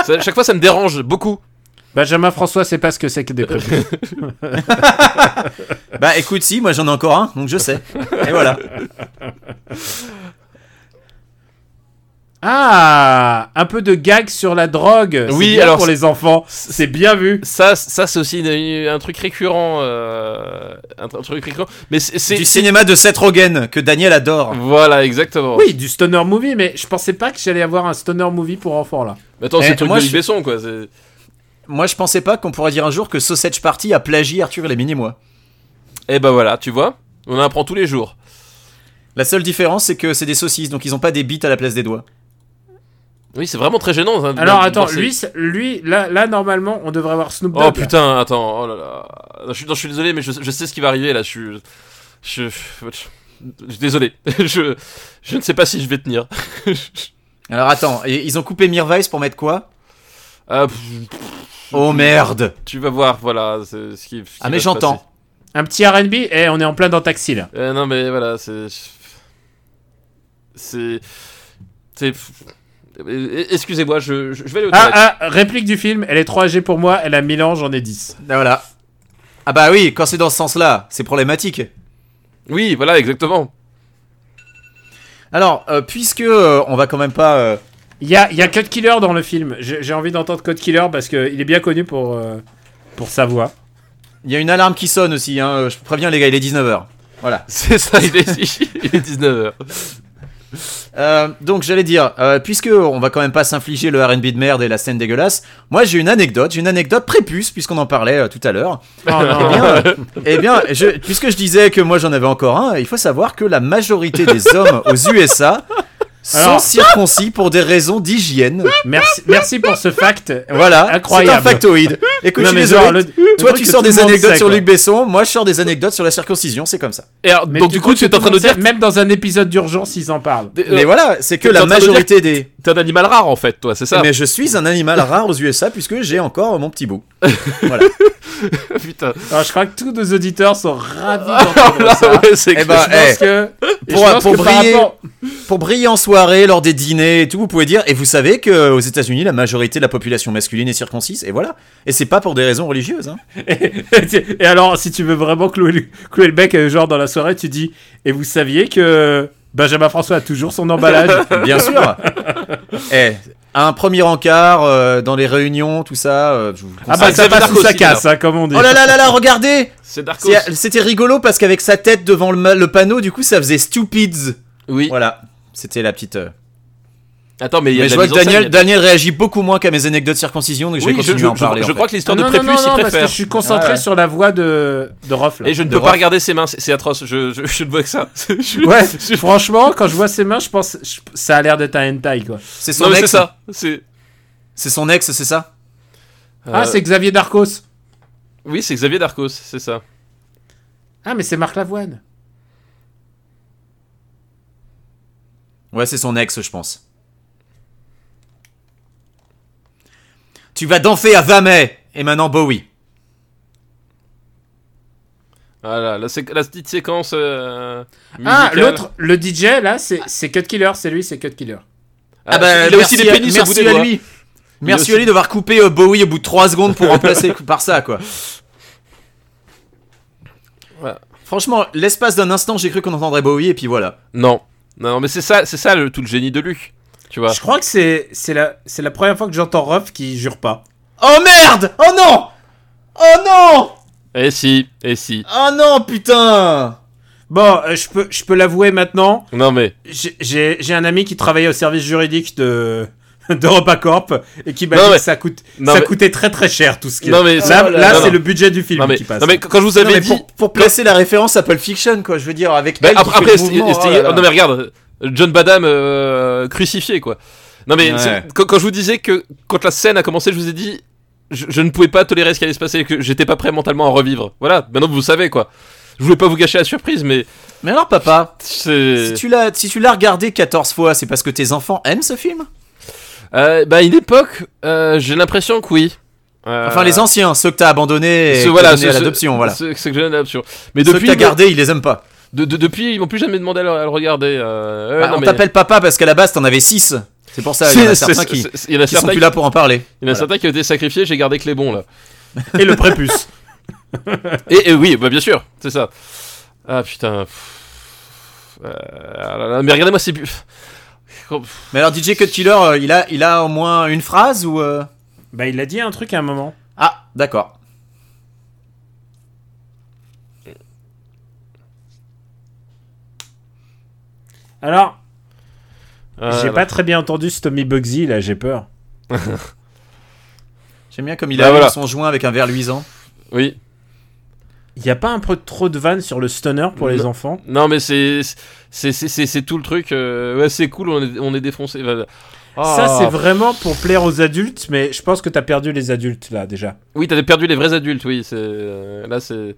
Speaker 3: Ça- chaque fois, ça me dérange beaucoup.
Speaker 2: Benjamin François, c'est pas ce que c'est que des prépuces.
Speaker 1: Bah écoute, si, moi j'en ai encore un, donc je sais. Et voilà.
Speaker 2: Ah, un peu de gag sur la drogue. c'est
Speaker 3: Oui,
Speaker 2: bien
Speaker 3: alors
Speaker 2: pour
Speaker 3: c'est-
Speaker 2: les enfants, c'est bien vu.
Speaker 3: Ça, ça c'est aussi une- un truc récurrent. euh, un, tr- un truc récurrent. Mais c'est- c'est.
Speaker 1: Du
Speaker 3: c'est-
Speaker 1: cinéma de Seth Rogen, que Daniel adore.
Speaker 3: Voilà, exactement.
Speaker 2: Oui, du stoner movie, mais je pensais pas que j'allais avoir un stoner movie pour enfants là.
Speaker 3: Mais attends,
Speaker 1: Eh,
Speaker 3: c'est le truc
Speaker 1: moi,
Speaker 3: de
Speaker 1: je-
Speaker 3: Luc Besson, quoi. c'est-
Speaker 1: Moi je pensais pas qu'on pourrait dire un jour que Sausage Party a plagié Arthur et les Minimois.
Speaker 3: Eh ben voilà, tu vois. On en apprend tous les jours.
Speaker 1: La seule différence c'est que c'est des saucisses, donc ils ont pas des bites à la place des doigts.
Speaker 3: Oui, c'est vraiment très gênant. hein, de-
Speaker 2: Alors
Speaker 3: de- de
Speaker 2: attends,
Speaker 3: voir ces-
Speaker 2: lui, c'est- lui, là, là normalement, on devrait avoir Snoop Dogg.
Speaker 3: Oh putain, attends, oh là là. Non, je, suis, non, je suis désolé, mais je, je sais ce qui va arriver là. Je suis. Je. je- je- désolé. je, je ne sais pas si je vais tenir.
Speaker 1: Alors attends, et ils ont coupé Mirvice pour mettre quoi
Speaker 3: Ah, pff,
Speaker 1: Oh merde
Speaker 3: tu vas voir, voilà. c'est Ce qui, ce qui
Speaker 1: Ah
Speaker 3: va
Speaker 1: mais
Speaker 3: se
Speaker 1: j'entends.
Speaker 2: Un petit RB, et on est en plein dans Taxi là.
Speaker 3: passer. Euh, non, mais voilà, c'est. C'est. C'est. Euh, Excusez-moi, je, je je vais aller aux toilettes.
Speaker 2: Ah, ah, réplique du film, elle est 3G pour moi, elle a 1000 ans, j'en ai 10.
Speaker 1: Ah, Voilà. Ah bah oui, quand c'est dans ce sens-là, c'est problématique.
Speaker 3: Oui, voilà, exactement.
Speaker 1: Alors, euh, puisque euh, on va quand même pas... euh,
Speaker 2: Il y a, il y a Cut Killer dans le film, j'ai j'ai envie d'entendre Cut Killer parce qu'il est bien connu pour, euh, pour sa voix.
Speaker 1: Il y a une alarme qui sonne aussi, hein, euh, je préviens les gars, il est 19h. Voilà.
Speaker 3: C'est ça, il est, il est 19h.
Speaker 1: Euh, donc j'allais dire, euh, puisque on va quand même pas s'infliger le RB de merde et la scène dégueulasse, moi j'ai une anecdote, j'ai une anecdote prépuce, puisqu'on en parlait euh, tout à l'heure.
Speaker 2: Oh,
Speaker 1: Eh
Speaker 2: non.
Speaker 1: bien, euh,
Speaker 2: Ah.
Speaker 1: eh bien je- puisque je disais que moi j'en avais encore un, il faut savoir que la majorité des hommes aux USA sont
Speaker 2: Alors-
Speaker 1: circoncis pour des raisons d'hygiène.
Speaker 2: merci, merci pour ce fact.
Speaker 1: Voilà, c'est un
Speaker 2: Incroyable.
Speaker 1: factoïde. Écoute,
Speaker 2: Non,
Speaker 1: je suis
Speaker 2: mais
Speaker 1: désolé,
Speaker 2: genre, le- le
Speaker 1: toi
Speaker 2: truc
Speaker 1: tu
Speaker 2: que
Speaker 1: sors
Speaker 2: tout le
Speaker 1: des
Speaker 2: monde
Speaker 1: anecdotes
Speaker 2: sait,
Speaker 1: sur
Speaker 2: quoi.
Speaker 1: Luc Besson, moi je sors des anecdotes sur la circoncision, c'est comme ça.
Speaker 3: Et alors,
Speaker 2: Mais
Speaker 3: donc, du coup, tu es en train de dire.
Speaker 2: Même dans un épisode d'urgence, ils en parlent.
Speaker 1: Mais voilà, c'est que
Speaker 3: t'es
Speaker 1: la
Speaker 3: en train de dire
Speaker 1: majorité des...
Speaker 3: T'es un animal rare en fait, toi, c'est ça
Speaker 1: Mais je suis un animal rare aux USA puisque j'ai encore mon petit bout. Voilà.
Speaker 3: Putain.
Speaker 2: Alors, je crois que tous nos auditeurs sont ravis
Speaker 3: Oh
Speaker 2: d'entendre
Speaker 3: là,
Speaker 2: ça.
Speaker 3: ouais, c'est
Speaker 1: Eh
Speaker 3: que-
Speaker 1: ben,
Speaker 2: je pense que
Speaker 1: eh,
Speaker 2: je pense
Speaker 1: pour, pour
Speaker 2: que par
Speaker 1: briller,
Speaker 2: rapport-
Speaker 1: pour briller en soirée, lors des dîners et tout, vous pouvez dire. Et vous savez que aux États-Unis, la majorité de la population masculine est circoncise. Et voilà. Et c'est pas pour des raisons religieuses. hein.
Speaker 2: et, et alors, si tu veux vraiment clouer, le- clouer le bec, euh, genre dans la soirée, tu dis Et vous saviez que Benjamin François a toujours son emballage
Speaker 1: Bien sûr. Eh, un premier encart euh, dans les réunions, tout ça. euh, je vous le
Speaker 2: Ah
Speaker 1: conseille.
Speaker 2: bah,
Speaker 3: Xavier
Speaker 2: ça passe ou
Speaker 3: Darcos,
Speaker 2: ça
Speaker 3: il est
Speaker 2: casse, hein, comme on dit.
Speaker 1: Oh là là là là, regardez
Speaker 3: C'est Darkos.
Speaker 1: C'est- C'était rigolo parce qu'avec sa tête devant le, ma- le panneau, du coup, ça faisait stupids.
Speaker 3: Oui.
Speaker 1: Voilà. C'était la petite. euh,
Speaker 3: Attends, mais il y a
Speaker 1: Mais
Speaker 3: de
Speaker 1: je
Speaker 3: la
Speaker 1: vois que
Speaker 3: mise en scène,
Speaker 1: Daniel,
Speaker 3: il y a-
Speaker 1: Daniel réagit beaucoup moins qu'à mes anecdotes de circoncision, donc je vais
Speaker 3: Oui,
Speaker 1: continuer à en
Speaker 3: je-
Speaker 1: parler.
Speaker 3: je
Speaker 1: en fait.
Speaker 3: crois que l'histoire de
Speaker 2: non, non,
Speaker 3: Prépuce,
Speaker 2: non,
Speaker 3: il
Speaker 2: non, parce que
Speaker 3: préfère. Ah
Speaker 2: je suis concentré
Speaker 1: Ouais, ouais.
Speaker 2: sur la voix de, de Rof. là.
Speaker 3: Et je ne
Speaker 1: De
Speaker 3: peux pas
Speaker 1: Rof.
Speaker 3: regarder ses mains, c'est c'est atroce. Je, je, je ne vois que ça. C'est- je-
Speaker 2: Ouais,
Speaker 3: je-
Speaker 2: franchement, quand je vois ses mains, je pense je- ça a l'air d'être un hentai quoi.
Speaker 1: C'est
Speaker 3: Non,
Speaker 1: son
Speaker 3: mais c'est
Speaker 1: ex.
Speaker 3: ça. C'est.
Speaker 1: C'est son ex, c'est ça
Speaker 2: Ah,
Speaker 3: euh,
Speaker 2: c'est Xavier Darcos.
Speaker 3: Oui, c'est Xavier Darcos, c'est ça.
Speaker 2: Ah, mais c'est Marc Lavoine.
Speaker 1: Ouais, c'est son ex, je pense. Tu vas danser à Vamet et maintenant Bowie.
Speaker 3: Voilà, la, sé- la petite séquence. euh,
Speaker 2: Ah,
Speaker 3: musicale.
Speaker 2: l'autre, le DJ là, c'est c'est Cut Killer, c'est lui, c'est Cut Killer.
Speaker 3: Ah, il a aussi des
Speaker 1: bah, merci à-
Speaker 3: pénis au bout
Speaker 1: merci
Speaker 3: des
Speaker 1: à
Speaker 3: doigts.
Speaker 1: lui. Merci
Speaker 3: aussi-
Speaker 1: à lui d'avoir coupé euh, Bowie au bout de 3 secondes pour remplacer par ça, quoi.
Speaker 3: Voilà.
Speaker 1: Franchement, l'espace d'un instant, j'ai cru qu'on entendrait Bowie et puis voilà.
Speaker 3: Non, non, mais c'est ça, c'est ça le, tout le génie de Luc. Tu vois.
Speaker 2: Je crois que c'est c'est la c'est la première fois que j'entends Rof qui jure pas.
Speaker 1: Oh merde Oh non Oh non
Speaker 3: Et Eh si, et si.
Speaker 1: Oh non, putain
Speaker 2: Bon, euh, je peux je peux l'avouer maintenant.
Speaker 3: Non mais.
Speaker 2: J'ai- J'ai j'ai un ami qui travaillait au service juridique de d'EuropaCorp et qui m'a
Speaker 3: Non,
Speaker 2: dit
Speaker 3: mais-
Speaker 2: que ça, coûte,
Speaker 3: non,
Speaker 2: ça
Speaker 3: mais-
Speaker 2: coûtait très très cher tout ce qui
Speaker 3: Non mais.
Speaker 2: Là, là,
Speaker 3: non,
Speaker 2: c'est
Speaker 3: non.
Speaker 2: le budget du film
Speaker 3: Non mais,
Speaker 2: qui passe.
Speaker 3: non, mais quand je vous
Speaker 1: Non,
Speaker 3: avais
Speaker 1: mais
Speaker 3: dit.
Speaker 1: pour, pour placer la référence à Pulp Fiction, quoi, je veux dire, avec
Speaker 3: Bah,
Speaker 1: elle qui
Speaker 3: ap-
Speaker 1: fait le
Speaker 3: après, c'est-
Speaker 1: mouvement,
Speaker 3: c'est-
Speaker 1: oh là là.
Speaker 3: non mais regarde, John Badham euh, crucifié quoi. Non mais
Speaker 1: Ouais.
Speaker 3: c'est- quand, quand je vous disais que quand la scène a commencé, je vous ai dit je, je ne pouvais pas tolérer ce qui allait se passer, que j'étais pas prêt mentalement à revivre. Voilà, maintenant vous savez quoi. Je voulais pas vous gâcher la surprise, mais
Speaker 1: Mais alors, papa, si
Speaker 3: c'est
Speaker 1: tu l'as si tu l'as regardé 14 fois, c'est parce que tes enfants aiment ce film
Speaker 3: Euh, bah à une époque, euh, j'ai l'impression que oui. Euh,
Speaker 1: Enfin, les anciens, ceux que t'as abandonnés et
Speaker 3: ce-
Speaker 1: que
Speaker 3: voilà,
Speaker 1: t'as donnés
Speaker 3: ce-
Speaker 1: à
Speaker 3: ce-
Speaker 1: l'adoption, voilà.
Speaker 3: ce- ce que j'ai donné à l'adoption. Mais
Speaker 1: Ceux
Speaker 3: depuis,
Speaker 1: que t'as
Speaker 3: ils
Speaker 1: gardés, ils les aiment pas.
Speaker 3: m'ont- de- de- depuis, ils m'ont plus jamais demandé à le, à le regarder. euh, euh,
Speaker 1: Bah,
Speaker 3: non,
Speaker 1: on
Speaker 3: mais-
Speaker 1: t'appelle papa parce qu'à la base, t'en avais 6. C'est pour ça, il y en a
Speaker 3: C'est-
Speaker 1: certains
Speaker 3: c'est-
Speaker 1: qui,
Speaker 3: c'est- Il y en a
Speaker 1: qui sont
Speaker 3: certains
Speaker 1: plus
Speaker 3: qui-
Speaker 1: là pour en parler.
Speaker 3: il y en a
Speaker 1: Voilà.
Speaker 3: certains qui ont été sacrifiés, j'ai gardé que les bons là.
Speaker 2: Et le prépuce.
Speaker 3: Et, et oui, bah bien sûr, c'est ça. Ah putain. pff. Euh, ah là là, mais regardez-moi ces bu-
Speaker 1: Mais alors, DJ Cut Killer, euh, il, a, il a au moins une phrase ou. euh
Speaker 2: bah, il a dit un truc à un moment.
Speaker 1: Ah, d'accord.
Speaker 2: Alors,
Speaker 3: Ah
Speaker 2: j'ai
Speaker 3: là.
Speaker 2: pas très bien entendu ce Tommy Bugsy là, j'ai peur.
Speaker 1: J'aime bien comme il
Speaker 3: Bah,
Speaker 1: a
Speaker 3: voilà.
Speaker 1: son joint avec un verre luisant.
Speaker 3: Oui.
Speaker 2: Y a pas un peu trop de vannes sur le stunner pour les
Speaker 3: Non.
Speaker 2: enfants
Speaker 3: Non mais c'est c'est c'est- c'est c'est tout le truc. euh, Ouais, c'est cool, on est on est défoncé. voilà.
Speaker 2: Ça,
Speaker 3: Ah.
Speaker 2: c'est vraiment pour plaire aux adultes, mais je pense que t'as perdu les adultes là déjà.
Speaker 3: Oui, t'avais perdu les vrais adultes, oui. C'est euh, là, c'est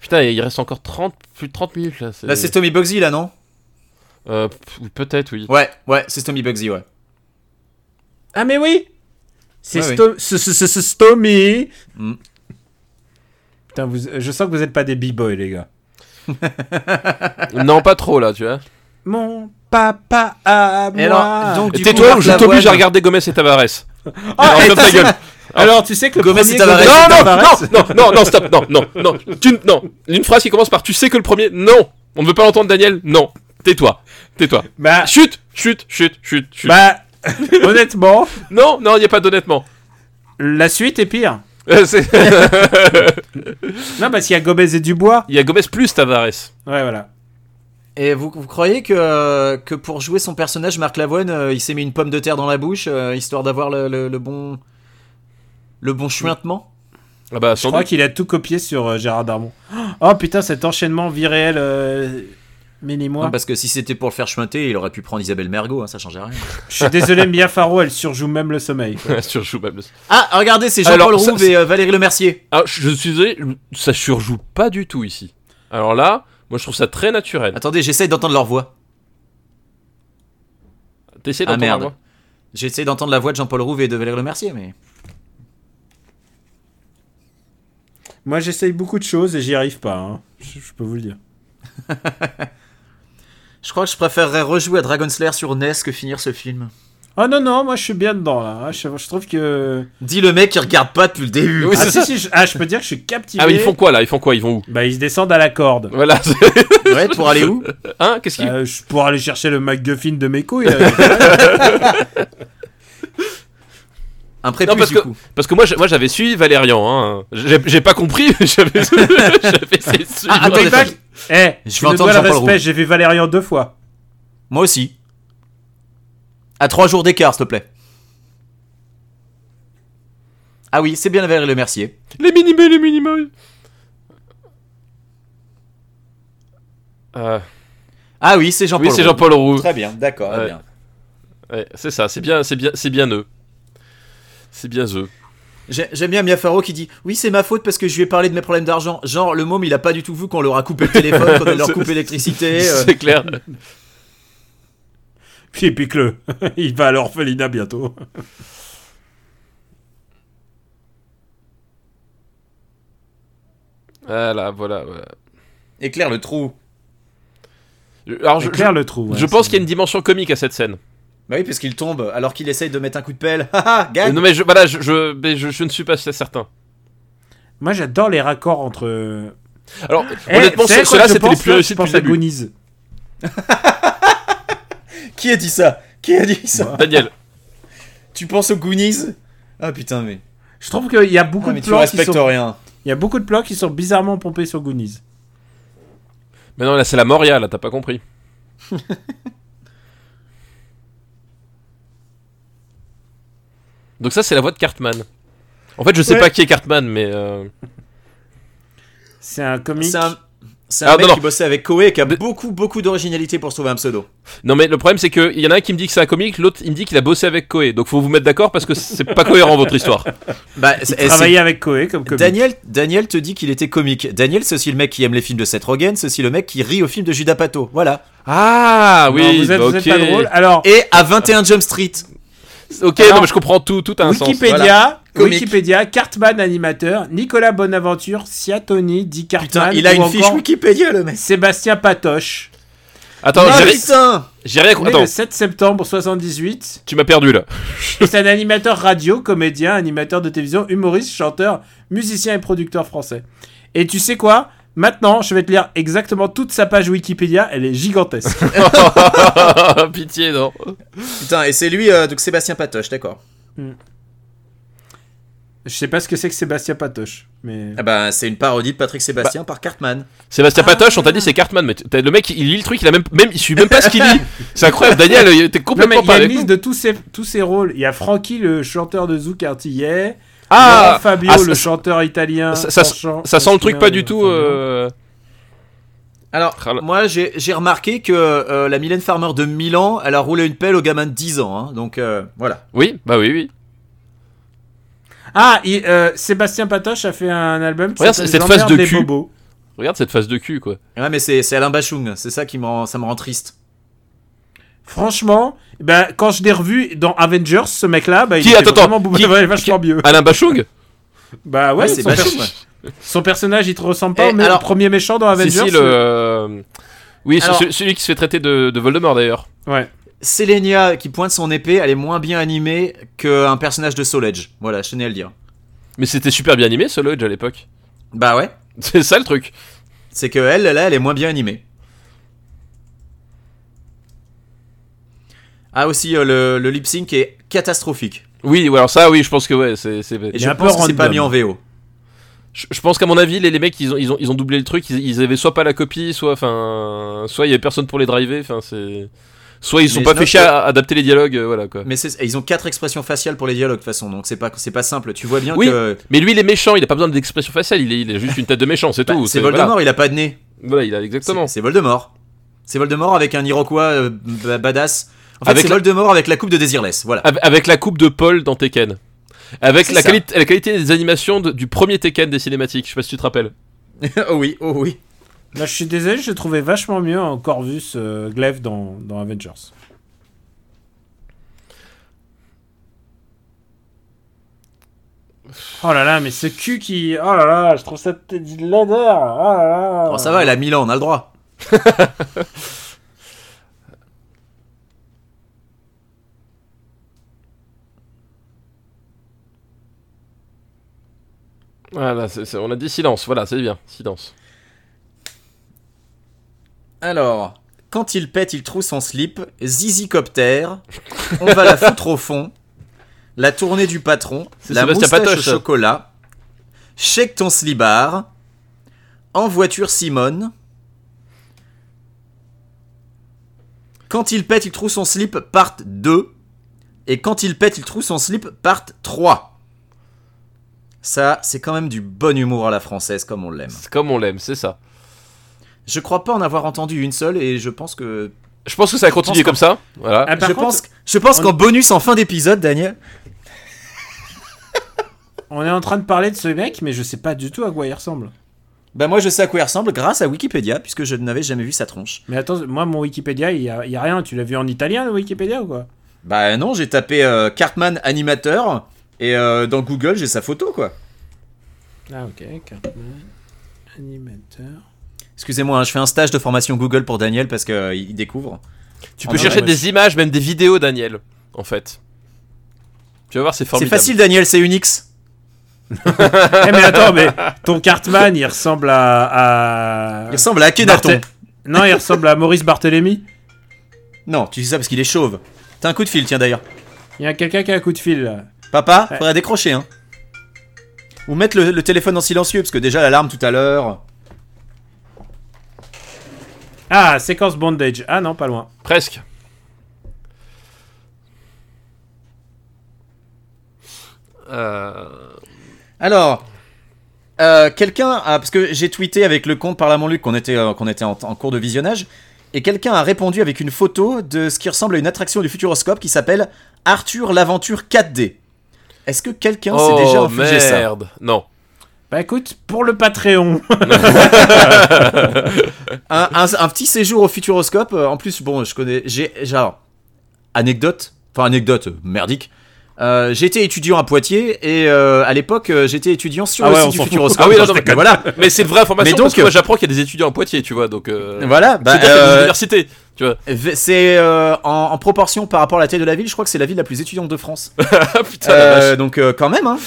Speaker 3: putain, il reste encore 30 plus de 30 minutes là. c'est-
Speaker 1: Là, c'est Tommy Bugsy, là, non
Speaker 3: Euh, p- peut-être oui.
Speaker 1: Ouais, ouais, c'est Tommy Bugsy, ouais.
Speaker 2: Ah, mais oui C'est
Speaker 1: Ouais, oui.
Speaker 2: Sto- ce- ce- ce- ce Stomy
Speaker 1: Mm.
Speaker 2: Putain, vous- euh, je sens que vous êtes pas des b-boys, les gars.
Speaker 3: non, pas trop là, tu vois.
Speaker 2: Mon papa à moi.
Speaker 1: Et alors, donc,
Speaker 3: Et
Speaker 1: Du
Speaker 3: Tais-toi
Speaker 1: coup,
Speaker 3: ou je
Speaker 1: Marc
Speaker 3: t'oblige
Speaker 1: Lavoine-
Speaker 3: à regarder Gomez et Tavares.
Speaker 2: Ah,
Speaker 3: alors,
Speaker 2: et
Speaker 3: ferme ta
Speaker 2: tu sais-
Speaker 3: gueule.
Speaker 2: alors, tu sais que le
Speaker 1: Gomez
Speaker 2: premier
Speaker 1: et Tavares.
Speaker 2: Gomez et
Speaker 3: Non, non,
Speaker 2: Tavares-
Speaker 3: non, non, non, non, stop, non, non, non. Tu- non. Une phrase qui commence par tu sais que le premier. Non, on ne veut pas l'entendre, Daniel. Non, tais-toi, tais-toi.
Speaker 2: Bah,
Speaker 3: Chut, chut, chut, chut, chut.
Speaker 2: bah, honnêtement,
Speaker 3: Non, non, il n'y a pas d'honnêtement.
Speaker 2: la suite est pire.
Speaker 3: Euh, c'est-
Speaker 2: Non, parce qu'il y a Gomez et Dubois.
Speaker 3: Il y a Gomez plus Tavares.
Speaker 2: Ouais, voilà.
Speaker 1: Et vous, vous croyez que, euh, que pour jouer son personnage, Marc Lavoine, euh, il s'est mis une pomme de terre dans la bouche, euh, histoire d'avoir le, le- le bon. le bon chuintement
Speaker 3: Ah bah
Speaker 2: Je
Speaker 3: sans
Speaker 2: crois
Speaker 3: doute.
Speaker 2: qu'il a tout copié sur euh, Gérard Darmon. Oh putain, cet enchaînement vie réelle. Euh... Mini-moi.
Speaker 1: Non, bah, Parce que si c'était pour le faire chuinter, il aurait pu prendre Isabelle Mergot, hein, ça changeait rien.
Speaker 2: Je suis désolé, Mia Farrow, elle surjoue même le sommeil.
Speaker 3: Surjoue pas plus.
Speaker 1: Ah, regardez, c'est Jean-Paul
Speaker 3: Alors, ça,
Speaker 1: Rouve et euh, Valérie Lemercier.
Speaker 3: Ah, je je suis désolé, ça surjoue pas du tout ici. Alors là, moi je trouve ça très naturel.
Speaker 1: Attendez, j'essaye d'entendre leur voix.
Speaker 3: T'essayes
Speaker 1: Ah,
Speaker 3: d'entendre
Speaker 1: merde.
Speaker 3: la voix.
Speaker 1: J'essaye d'entendre la voix de Jean-Paul Rouve et de Valérie Lemercier, mais.
Speaker 2: Moi, j'essaye beaucoup de choses et j'y arrive pas. hein. Je, je peux vous le dire.
Speaker 1: Je crois que je préférerais rejouer à Dragon Slayer sur NES que finir ce film.
Speaker 2: Oh non, non, moi, je suis bien dedans là. Ah, Je, je trouve que.
Speaker 1: Dis le mec qui regarde pas depuis le début.
Speaker 3: Oui,
Speaker 2: ah,
Speaker 3: c'est
Speaker 2: si,
Speaker 3: ça.
Speaker 2: si, je... ah, je peux dire que je suis captivé.
Speaker 3: Ah, mais ils font quoi là Ils font quoi Ils vont où
Speaker 2: Bah, ils se descendent à la corde.
Speaker 3: Voilà. c'est-
Speaker 1: Ouais, pour aller où
Speaker 3: Hein Qu'est-ce qu'ils.
Speaker 2: Bah, je pourrais aller chercher le MacGuffin de mes couilles. euh.
Speaker 1: Un
Speaker 3: Non,
Speaker 1: prépuce
Speaker 3: parce
Speaker 1: du
Speaker 3: que-
Speaker 1: coup.
Speaker 3: Parce que moi, j'ai- moi j'avais suivi Valérian. Hein. J'ai j'ai pas compris, mais j'avais j'avais essayé de suivre.
Speaker 1: Ah, attendez,
Speaker 2: Mais pas-
Speaker 1: je-
Speaker 2: Eh,
Speaker 1: je
Speaker 2: je
Speaker 1: vais
Speaker 2: me
Speaker 1: entendre
Speaker 2: dois le
Speaker 1: Jean-Paul Roux.
Speaker 2: respect, j'ai vu Valérian deux fois.
Speaker 1: Moi aussi. À trois jours d'écart, s'il te plaît. Ah oui, c'est bien Valérie Le Mercier.
Speaker 3: Les minima, les minima. Euh,
Speaker 1: Ah oui, c'est Jean-Paul.
Speaker 3: oui, c'est
Speaker 1: Roux.
Speaker 3: Jean-Paul Roux.
Speaker 1: Très bien, d'accord. très
Speaker 3: Ouais.
Speaker 1: bien.
Speaker 3: Ouais, c'est ça, c'est bien, c'est bien, c'est bien eux. C'est bien eux.
Speaker 1: J'ai- J'aime bien Mia Farrow qui dit Oui, c'est ma faute parce que je lui ai parlé de mes problèmes d'argent. Genre, le môme, il a pas du tout vu qu'on leur a coupé le téléphone, qu'on leur a
Speaker 3: C'est-
Speaker 1: coupé l'électricité. euh.
Speaker 3: C'est clair.
Speaker 2: Puis pique-le. Il va à l'orphelinat bientôt.
Speaker 3: Voilà, voilà. voilà.
Speaker 1: Éclaire le trou.
Speaker 3: Alors, je,
Speaker 2: Eh, Claire le trou.
Speaker 3: je-
Speaker 2: ouais,
Speaker 3: je pense
Speaker 2: c'est-
Speaker 3: qu'il y a une dimension comique à cette scène.
Speaker 1: Bah oui, parce qu'il tombe alors qu'il essaye de mettre un coup de pelle. Haha,
Speaker 3: Euh,
Speaker 1: gagne
Speaker 3: Non mais je, voilà, je, je, mais je, je ne suis pas certain.
Speaker 2: Moi, j'adore les raccords entre.
Speaker 3: Alors
Speaker 2: Eh,
Speaker 3: honnêtement,
Speaker 2: c'est
Speaker 3: ce-
Speaker 2: quoi,
Speaker 3: ceux-là
Speaker 2: je
Speaker 3: c'était les
Speaker 2: pense,
Speaker 3: plus
Speaker 2: là,
Speaker 3: réussis
Speaker 2: je
Speaker 3: depuis
Speaker 2: pense
Speaker 3: le
Speaker 2: à
Speaker 3: début.
Speaker 2: Goonies.
Speaker 1: Qui a dit ça Qui a dit ça
Speaker 3: Daniel,
Speaker 1: Tu penses aux Goonies Ah putain, mais.
Speaker 2: Je trouve qu'il y a beaucoup
Speaker 1: Ah,
Speaker 2: de
Speaker 1: mais tu
Speaker 2: plans qui
Speaker 1: respectes
Speaker 2: sont.
Speaker 1: rien.
Speaker 2: Il y a beaucoup de plans qui sont bizarrement pompés sur Goonies.
Speaker 3: mais non là c'est la Moria, là t'as pas compris. Donc ça c'est la voix de Cartman. En fait je sais
Speaker 2: Ouais.
Speaker 3: pas qui est Cartman mais euh,
Speaker 2: C'est un comique.
Speaker 1: C'est un, c'est un
Speaker 3: Ah,
Speaker 1: mec
Speaker 3: non, non.
Speaker 1: qui bossait avec Koei et qui a
Speaker 3: Mais-
Speaker 1: beaucoup, beaucoup d'originalité pour trouver un pseudo.
Speaker 3: non mais le problème c'est que il y en a un qui me dit que c'est un comique, l'autre il me dit qu'il a bossé avec Koei. Donc faut vous mettre d'accord parce que c'est pas cohérent votre histoire.
Speaker 1: Bah,
Speaker 2: Il travaillait avec Koei comme comique.
Speaker 1: Daniel, Daniel te dit qu'il était comique. Daniel, c'est aussi le mec qui aime les films de Seth Rogen, c'est aussi le mec qui rit aux films de Judas Pato. Voilà.
Speaker 3: Ah
Speaker 2: Non,
Speaker 3: oui,
Speaker 2: vous êtes,
Speaker 3: bah,
Speaker 2: vous êtes
Speaker 3: ok.
Speaker 2: pas drôle. Alors,
Speaker 1: Et à 21 Jump Street.
Speaker 3: Ok,
Speaker 2: Alors,
Speaker 3: non mais je comprends tout, tout a un sens.
Speaker 2: Wikipédia,
Speaker 1: Comique.
Speaker 2: Wikipédia, Cartman animateur, Nicolas Bonaventure, Siatoni, Di Cartman.
Speaker 1: Putain, il a
Speaker 2: ou
Speaker 1: une
Speaker 2: encore
Speaker 1: fiche Wikipédia, le mec.
Speaker 2: Sébastien Patoche.
Speaker 3: Attends,
Speaker 1: Ah,
Speaker 3: j'ai ri-
Speaker 1: putain
Speaker 3: j'ai rien.
Speaker 2: né
Speaker 3: Attends,
Speaker 2: le 7 septembre 78.
Speaker 3: tu m'as perdu là.
Speaker 2: C'est un animateur radio, comédien, animateur de télévision, humoriste, chanteur, musicien et producteur français. Et tu sais quoi Maintenant, je vais te lire exactement toute sa page Wikipédia. Elle est gigantesque.
Speaker 3: Pitié, non.
Speaker 1: Putain, et c'est lui, euh, donc Sébastien Patoche, d'accord.
Speaker 2: je sais pas ce que c'est que Sébastien Patoche, mais
Speaker 1: Ah bah, c'est une parodie de Patrick
Speaker 2: Bah.
Speaker 1: Sébastien par Cartman.
Speaker 3: Sébastien Patoche, on t'a dit c'est Cartman, mais t'as- le mec il lit le truc, il a même, même il suit même pas ce qu'il lit. C'est incroyable, Daniel, il- t'es
Speaker 2: non mais
Speaker 3: complètement
Speaker 2: il y
Speaker 3: pas
Speaker 2: a une
Speaker 3: avec nous.
Speaker 2: liste de tous ses tous ses rôles. Il y a Francky, le chanteur de Zouk Artillet. Laurent
Speaker 3: Ah,
Speaker 2: Fabio,
Speaker 3: ah, ça-
Speaker 2: le chanteur italien.
Speaker 3: ça- ça-
Speaker 2: Franchant-
Speaker 3: ça sent le truc
Speaker 2: Franchement,
Speaker 3: pas du tout.
Speaker 2: Fabio.
Speaker 3: euh,
Speaker 1: Alors,
Speaker 3: Ah là.
Speaker 1: moi, j'ai j'ai remarqué que euh, la Mylène Farmer de Milan, elle a roulé une pelle au gamin de 10 ans. hein. donc, euh, voilà.
Speaker 3: Oui, bah oui, oui.
Speaker 2: Ah, il- euh, Sébastien Patoche a fait un album. qui
Speaker 3: Regarde
Speaker 2: s'appelle
Speaker 3: cette
Speaker 2: Les
Speaker 3: face de
Speaker 2: Emmerdes des
Speaker 3: cul.
Speaker 2: Bobos.
Speaker 3: Regarde cette phase de cul, quoi.
Speaker 1: Ouais, mais c'est c'est Alain Bachung, c'est ça qui me rend, ça me rend triste.
Speaker 2: Franchement, ben, quand je l'ai revu dans Avengers, ce mec-là, bah, il
Speaker 3: Qui-
Speaker 2: était
Speaker 3: attends,
Speaker 2: vraiment
Speaker 3: attends,
Speaker 2: bou-
Speaker 3: qui-
Speaker 2: ouais, vachement mieux.
Speaker 3: Alain Bachung
Speaker 2: Bah ouais,
Speaker 1: Ouais, c'est
Speaker 2: son,
Speaker 1: Bachung.
Speaker 2: perso- son personnage, il te ressemble pas,
Speaker 1: Eh,
Speaker 2: mais
Speaker 1: alors-
Speaker 2: le premier méchant dans
Speaker 3: Si,
Speaker 2: Avengers.
Speaker 3: si, le. euh, Oui, c'est
Speaker 1: Alors-
Speaker 3: celui- celui qui se fait traiter de, de Voldemort d'ailleurs.
Speaker 2: Ouais.
Speaker 1: Selenia qui pointe son épée, elle est moins bien animée qu'un personnage de Soul Edge. Voilà, je tenais à le dire.
Speaker 3: Mais c'était super bien animé, ce Lodge à l'époque.
Speaker 1: Bah ouais,
Speaker 3: C'est ça le truc.
Speaker 1: c'est que elle, là, elle est moins bien animée. Ah aussi, euh, le, le lip sync est catastrophique.
Speaker 3: Oui, ou alors ça, oui, je pense que ouais, c'est. c'est-
Speaker 1: Et
Speaker 2: est
Speaker 1: je
Speaker 2: un peu
Speaker 1: pense que c'est pas
Speaker 2: random.
Speaker 1: mis en VO.
Speaker 3: Je, je pense qu'à mon avis, les, les mecs, ils ont, ils, ont, ils ont doublé le truc. Ils, ils avaient soit pas la copie, soit, enfin, soit il y avait personne pour les driver. Enfin, c'est. Soit ils sont
Speaker 1: Mais
Speaker 3: pas
Speaker 1: je
Speaker 3: fait
Speaker 1: note
Speaker 3: chier
Speaker 1: que-
Speaker 3: à adapter les dialogues, euh, voilà quoi.
Speaker 1: Mais c'est- et ils ont quatre expressions faciales pour les dialogues de toute façon, donc c'est pas c'est pas simple. Tu vois bien
Speaker 3: Oui,
Speaker 1: que
Speaker 3: Mais lui, il est méchant, il a pas besoin d'expression faciale, il, est- il a juste une tête de méchant, c'est
Speaker 1: bah,
Speaker 3: tout.
Speaker 1: c'est Voldemort, il a pas de nez.
Speaker 3: Voilà, Voilà, il a exactement.
Speaker 1: C'est c'est Voldemort. C'est Voldemort avec un Iroquois euh, ba- badass. En fait,
Speaker 3: Avec
Speaker 1: c'est
Speaker 3: la-
Speaker 1: Voldemort avec la coupe de Désirless. Voilà.
Speaker 3: Ave- Avec la coupe de Paul dans Tekken. Avec
Speaker 1: C'est
Speaker 3: la,
Speaker 1: ça.
Speaker 3: quali- la qualité des animations de- du premier Tekken des cinématiques, je sais pas si tu te rappelles.
Speaker 1: oh oui, oh oui.
Speaker 2: Là, je suis désolé, je le trouvais vachement mieux en Corvus euh, Glaive dans, dans Avengers. Oh là là, mais ce cul qui. Oh là là, je trouve ça t- de l'odeur. Oh là là.
Speaker 1: Bon, ça va, elle a 1000 ans, on a le droit.
Speaker 3: Voilà, c'est- c'est- on a dit silence, voilà, c'est bien, silence.
Speaker 1: Alors, quand il pète, il trouve son slip. Zizicopter. On va la foutre au fond. La tournée du patron.
Speaker 3: C'est
Speaker 1: La
Speaker 3: Sébastien
Speaker 1: moustache
Speaker 3: Patoche,
Speaker 1: au
Speaker 3: ça.
Speaker 1: chocolat. Check ton slibard. En voiture, Simone. Quand il pète, il trouve son slip. Part 2. Et quand il pète, il trouve son slip, part 3. Ça, c'est quand même du bon humour à la française, comme on l'aime.
Speaker 3: C'est comme on l'aime, c'est ça.
Speaker 1: Je crois pas en avoir entendu une seule, et je pense que.
Speaker 3: Je pense que ça a continué
Speaker 1: Je
Speaker 3: comme ça. Voilà.
Speaker 2: Ah, par
Speaker 1: je,
Speaker 2: contre,
Speaker 1: pense, je pense
Speaker 2: on-
Speaker 1: qu'en bonus en fin d'épisode, Daniel.
Speaker 2: on est en train de parler de ce mec, mais je sais pas du tout à quoi il ressemble.
Speaker 1: Bah, moi, je sais à quoi il ressemble grâce à Wikipédia, puisque je n'avais jamais vu sa tronche.
Speaker 2: Mais attends, moi, mon Wikipédia, il y a, il y a rien. Tu l'as vu en italien, le Wikipédia, ou quoi
Speaker 1: Bah, non, j'ai tapé euh, Cartman animateur, et euh, dans Google, j'ai sa photo, quoi.
Speaker 2: Ah, ok. Cartman, animateur.
Speaker 1: Excusez-moi, hein, je fais un stage de formation Google pour Daniel parce qu'il il découvre.
Speaker 3: Tu
Speaker 1: Ah
Speaker 3: peux
Speaker 1: non,
Speaker 3: chercher
Speaker 1: mais-
Speaker 3: des images, même des vidéos, Daniel, en fait. Tu vas voir, c'est
Speaker 1: C'est
Speaker 3: formidable.
Speaker 1: facile, Daniel, c'est Unix.
Speaker 2: Eh, mais attends, mais ton Cartman, il ressemble à. à...
Speaker 1: Il ressemble à Akhenaton.
Speaker 2: Barthé- Non, il ressemble à Maurice Barthélémy.
Speaker 1: Non, tu dis ça parce qu'il est chauve. T'as un coup de fil, tiens d'ailleurs.
Speaker 2: Il y a quelqu'un qui a un coup de fil. là.
Speaker 1: Papa,
Speaker 2: Ouais.
Speaker 1: faudrait décrocher, hein. Ou mettre le, le téléphone en silencieux, parce que déjà l'alarme tout à l'heure.
Speaker 2: Ah, séquence bondage. Ah non, pas loin.
Speaker 3: Presque. Euh,
Speaker 1: Alors, euh, quelqu'un a. Parce que j'ai tweeté avec le compte par la Montluc qu'on était, euh, qu'on était en, en cours de visionnage, et quelqu'un a répondu avec une photo de ce qui ressemble à une attraction du Futuroscope qui s'appelle Arthur l'aventure 4D. Est-ce que quelqu'un
Speaker 3: oh
Speaker 1: s'est déjà infligé ça
Speaker 3: merde, non.
Speaker 2: Bah écoute, pour le Patreon.
Speaker 1: un, un- un petit séjour au Futuroscope. euh, En plus, bon, je connais. J'ai genre anecdote, enfin anecdote euh, merdique. Euh, j'étais étudiant à Poitiers et euh, à l'époque euh, j'étais étudiant sur
Speaker 4: Ah
Speaker 1: le
Speaker 4: ouais, on
Speaker 1: site du
Speaker 4: s'en fout.
Speaker 1: Futuroscope.
Speaker 3: Ah oui,
Speaker 1: Enfin,
Speaker 3: non,
Speaker 1: je
Speaker 3: non, mais-
Speaker 1: déconne, voilà,
Speaker 3: Mais c'est une vraie information.
Speaker 1: Mais
Speaker 3: parce
Speaker 1: donc,
Speaker 3: que moi,
Speaker 1: euh,
Speaker 3: j'apprends qu'il y a des étudiants à Poitiers, tu vois, donc. Euh...
Speaker 1: voilà. bah,
Speaker 3: c'est-à-dire qu'il y a des
Speaker 1: euh,
Speaker 3: universités.
Speaker 1: v- c'est euh, en, en proportion par rapport à la taille de la ville. Je crois que c'est la ville la plus étudiante de France.
Speaker 3: Ah putain, la
Speaker 1: Euh,
Speaker 3: vache.
Speaker 1: donc euh, quand même. Hein.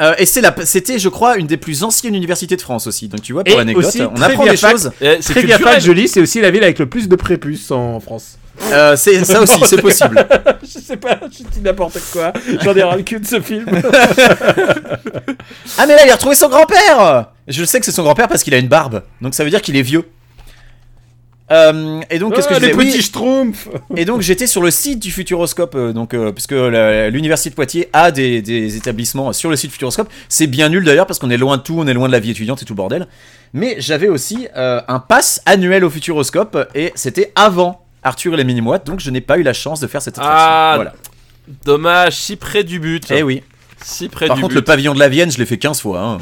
Speaker 1: Euh, et c'est la, c'était, je crois, une des plus anciennes universités de France aussi. Donc tu vois, pour
Speaker 2: Et
Speaker 1: l'anecdote,
Speaker 2: aussi,
Speaker 1: on
Speaker 2: très
Speaker 1: apprend
Speaker 2: bien
Speaker 1: des
Speaker 2: fact,
Speaker 1: choses.
Speaker 3: Eh, c'est
Speaker 4: Très bien,
Speaker 3: culturel.
Speaker 4: pas jolie, c'est aussi la ville avec le plus de prépuces en France.
Speaker 1: Euh, c'est ça aussi, c'est possible.
Speaker 4: Je sais pas, je dis n'importe quoi. J'en ai ras le cul de ce film.
Speaker 1: Ah mais là il a retrouvé son grand-père Je sais que c'est son grand-père parce qu'il a une barbe, donc ça veut dire qu'il est vieux. Euh, et donc, qu'est-ce que
Speaker 4: Ah,
Speaker 1: je
Speaker 4: les
Speaker 1: disais Oui,
Speaker 4: petits schtroumpfs
Speaker 1: Et donc, j'étais sur le site du Futuroscope, euh, donc euh, parce que la- l'université de Poitiers a des, des établissements sur le site du Futuroscope. C'est bien nul d'ailleurs parce qu'on est loin de tout, on est loin de la vie étudiante et tout le bordel. Mais j'avais aussi euh, un pass annuel au Futuroscope et c'était avant Arthur et les Minimoites, donc je n'ai pas eu la chance de faire cette attraction.
Speaker 3: Ah,
Speaker 1: voilà.
Speaker 3: Dommage, si près du but.
Speaker 1: Eh oui.
Speaker 3: Si près
Speaker 1: Par
Speaker 3: du
Speaker 1: contre, le
Speaker 3: but.
Speaker 1: pavillon de la Vienne, je l'ai fait 15 fois. hein.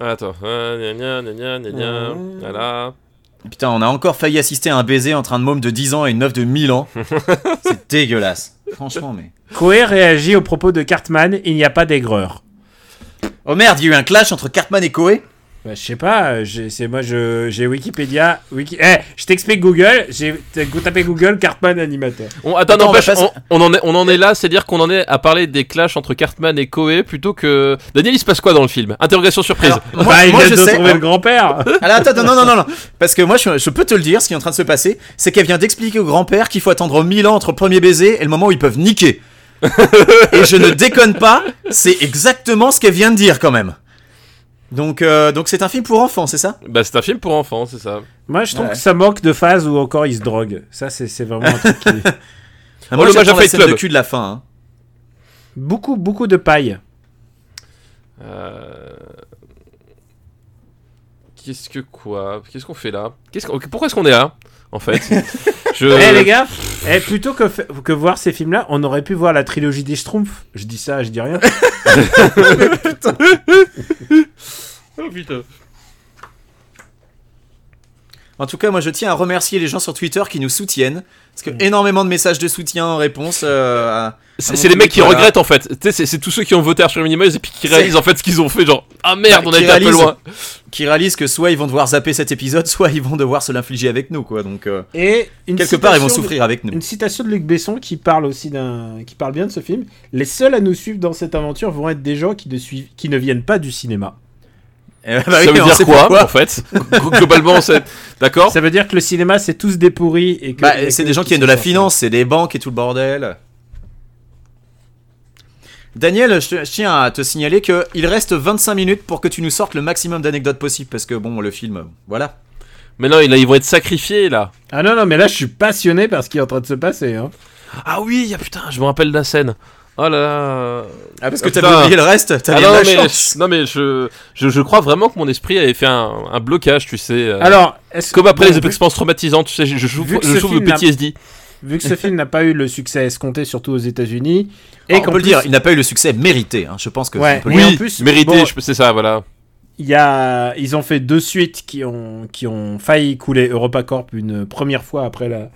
Speaker 3: Attends. Ah, gna, gna, gna, gna, gna,
Speaker 2: Ouais.
Speaker 3: Voilà.
Speaker 1: Putain, on a encore failli assister à un baiser entre un môme de 10 ans et une meuf de 1000 ans. C'est dégueulasse. Franchement, mais.
Speaker 2: Koé réagit aux propos de Cartman, il n'y a pas d'aigreur.
Speaker 1: Oh merde, il y a eu un clash entre Cartman et Koé.
Speaker 2: Bah je sais pas, euh, j'ai- c'est moi je j'ai Wikipédia, Wiki... Eh, je t'explique Google, j'ai t'as tapé Google Cartman animateur.
Speaker 3: On, attends,
Speaker 1: Attends, on
Speaker 3: n'empêche,
Speaker 1: va passer-
Speaker 3: on, on en est, on en est là, c'est-à-dire qu'on en est à parler des clashs entre Cartman et Koei plutôt que. Daniel, il se passe quoi dans le film Interrogation surprise.
Speaker 1: Alors, moi,
Speaker 2: bah, il
Speaker 1: moi,
Speaker 2: vient
Speaker 1: je
Speaker 2: de
Speaker 1: sais.
Speaker 2: trouver le grand-père.
Speaker 1: Alors, attends, non, non, non, non. Parce que moi, je, je peux te le dire, ce qui est en train de se passer, c'est qu'elle vient d'expliquer au grand-père qu'il faut attendre 1000 ans entre le premier baiser et le moment où ils peuvent niquer. et je ne déconne pas, c'est exactement ce qu'elle vient de dire quand même. Donc, euh, donc c'est un film pour enfants, c'est ça
Speaker 3: Bah, c'est un film pour enfants, c'est ça.
Speaker 2: moi je trouve
Speaker 1: Ouais.
Speaker 2: que ça manque de phase où encore il se drogue. Ça c'est c'est vraiment un truc qui...
Speaker 1: Ah,
Speaker 3: Oh,
Speaker 1: Moi,
Speaker 3: le
Speaker 1: j'attends
Speaker 3: Major
Speaker 1: la
Speaker 3: Fight
Speaker 1: scène
Speaker 3: Club.
Speaker 1: de cul de la fin. hein.
Speaker 2: beaucoup beaucoup de paille.
Speaker 3: Euh, Qu'est-ce que quoi Qu'est-ce qu'on fait là Qu'est-ce qu'on- Pourquoi est-ce qu'on est là En fait, je.
Speaker 2: Eh les gars, eh, plutôt que, fa- que voir ces films-là, on aurait pu voir la trilogie des Schtroumpfs. Je dis ça, je dis rien.
Speaker 3: Oh, putain.
Speaker 1: En tout cas, moi je tiens à remercier les gens sur Twitter qui nous soutiennent. Parce
Speaker 3: Mm.
Speaker 1: que énormément de messages de soutien en réponse. euh, à-
Speaker 3: C'est c'est les mecs qui
Speaker 1: Voilà.
Speaker 3: regrettent en fait. Tu sais, c'est- c'est tous ceux qui ont voté Arthur Minimoise et puis qui réalisent en fait ce qu'ils ont fait. Genre, ah merde,
Speaker 1: Bah,
Speaker 3: on a
Speaker 1: qui
Speaker 3: été un peu
Speaker 1: réalisent.
Speaker 3: loin.
Speaker 1: qui réalisent que soit ils vont devoir zapper cet épisode, soit ils vont devoir se l'infliger avec nous, quoi. Donc, euh,
Speaker 2: Et une
Speaker 1: quelque part, ils
Speaker 2: citation
Speaker 1: vont
Speaker 2: de-
Speaker 1: souffrir avec nous.
Speaker 2: Une citation de Luc Besson qui parle aussi d'un, qui parle bien de ce film. Les seuls à nous suivre dans cette aventure vont être des gens qui ne suivent, qui ne viennent pas du cinéma.
Speaker 1: Eh, bah oui,
Speaker 3: Ça veut
Speaker 1: on
Speaker 3: dire
Speaker 1: sait
Speaker 3: quoi,
Speaker 1: pourquoi.
Speaker 3: en fait Globalement, c'est. D'accord
Speaker 2: Ça veut dire que le cinéma c'est tous des pourris et que.
Speaker 1: Bah,
Speaker 2: et
Speaker 1: c'est
Speaker 2: que-
Speaker 1: des gens qui viennent de la finance, c'est des banques et tout le bordel. Daniel, je, je tiens à te signaler que il reste 25 minutes pour que tu nous sortes le maximum d'anecdotes possibles parce que bon, le film, euh, voilà.
Speaker 3: Mais non, là, ils vont être sacrifiés, là.
Speaker 2: Ah non, non, mais là, je suis passionné par ce qui est en train de se passer. hein.
Speaker 3: Ah oui, ah, putain, je me rappelle de la scène. Oh là là.
Speaker 1: Ah, parce
Speaker 3: que
Speaker 1: que t'avais
Speaker 3: t'avais oublié
Speaker 1: oublié le reste,
Speaker 3: Ah
Speaker 1: t'avais
Speaker 3: non,
Speaker 1: la
Speaker 3: mais,
Speaker 1: chance.
Speaker 3: je, non, mais je, je, je crois vraiment que mon esprit avait fait un, un blocage, tu sais. euh,
Speaker 2: Alors, est-ce
Speaker 3: comme après
Speaker 2: bon,
Speaker 3: les
Speaker 2: vu-
Speaker 3: expériences traumatisantes, tu sais, je, je,
Speaker 2: Vu
Speaker 3: souffre-
Speaker 2: que
Speaker 3: je
Speaker 2: ce
Speaker 3: souffre de
Speaker 2: film n'a-
Speaker 3: PTSD.
Speaker 2: Vu que ce film n'a pas eu le succès escompté, surtout aux États-Unis, et
Speaker 1: Et Ah, on
Speaker 2: qu'en
Speaker 1: peut le
Speaker 2: plus,
Speaker 1: dire, il n'a pas eu le succès mérité, hein, je pense que
Speaker 2: Ouais.
Speaker 1: on peut le
Speaker 2: Oui,
Speaker 1: dire.
Speaker 2: en plus,
Speaker 3: mérité,
Speaker 2: bon-
Speaker 3: je- c'est ça, voilà.
Speaker 2: il y a, ils ont fait deux suites qui ont, qui ont failli couler EuropaCorp une première fois après la,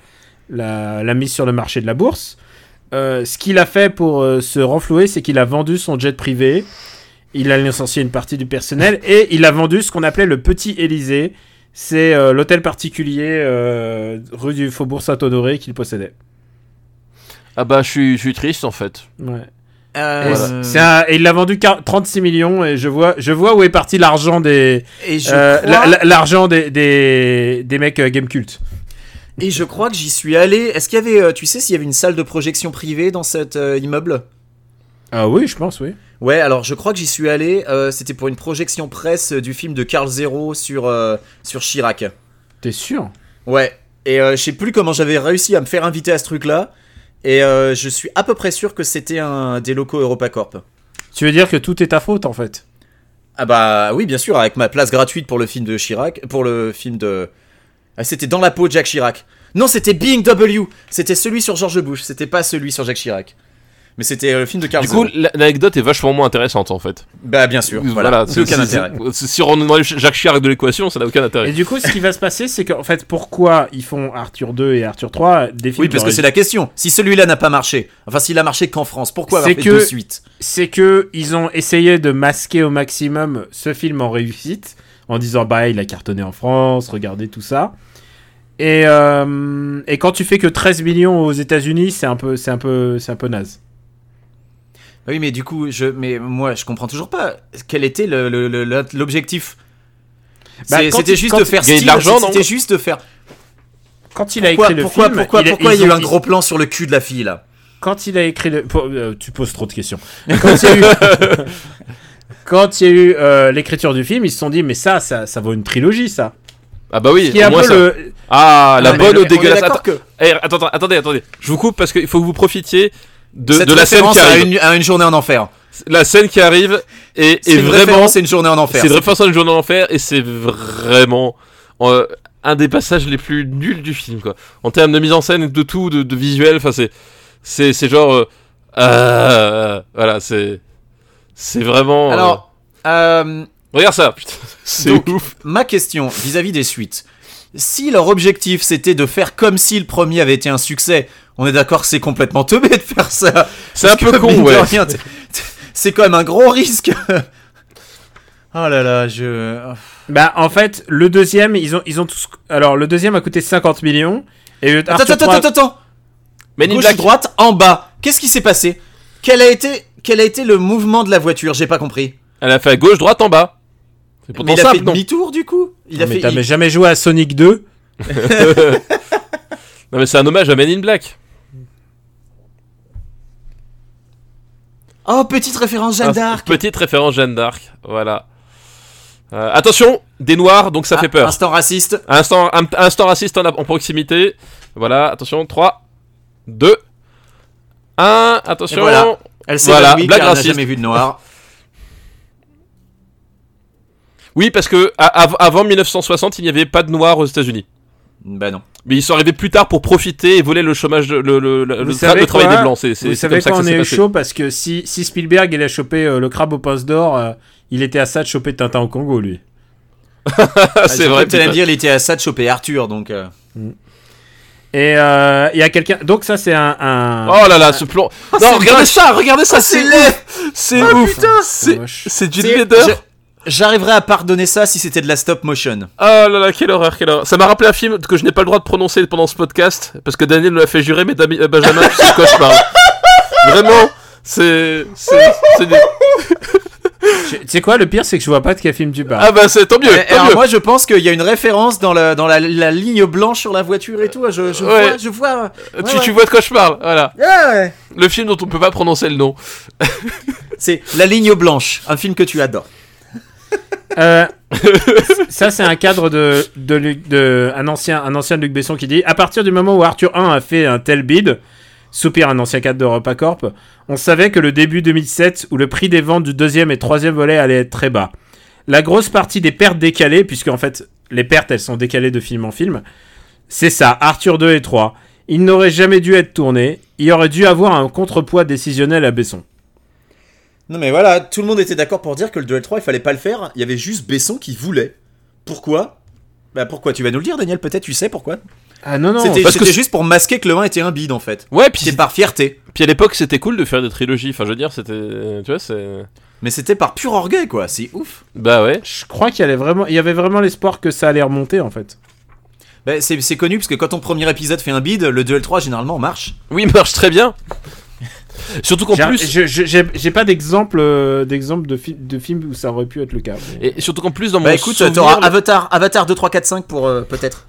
Speaker 2: la, la mise sur le marché de la bourse. Euh, ce qu'il a fait pour euh, se renflouer, c'est qu'il a vendu son jet privé, il a licencié une partie du personnel et il a vendu ce qu'on appelait le Petit Élysée. C'est euh, l'hôtel particulier euh, rue du Faubourg Saint-Honoré qu'il possédait.
Speaker 3: Ah bah, je suis, je suis triste, en fait.
Speaker 2: Ouais.
Speaker 1: Euh,
Speaker 2: Et,
Speaker 1: voilà.
Speaker 2: c'est un- et il l'a vendu 40 36 millions et je vois, je vois où est parti l'argent des,
Speaker 1: Et je
Speaker 2: euh,
Speaker 1: crois-
Speaker 2: la- la- l'argent des, des, des mecs euh, Game Cult.
Speaker 1: Et je crois que j'y suis allé. Est-ce qu'il y avait, euh, tu sais, s'il y avait une salle de projection privée dans cet euh, immeuble
Speaker 2: Ah oui, je pense, oui.
Speaker 1: Ouais, alors je crois que j'y suis allé. euh, C'était pour une projection presse du film de Carl Zero sur, euh, sur Chirac.
Speaker 2: T'es sûr
Speaker 1: Ouais. Et euh, je sais plus comment j'avais réussi à me faire inviter à ce truc-là. Et euh, je suis à peu près sûr que c'était un des locaux EuropaCorp.
Speaker 2: Tu veux dire que tout est ta faute en fait
Speaker 1: Ah bah oui, bien sûr, avec ma place gratuite pour le film de Chirac, pour le film de. Ah, c'était dans la peau de Jacques Chirac. Non, c'était Being W. C'était celui sur George Bush. C'était pas celui sur Jacques Chirac. Mais c'était euh, le film de Carl
Speaker 3: Du coup,
Speaker 1: Zero.
Speaker 3: la- l'anecdote est vachement moins intéressante, en fait.
Speaker 1: Bah bien sûr, voilà, c'est
Speaker 3: c'est-
Speaker 1: aucun
Speaker 3: c'est-
Speaker 1: intérêt.
Speaker 3: c'est- Si on enlève Jacques Chirac de l'équation, ça n'a aucun
Speaker 2: Et
Speaker 3: intérêt.
Speaker 2: du coup, ce qui va se passer, c'est qu'en fait, pourquoi ils font Arthur 2 et Arthur 3 des films
Speaker 1: Oui, parce que
Speaker 2: qui
Speaker 1: c'est
Speaker 2: auraient-
Speaker 1: la question. Si celui-là n'a pas marché, enfin s'il a marché qu'en France, pourquoi avoir
Speaker 2: C'est
Speaker 1: fait
Speaker 2: que-
Speaker 1: deux suites
Speaker 2: c'est que ils ont essayé de masquer au maximum ce film en réussite en disant bah il a cartonné en France, regardez tout ça. Et, euh, et quand tu fais que 13 millions aux États-Unis, c'est un peu c'est un peu c'est un peu naze.
Speaker 1: Ah Oui, mais du coup, je, mais moi, je comprends toujours pas quel était le- le- le- le- l'objectif.
Speaker 2: Bah,
Speaker 1: C'est-
Speaker 2: quand
Speaker 1: c'était
Speaker 2: il-
Speaker 1: juste
Speaker 2: quand
Speaker 1: de
Speaker 2: il-
Speaker 1: faire
Speaker 3: gagner de
Speaker 1: style,
Speaker 3: l'argent, non
Speaker 1: c'était juste de faire.
Speaker 2: Quand il a
Speaker 1: Pourquoi,
Speaker 2: écrit le
Speaker 1: pourquoi,
Speaker 2: film,
Speaker 1: pourquoi,
Speaker 2: il a-
Speaker 1: pourquoi
Speaker 2: ils
Speaker 1: il y a eu
Speaker 2: ont-
Speaker 1: un gros plan sur le cul de la fille là
Speaker 2: quand il a écrit le. pour- euh, tu poses trop de questions. Quand il y a eu, quand il y a eu, euh, l'écriture du film, ils se sont dit mais ça, ça, ça vaut une trilogie, ça.
Speaker 3: Ah bah oui,
Speaker 2: Ce qui est un
Speaker 3: au moins
Speaker 2: peu
Speaker 3: ça.
Speaker 2: le-
Speaker 3: Ah, la
Speaker 1: Non, mais
Speaker 3: bonne
Speaker 1: on
Speaker 3: ou
Speaker 1: est
Speaker 3: dégueulasse.
Speaker 1: d'accord que
Speaker 3: Eh, attends, attends, attendez, attendez. Je vous coupe parce qu'il faut que vous profitiez de,
Speaker 1: cette
Speaker 3: de la scène
Speaker 1: référence
Speaker 3: qui
Speaker 1: à
Speaker 3: arrive.
Speaker 1: une, à une journée en enfer.
Speaker 3: La scène qui arrive est, est
Speaker 1: C'est
Speaker 3: vraiment.
Speaker 1: c'est une journée en enfer.
Speaker 3: C'est une référence à une journée en enfer et c'est vraiment euh, un des passages les plus nuls du film, quoi. En termes de mise en scène, de tout, de, de visuel, enfin, c'est. C'est c'est genre. euh, euh, voilà, c'est. C'est vraiment. euh,
Speaker 1: Alors, euh,
Speaker 3: regarde ça, putain, c'est
Speaker 1: donc,
Speaker 3: ouf.
Speaker 1: ma question vis-à-vis des suites. Si leur objectif c'était de faire comme si le premier avait été un succès, on est d'accord que c'est complètement teubé de faire ça.
Speaker 3: C'est un
Speaker 1: Parce que,
Speaker 3: peu con,
Speaker 1: mine de
Speaker 3: ouais.
Speaker 1: rien, t'es- t'es- c'est quand même un gros risque. oh là là, je.
Speaker 2: Bah en fait, le deuxième, ils ont, ils ont tous. Alors le deuxième a coûté 50 millions et le
Speaker 1: Attends,
Speaker 2: Arthur
Speaker 1: attends,
Speaker 2: trois-
Speaker 1: attends, attends.
Speaker 3: Mais
Speaker 1: gauche, droite, en bas. Qu'est-ce qui s'est passé quel a, été, quel a été le mouvement de la voiture J'ai pas compris.
Speaker 3: Elle a fait à gauche, droite, en bas. C'est
Speaker 1: Mais
Speaker 3: pourtant
Speaker 1: il a fait
Speaker 3: simple, non
Speaker 1: demi-tour du coup Il a
Speaker 2: mais
Speaker 1: fait.
Speaker 2: t'avais
Speaker 1: il-
Speaker 2: jamais joué à Sonic 2
Speaker 3: Non, mais c'est un hommage à Men in Black.
Speaker 1: Oh, petite référence Jeanne
Speaker 3: Un-
Speaker 1: d'Arc.
Speaker 3: Petite référence Jeanne d'Arc, voilà. Euh, attention, des noirs, donc ça
Speaker 1: Ah,
Speaker 3: fait peur.
Speaker 1: Instant raciste.
Speaker 3: Instant, un- instant raciste en, en proximité. Voilà, attention, 3, 2, 1, attention.
Speaker 1: Et voilà. Elle s'est
Speaker 3: Voilà,
Speaker 1: voilà, car
Speaker 3: blague
Speaker 1: elle n'a
Speaker 3: raciste.
Speaker 1: jamais vu de noir.
Speaker 3: Oui, parce que a- av- avant 1960, il n'y avait pas de noirs aux États-Unis.
Speaker 1: bah non.
Speaker 3: Mais ils sont arrivés plus tard pour profiter et voler le chômage, de- le, le, le,
Speaker 2: Vous
Speaker 3: le tra-
Speaker 2: savez
Speaker 3: le travail
Speaker 2: quoi
Speaker 3: des blancs. C'est c'est-
Speaker 2: Vous
Speaker 3: c'est
Speaker 2: savez
Speaker 3: comme ça
Speaker 2: quoi,
Speaker 3: que
Speaker 2: on
Speaker 3: ça s'est
Speaker 2: est
Speaker 3: passé.
Speaker 2: chaud parce que si, si Spielberg il a chopé euh, le crabe au pince d'or, euh, il était à ça de choper Tintin au Congo lui.
Speaker 1: Ah,
Speaker 3: c'est vrai.
Speaker 1: Tu allais me
Speaker 3: putain.
Speaker 1: dire, il était à ça de choper Arthur donc. euh,
Speaker 2: Et euh, il y a quelqu'un. Donc ça c'est un. un...
Speaker 3: Oh là là, ce plan. non, regardez ça, regardez ça,
Speaker 1: Ah,
Speaker 3: c'est
Speaker 1: laid
Speaker 3: ouf, C'est
Speaker 1: Ah,
Speaker 3: ouf.
Speaker 1: putain,
Speaker 2: la
Speaker 3: C'est
Speaker 2: vache.
Speaker 3: c'est Gene
Speaker 1: C'est-
Speaker 3: Vedder.
Speaker 1: je- J'arriverais à pardonner ça si c'était de la stop motion.
Speaker 3: Oh là là, quelle horreur, quelle horreur. Ça m'a rappelé un film que je n'ai pas le droit de prononcer pendant ce podcast, parce que Daniel me l'a fait jurer, mais Dami- euh, Benjamin, tu sais de quoi je parle. Vraiment, c'est. c'est- c'est des-
Speaker 2: Je- Tu sais quoi, le pire, c'est que je vois pas de quel film tu parles.
Speaker 3: Ah bah, c'est tant mieux,
Speaker 1: Et- et
Speaker 3: tant
Speaker 1: alors
Speaker 3: mieux.
Speaker 1: moi je pense qu'il y a une référence dans la, dans la, la ligne blanche sur la voiture et tout. Je, je
Speaker 3: Ouais.
Speaker 1: vois, je vois.
Speaker 3: tu,
Speaker 1: ouais,
Speaker 3: tu vois de quoi je parle, voilà.
Speaker 1: Ah ouais.
Speaker 3: Le film dont on peut pas prononcer le nom.
Speaker 1: C'est La ligne blanche, un film que tu adores.
Speaker 2: Euh, Ça, c'est un cadre de, de, Luc- de- un, ancien, un ancien de Luc Besson qui dit À partir du moment où Arthur 1 a fait un tel bid, soupir un ancien cadre de Repacorp, on savait que le début 2007, où le prix des ventes du deuxième et troisième volet allait être très bas. La grosse partie des pertes décalées, puisque en fait, les pertes, elles sont décalées de film en film, c'est ça, Arthur 2 et 3. Il n'aurait jamais dû être tourné, il aurait dû avoir un contrepoids décisionnel à Besson.
Speaker 1: Non mais voilà, tout le monde était d'accord pour dire que le Duel 3, il fallait pas le faire. Il y avait juste Besson qui voulait. Pourquoi Bah pourquoi Tu vas nous le dire, Daniel, peut-être tu sais pourquoi.
Speaker 2: Ah non, non,
Speaker 1: C'était
Speaker 3: parce que
Speaker 1: c'était
Speaker 3: c'est-
Speaker 1: juste pour masquer que le 1 était un bide, en fait.
Speaker 3: Ouais, puis,
Speaker 1: C'était par fierté.
Speaker 3: puis à l'époque, c'était cool de faire des trilogies. Enfin, je veux dire, c'était. euh, Tu vois, c'est.
Speaker 1: Mais c'était par pur orgueil, quoi. C'est ouf.
Speaker 3: Bah ouais.
Speaker 2: je crois qu'il y, allait vraiment- il y avait vraiment l'espoir que ça allait remonter en fait.
Speaker 1: Bah, c'est c'est connu, parce que quand ton premier épisode fait un bide, le Duel 3, généralement, marche.
Speaker 3: Oui, marche très bien. Surtout qu'en
Speaker 2: J'ai-
Speaker 3: plus.
Speaker 2: je- je- J'ai j'ai pas d'exemple euh, d'exemple de, fi- de film où ça aurait pu être le cas. mais-
Speaker 3: Et surtout qu'en plus, dans mon.
Speaker 1: Bah écoute,
Speaker 3: souvenir,
Speaker 1: t'auras Avatar, Avatar 2, 3, 4, 5 pour euh, peut-être.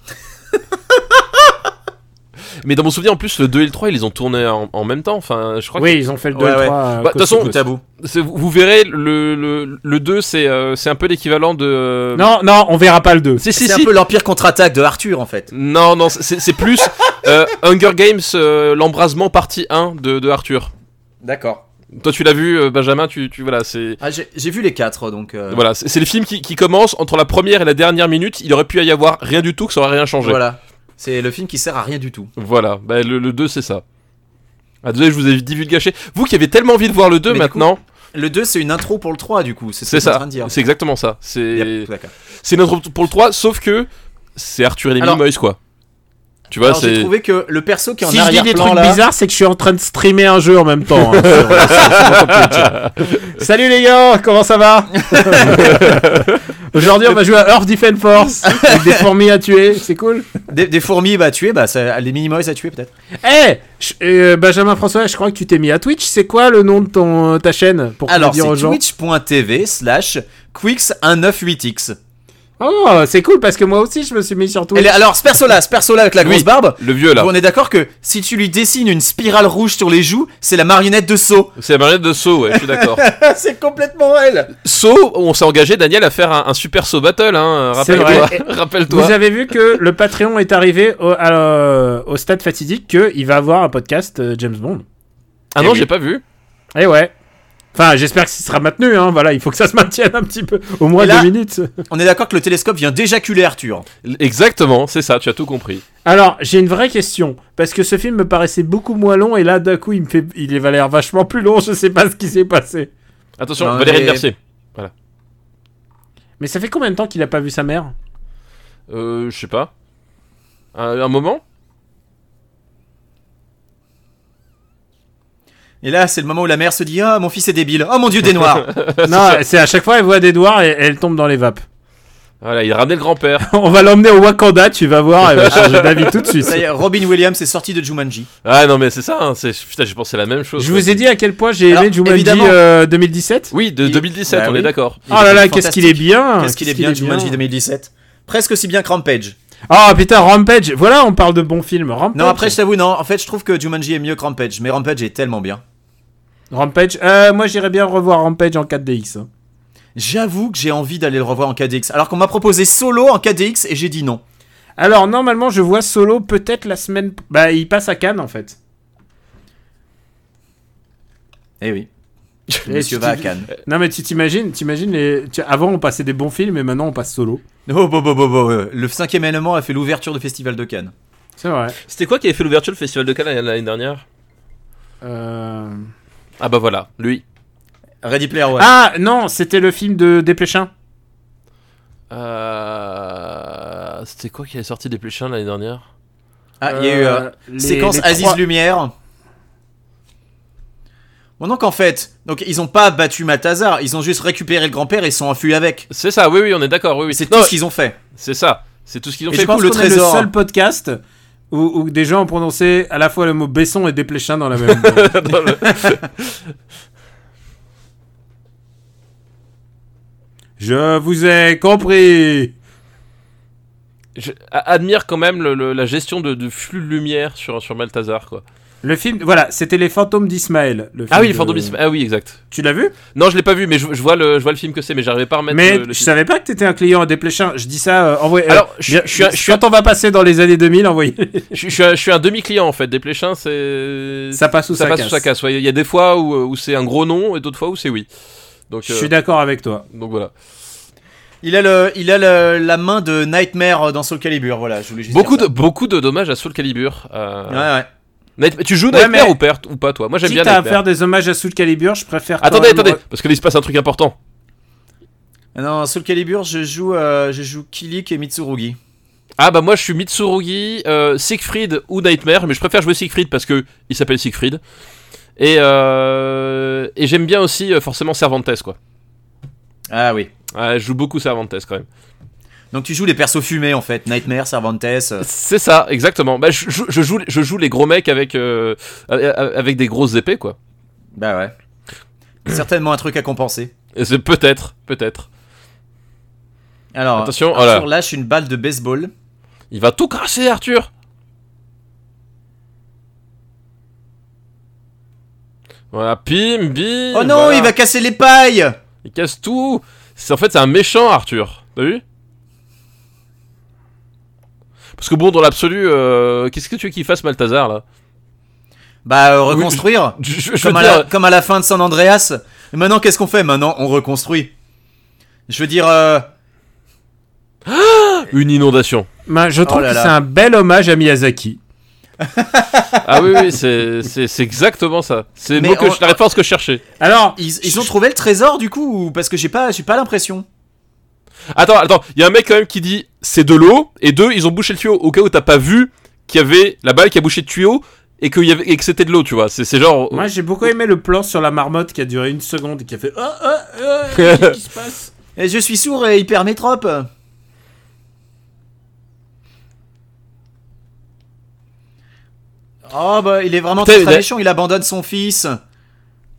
Speaker 3: Mais dans mon souvenir, en plus, le 2 et le 3, ils les ont tournés en, en même temps. Enfin, je crois
Speaker 2: Oui, ils ont fait le 2
Speaker 1: Ouais,
Speaker 2: et
Speaker 1: ouais.
Speaker 2: 3. euh,
Speaker 3: Bah, de toute façon,
Speaker 2: Cosmos.
Speaker 1: Bout à bout.
Speaker 3: que c'est- vous, vous verrez, le, le, le 2, c'est euh, c'est un peu l'équivalent de. euh,
Speaker 2: Non, non, on verra pas le 2.
Speaker 3: Si, si,
Speaker 1: C'est
Speaker 3: si.
Speaker 1: un peu l'Empire contre-attaque de Arthur, en fait.
Speaker 3: Non, non, c'est c'est plus euh, Hunger Games, euh, l'embrasement partie 1 de, de Arthur.
Speaker 1: D'accord.
Speaker 3: Toi, tu l'as vu, euh, Benjamin, tu, tu voilà, c'est.
Speaker 1: Ah, j'ai j'ai vu les 4, donc... euh,
Speaker 3: Voilà, c'est c'est le film qui, qui commence entre la première et la dernière minute. Il aurait pu y avoir rien du tout, que ça aurait rien changé. Voilà.
Speaker 1: Voilà. C'est le film qui sert à rien du tout.
Speaker 3: Bah, le, le 2, c'est ça. Ah, désolé, je vous ai divulgaché. Vous qui avez tellement envie de voir le 2
Speaker 1: Mais du
Speaker 3: maintenant,
Speaker 1: Le 2, c'est une intro pour le 3, du coup. C'est ce que
Speaker 3: c'est
Speaker 1: je suis en
Speaker 3: ça.
Speaker 1: train de dire.
Speaker 3: C'est exactement ça. C'est
Speaker 1: Yep, d'accord.
Speaker 3: c'est notre pour le 3, sauf que c'est Arthur et les
Speaker 1: Alors-
Speaker 3: Minimoys, quoi. Tu vois,
Speaker 1: Alors, j'ai
Speaker 3: c'est.
Speaker 1: trouvé que le perso qui est en
Speaker 2: Si je dis des
Speaker 1: arrière-plan,
Speaker 2: trucs
Speaker 1: là...
Speaker 2: bizarres, c'est que je suis en train de streamer un jeu en même temps. hein. Salut les gars, comment ça va Aujourd'hui, on va jouer à Earth Defense Force avec des fourmis à tuer, c'est cool.
Speaker 1: Des, des fourmis, bah, tuer, bah, ça, les Minimoys à tuer, peut-être.
Speaker 2: Eh, je- euh, Benjamin François, je crois que tu t'es mis à Twitch. C'est quoi le nom de ton euh, ta chaîne pour pouvoir
Speaker 1: Alors,
Speaker 2: dire aux
Speaker 1: c'est
Speaker 2: gens
Speaker 1: twitch.tv slash quicks198x.
Speaker 2: Oh, c'est cool parce que moi aussi, je me suis mis sur Twitch.
Speaker 1: Elle est- Alors, ce perso-là, ce perso-là avec la
Speaker 3: Oui.
Speaker 1: grosse barbe,
Speaker 3: Le vieux là,
Speaker 1: on est d'accord que si tu lui dessines une spirale rouge sur les joues, c'est la marionnette de Saw.
Speaker 3: c'est la marionnette de Saw, ouais, je suis d'accord.
Speaker 1: Ah, c'est complètement elle.
Speaker 3: Saw, on s'est engagé, Daniel, à faire un, un super Saw Battle, hein,
Speaker 2: C'est
Speaker 3: rappelle-toi.
Speaker 2: vrai.
Speaker 3: rappelle-toi.
Speaker 2: Vous avez vu que le Patreon est arrivé au, à, euh, au stade fatidique qu'il va avoir un podcast euh, James Bond.
Speaker 3: Ah
Speaker 1: Eh
Speaker 3: non,
Speaker 1: oui.
Speaker 3: j'ai pas vu.
Speaker 2: Eh ouais. Enfin, j'espère que ce sera maintenu. Hein. Voilà, il faut que ça se maintienne un petit peu, au moins
Speaker 1: Et là-
Speaker 2: deux minutes.
Speaker 1: On est d'accord que le télescope vient d'éjaculer Arthur.
Speaker 3: Exactement, c'est ça, tu as tout compris.
Speaker 2: Alors, j'ai une vraie question parce que ce film me paraissait beaucoup moins long et là, d'un coup, il me fait, il va l'air vachement plus long. Je sais pas ce qui s'est passé.
Speaker 3: Attention,
Speaker 1: Non,
Speaker 3: Valérie
Speaker 1: mais-
Speaker 3: Mercier.
Speaker 2: Mais ça fait combien de temps qu'il a pas vu sa mère
Speaker 3: Euh, je sais pas. Un, un moment
Speaker 1: Et là, c'est le moment où la mère se dit Ah, mon fils est débile. Oh mon dieu, des noirs.
Speaker 2: Non, c'est à chaque fois elle voit des doigts et elle tombe dans les vapes.
Speaker 3: Voilà, il ramenait le grand-père.
Speaker 2: On va l'emmener au Wakanda, tu vas voir, elle va changer d'avis tout de suite.
Speaker 1: Ça y est, Robin Williams est sorti de Jumanji.
Speaker 3: Ah non, mais c'est ça, hein, c'est... putain, j'ai pensé la même chose.
Speaker 2: Je
Speaker 3: quoi.
Speaker 2: vous ai dit à quel point j'ai
Speaker 1: Alors,
Speaker 2: aimé Jumanji
Speaker 1: évidemment.
Speaker 2: euh, 2017.
Speaker 3: Oui, de
Speaker 1: Il-
Speaker 3: 2017,
Speaker 1: Bah
Speaker 3: on
Speaker 1: oui.
Speaker 3: est d'accord.
Speaker 2: Oh là là, qu'est-ce qu'il est bien
Speaker 1: Ah, Qu'est-ce qu'il est bien, Jumanji 2017 Presque aussi bien que Rampage.
Speaker 2: Ah putain, Rampage Voilà, on parle de bons films. Rampage,
Speaker 1: Non, après, je t'avoue, non, en fait, je trouve que Jumanji est mieux que Rampage, mais Rampage est tellement bien.
Speaker 2: Rampage. Euh, moi, j'irais bien revoir Rampage en 4DX. hein.
Speaker 1: J'avoue que j'ai envie d'aller le revoir en KDX, alors qu'on m'a proposé solo en KDX et j'ai dit non.
Speaker 2: Alors, normalement, je vois Solo peut-être la semaine... Bah, il passe à Cannes, en fait.
Speaker 1: Eh oui.
Speaker 2: Et
Speaker 1: Monsieur
Speaker 2: tu
Speaker 1: va à
Speaker 2: t'y-
Speaker 1: Cannes.
Speaker 2: Non, mais tu t'imagines, t'imagines les... tu- Avant, on passait des bons films, et maintenant, on passe Solo.
Speaker 1: Oh, bon, bon, bon, bon, euh, le cinquième élément a fait l'ouverture du festival de Cannes.
Speaker 2: C'est vrai.
Speaker 3: C'était quoi qui avait fait l'ouverture du Festival de Cannes l'année dernière
Speaker 2: Euh,
Speaker 3: Ah bah voilà, lui.
Speaker 1: Ready Player One.
Speaker 2: Ah, non, c'était le film de Desplechin.
Speaker 3: Euh... C'était quoi qui avait sorti des Pléchins l'année dernière
Speaker 1: Ah, il y a eu euh,
Speaker 2: les-
Speaker 1: séquence
Speaker 2: les
Speaker 1: Aziz
Speaker 2: trois-
Speaker 1: Lumière. Bon, donc en fait, donc ils ont pas battu Matazar, ils ont juste récupéré le grand-père et sont enfuis avec.
Speaker 3: C'est ça, oui, oui, on est d'accord, oui, oui.
Speaker 1: C'est
Speaker 3: Non,
Speaker 1: tout ce qu'ils ont fait.
Speaker 3: C'est ça, c'est tout ce qu'ils ont
Speaker 1: Et
Speaker 3: fait.
Speaker 1: du coup,
Speaker 2: pense
Speaker 1: le
Speaker 2: qu'on est
Speaker 1: trésor.
Speaker 2: le seul podcast où, où des gens ont prononcé à la fois le mot Besson et Desplechin dans la même. langue.
Speaker 3: Dans le-
Speaker 2: Je vous ai compris.
Speaker 3: Je a- admire quand même le- le- la gestion de, de flux de lumière sur, sur Balthazar, quoi.
Speaker 2: Le film, voilà, c'était Les Fantômes d'Ismaël. le
Speaker 3: Ah
Speaker 2: film de-
Speaker 3: oui, Fandomisme. Ah oui, exact.
Speaker 2: Tu l'as vu
Speaker 3: Non, je l'ai pas vu, mais je, je vois le, je vois le film que c'est, mais j'arrivais pas à remettre
Speaker 2: Mais
Speaker 3: le, le
Speaker 2: je
Speaker 3: titre.
Speaker 2: savais pas que t'étais un client des Pléchins. Je dis ça euh, envoyez- euh,
Speaker 3: Alors, je,
Speaker 2: bien-
Speaker 3: je suis un, je suis un-
Speaker 2: quand on va passer dans les années 2000, envoyez.
Speaker 3: je suis- je suis un- je suis un demi-client en fait. Des Pléchins, c'est.
Speaker 2: ça passe ou ça,
Speaker 3: passe
Speaker 2: casse.
Speaker 3: ou ça casse. Ouais, Il y a des fois où, euh, où c'est un gros non et d'autres fois où c'est oui. Donc,
Speaker 2: Je
Speaker 3: euh,
Speaker 2: suis d'accord avec toi.
Speaker 3: donc voilà.
Speaker 1: Il a, le, il a le- la main de Nightmare dans Soul Calibur, voilà, je voulais juste
Speaker 3: Beaucoup de,
Speaker 1: dire
Speaker 3: beaucoup de dommages à Soul Calibur.
Speaker 1: ça.
Speaker 3: euh,
Speaker 1: Ouais, ouais.
Speaker 3: Night- tu joues
Speaker 2: Ouais,
Speaker 3: Nightmare
Speaker 2: mais-
Speaker 3: ou, per- ou pas toi Moi j'aime bien
Speaker 2: Quitte à
Speaker 3: Nightmare.
Speaker 2: faire des hommages à Soul Calibur, je préfère. quand
Speaker 3: Attendez,
Speaker 2: même-
Speaker 3: attendez, parce que là il se passe un truc important.
Speaker 1: Ah Non, Soul Calibur, je joue, euh, je joue Kilik et Mitsurugi.
Speaker 3: Ah bah moi je suis Mitsurugi, euh, Siegfried ou Nightmare, mais je préfère jouer Siegfried parce que il s'appelle Siegfried. Et, euh, et j'aime bien aussi euh, forcément Cervantes quoi.
Speaker 1: Ah oui.
Speaker 3: Ah, je joue beaucoup Cervantes quand même.
Speaker 1: Donc tu joues les persos fumés en fait, Nightmare, Cervantes. euh.
Speaker 3: C'est ça, exactement. Bah, je, je- je joue, je joue les gros mecs avec, euh, avec des grosses épées quoi.
Speaker 1: Bah ouais. Certainement un truc à compenser.
Speaker 3: Et c'est peut-être, peut-être.
Speaker 1: Alors,
Speaker 3: Attention,
Speaker 1: Arthur
Speaker 3: voilà.
Speaker 1: lâche une balle de baseball.
Speaker 3: Il va tout casser Arthur Voilà, pim, bim
Speaker 1: Oh non,
Speaker 3: voilà.
Speaker 1: il va casser les pailles
Speaker 3: Il casse tout C'est- En fait, c'est un méchant, Arthur. T'as vu Parce que bon, dans l'absolu, euh, qu'est-ce que tu veux qu'il fasse, Malthazar, là
Speaker 1: Bah, euh, reconstruire
Speaker 3: Je, je- je veux
Speaker 1: comme, à
Speaker 3: dire,
Speaker 1: la, comme à la fin de San Andreas. Et maintenant, qu'est-ce qu'on fait Maintenant, on reconstruit. Je veux dire, euh,
Speaker 3: une inondation.
Speaker 2: Ben,
Speaker 3: Oh
Speaker 2: je trouve
Speaker 1: là
Speaker 2: que
Speaker 1: là.
Speaker 2: c'est un bel hommage à Miyazaki.
Speaker 3: Ah oui, oui, c'est- c'est c'est exactement ça. C'est le
Speaker 1: Mais
Speaker 3: mot que
Speaker 1: on-
Speaker 3: je n'arrête pas à ce que je cherchais.
Speaker 2: Alors,
Speaker 1: ils, ils ont trouvé le trésor du coup ou- Parce que j'ai pas, j'ai pas l'impression.
Speaker 3: Attends, attends, il y a un mec quand même qui dit c'est de l'eau, et deux, ils ont bouché le tuyau. Au cas où t'as pas vu qu'il y avait la balle qui a bouché le tuyau et, qu'il y avait, et que c'était de l'eau, tu vois. C'est c'est genre.
Speaker 2: moi j'ai beaucoup aimé le plan sur la marmotte qui a duré une seconde et qui a fait. Ah, ah, ah, qu'est-ce qui se passe
Speaker 1: Et je suis sourd et hyper métrope. Oh bah il est vraiment
Speaker 3: Putain,
Speaker 1: très, très
Speaker 3: mais-
Speaker 1: méchant, il abandonne son fils.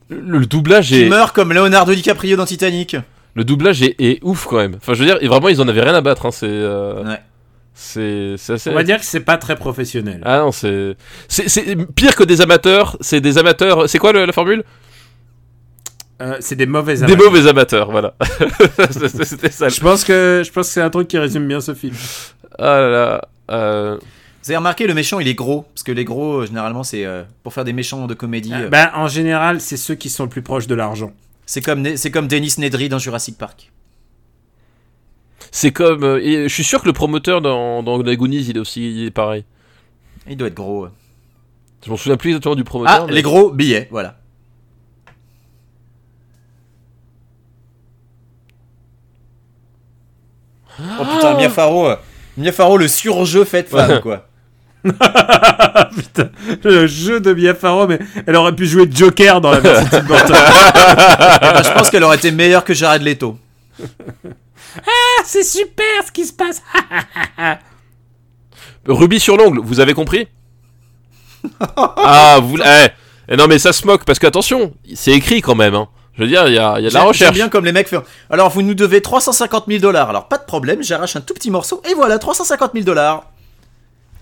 Speaker 3: Le, le doublage
Speaker 1: Il
Speaker 3: est.
Speaker 1: meurt comme Leonardo DiCaprio dans Titanic.
Speaker 3: Le doublage est, est ouf quand même. Enfin, je veux dire, et vraiment, ils en avaient rien à battre. Hein. C'est. euh,
Speaker 1: Ouais.
Speaker 3: C'est c'est assez.
Speaker 2: On va dire que c'est pas très professionnel.
Speaker 3: Ah non, c'est. c'est- C'est pire que des amateurs. C'est des amateurs. C'est quoi le- la formule
Speaker 2: Euh, c'est des mauvais
Speaker 3: Des
Speaker 2: amateurs.
Speaker 3: mauvais amateurs, voilà. C'est- C'était ça.
Speaker 2: Je pense que je pense que c'est un truc qui résume bien ce film.
Speaker 3: Ah là là. euh,
Speaker 1: Vous avez remarqué le méchant il est gros parce que les gros euh, généralement c'est euh, pour faire des méchants de comédie.
Speaker 3: Ah.
Speaker 1: euh,
Speaker 2: Bah, en général, c'est ceux qui sont le plus proches de l'argent.
Speaker 1: C'est comme Ne- c'est comme Dennis Nedry dans Jurassic Park.
Speaker 3: C'est comme. euh, et je suis sûr que le promoteur dans, dans les Goonies, il est aussi il est pareil.
Speaker 1: Il doit être gros. euh.
Speaker 3: Je m'en souviens plus exactement du
Speaker 1: Ah
Speaker 3: promoteur. mais-
Speaker 1: les gros billets voilà. Oh putain,
Speaker 3: Ah.
Speaker 1: Mia Farrow, euh, Mia Farrow, le surjeu fait femme, quoi.
Speaker 2: Putain, le jeu de Mia Farrow, mais elle aurait pu jouer Joker dans la version Tim Burton.
Speaker 1: Ah, je pense qu'elle aurait été meilleure que Jared Leto.
Speaker 2: Ah, c'est super ce qui se passe.
Speaker 3: Rubis sur l'ongle, vous avez compris Ah, vous. Eh. Eh non, mais ça se moque parce que attention, c'est écrit quand même. hein. Je veux dire, il y a, il y a de la
Speaker 1: J'aime-
Speaker 3: recherche.
Speaker 1: j'aime bien comme les mecs font. Alors, vous nous devez 350 000 dollars. Alors, pas de problème, j'arrache un tout petit morceau et voilà, 350 000 dollars.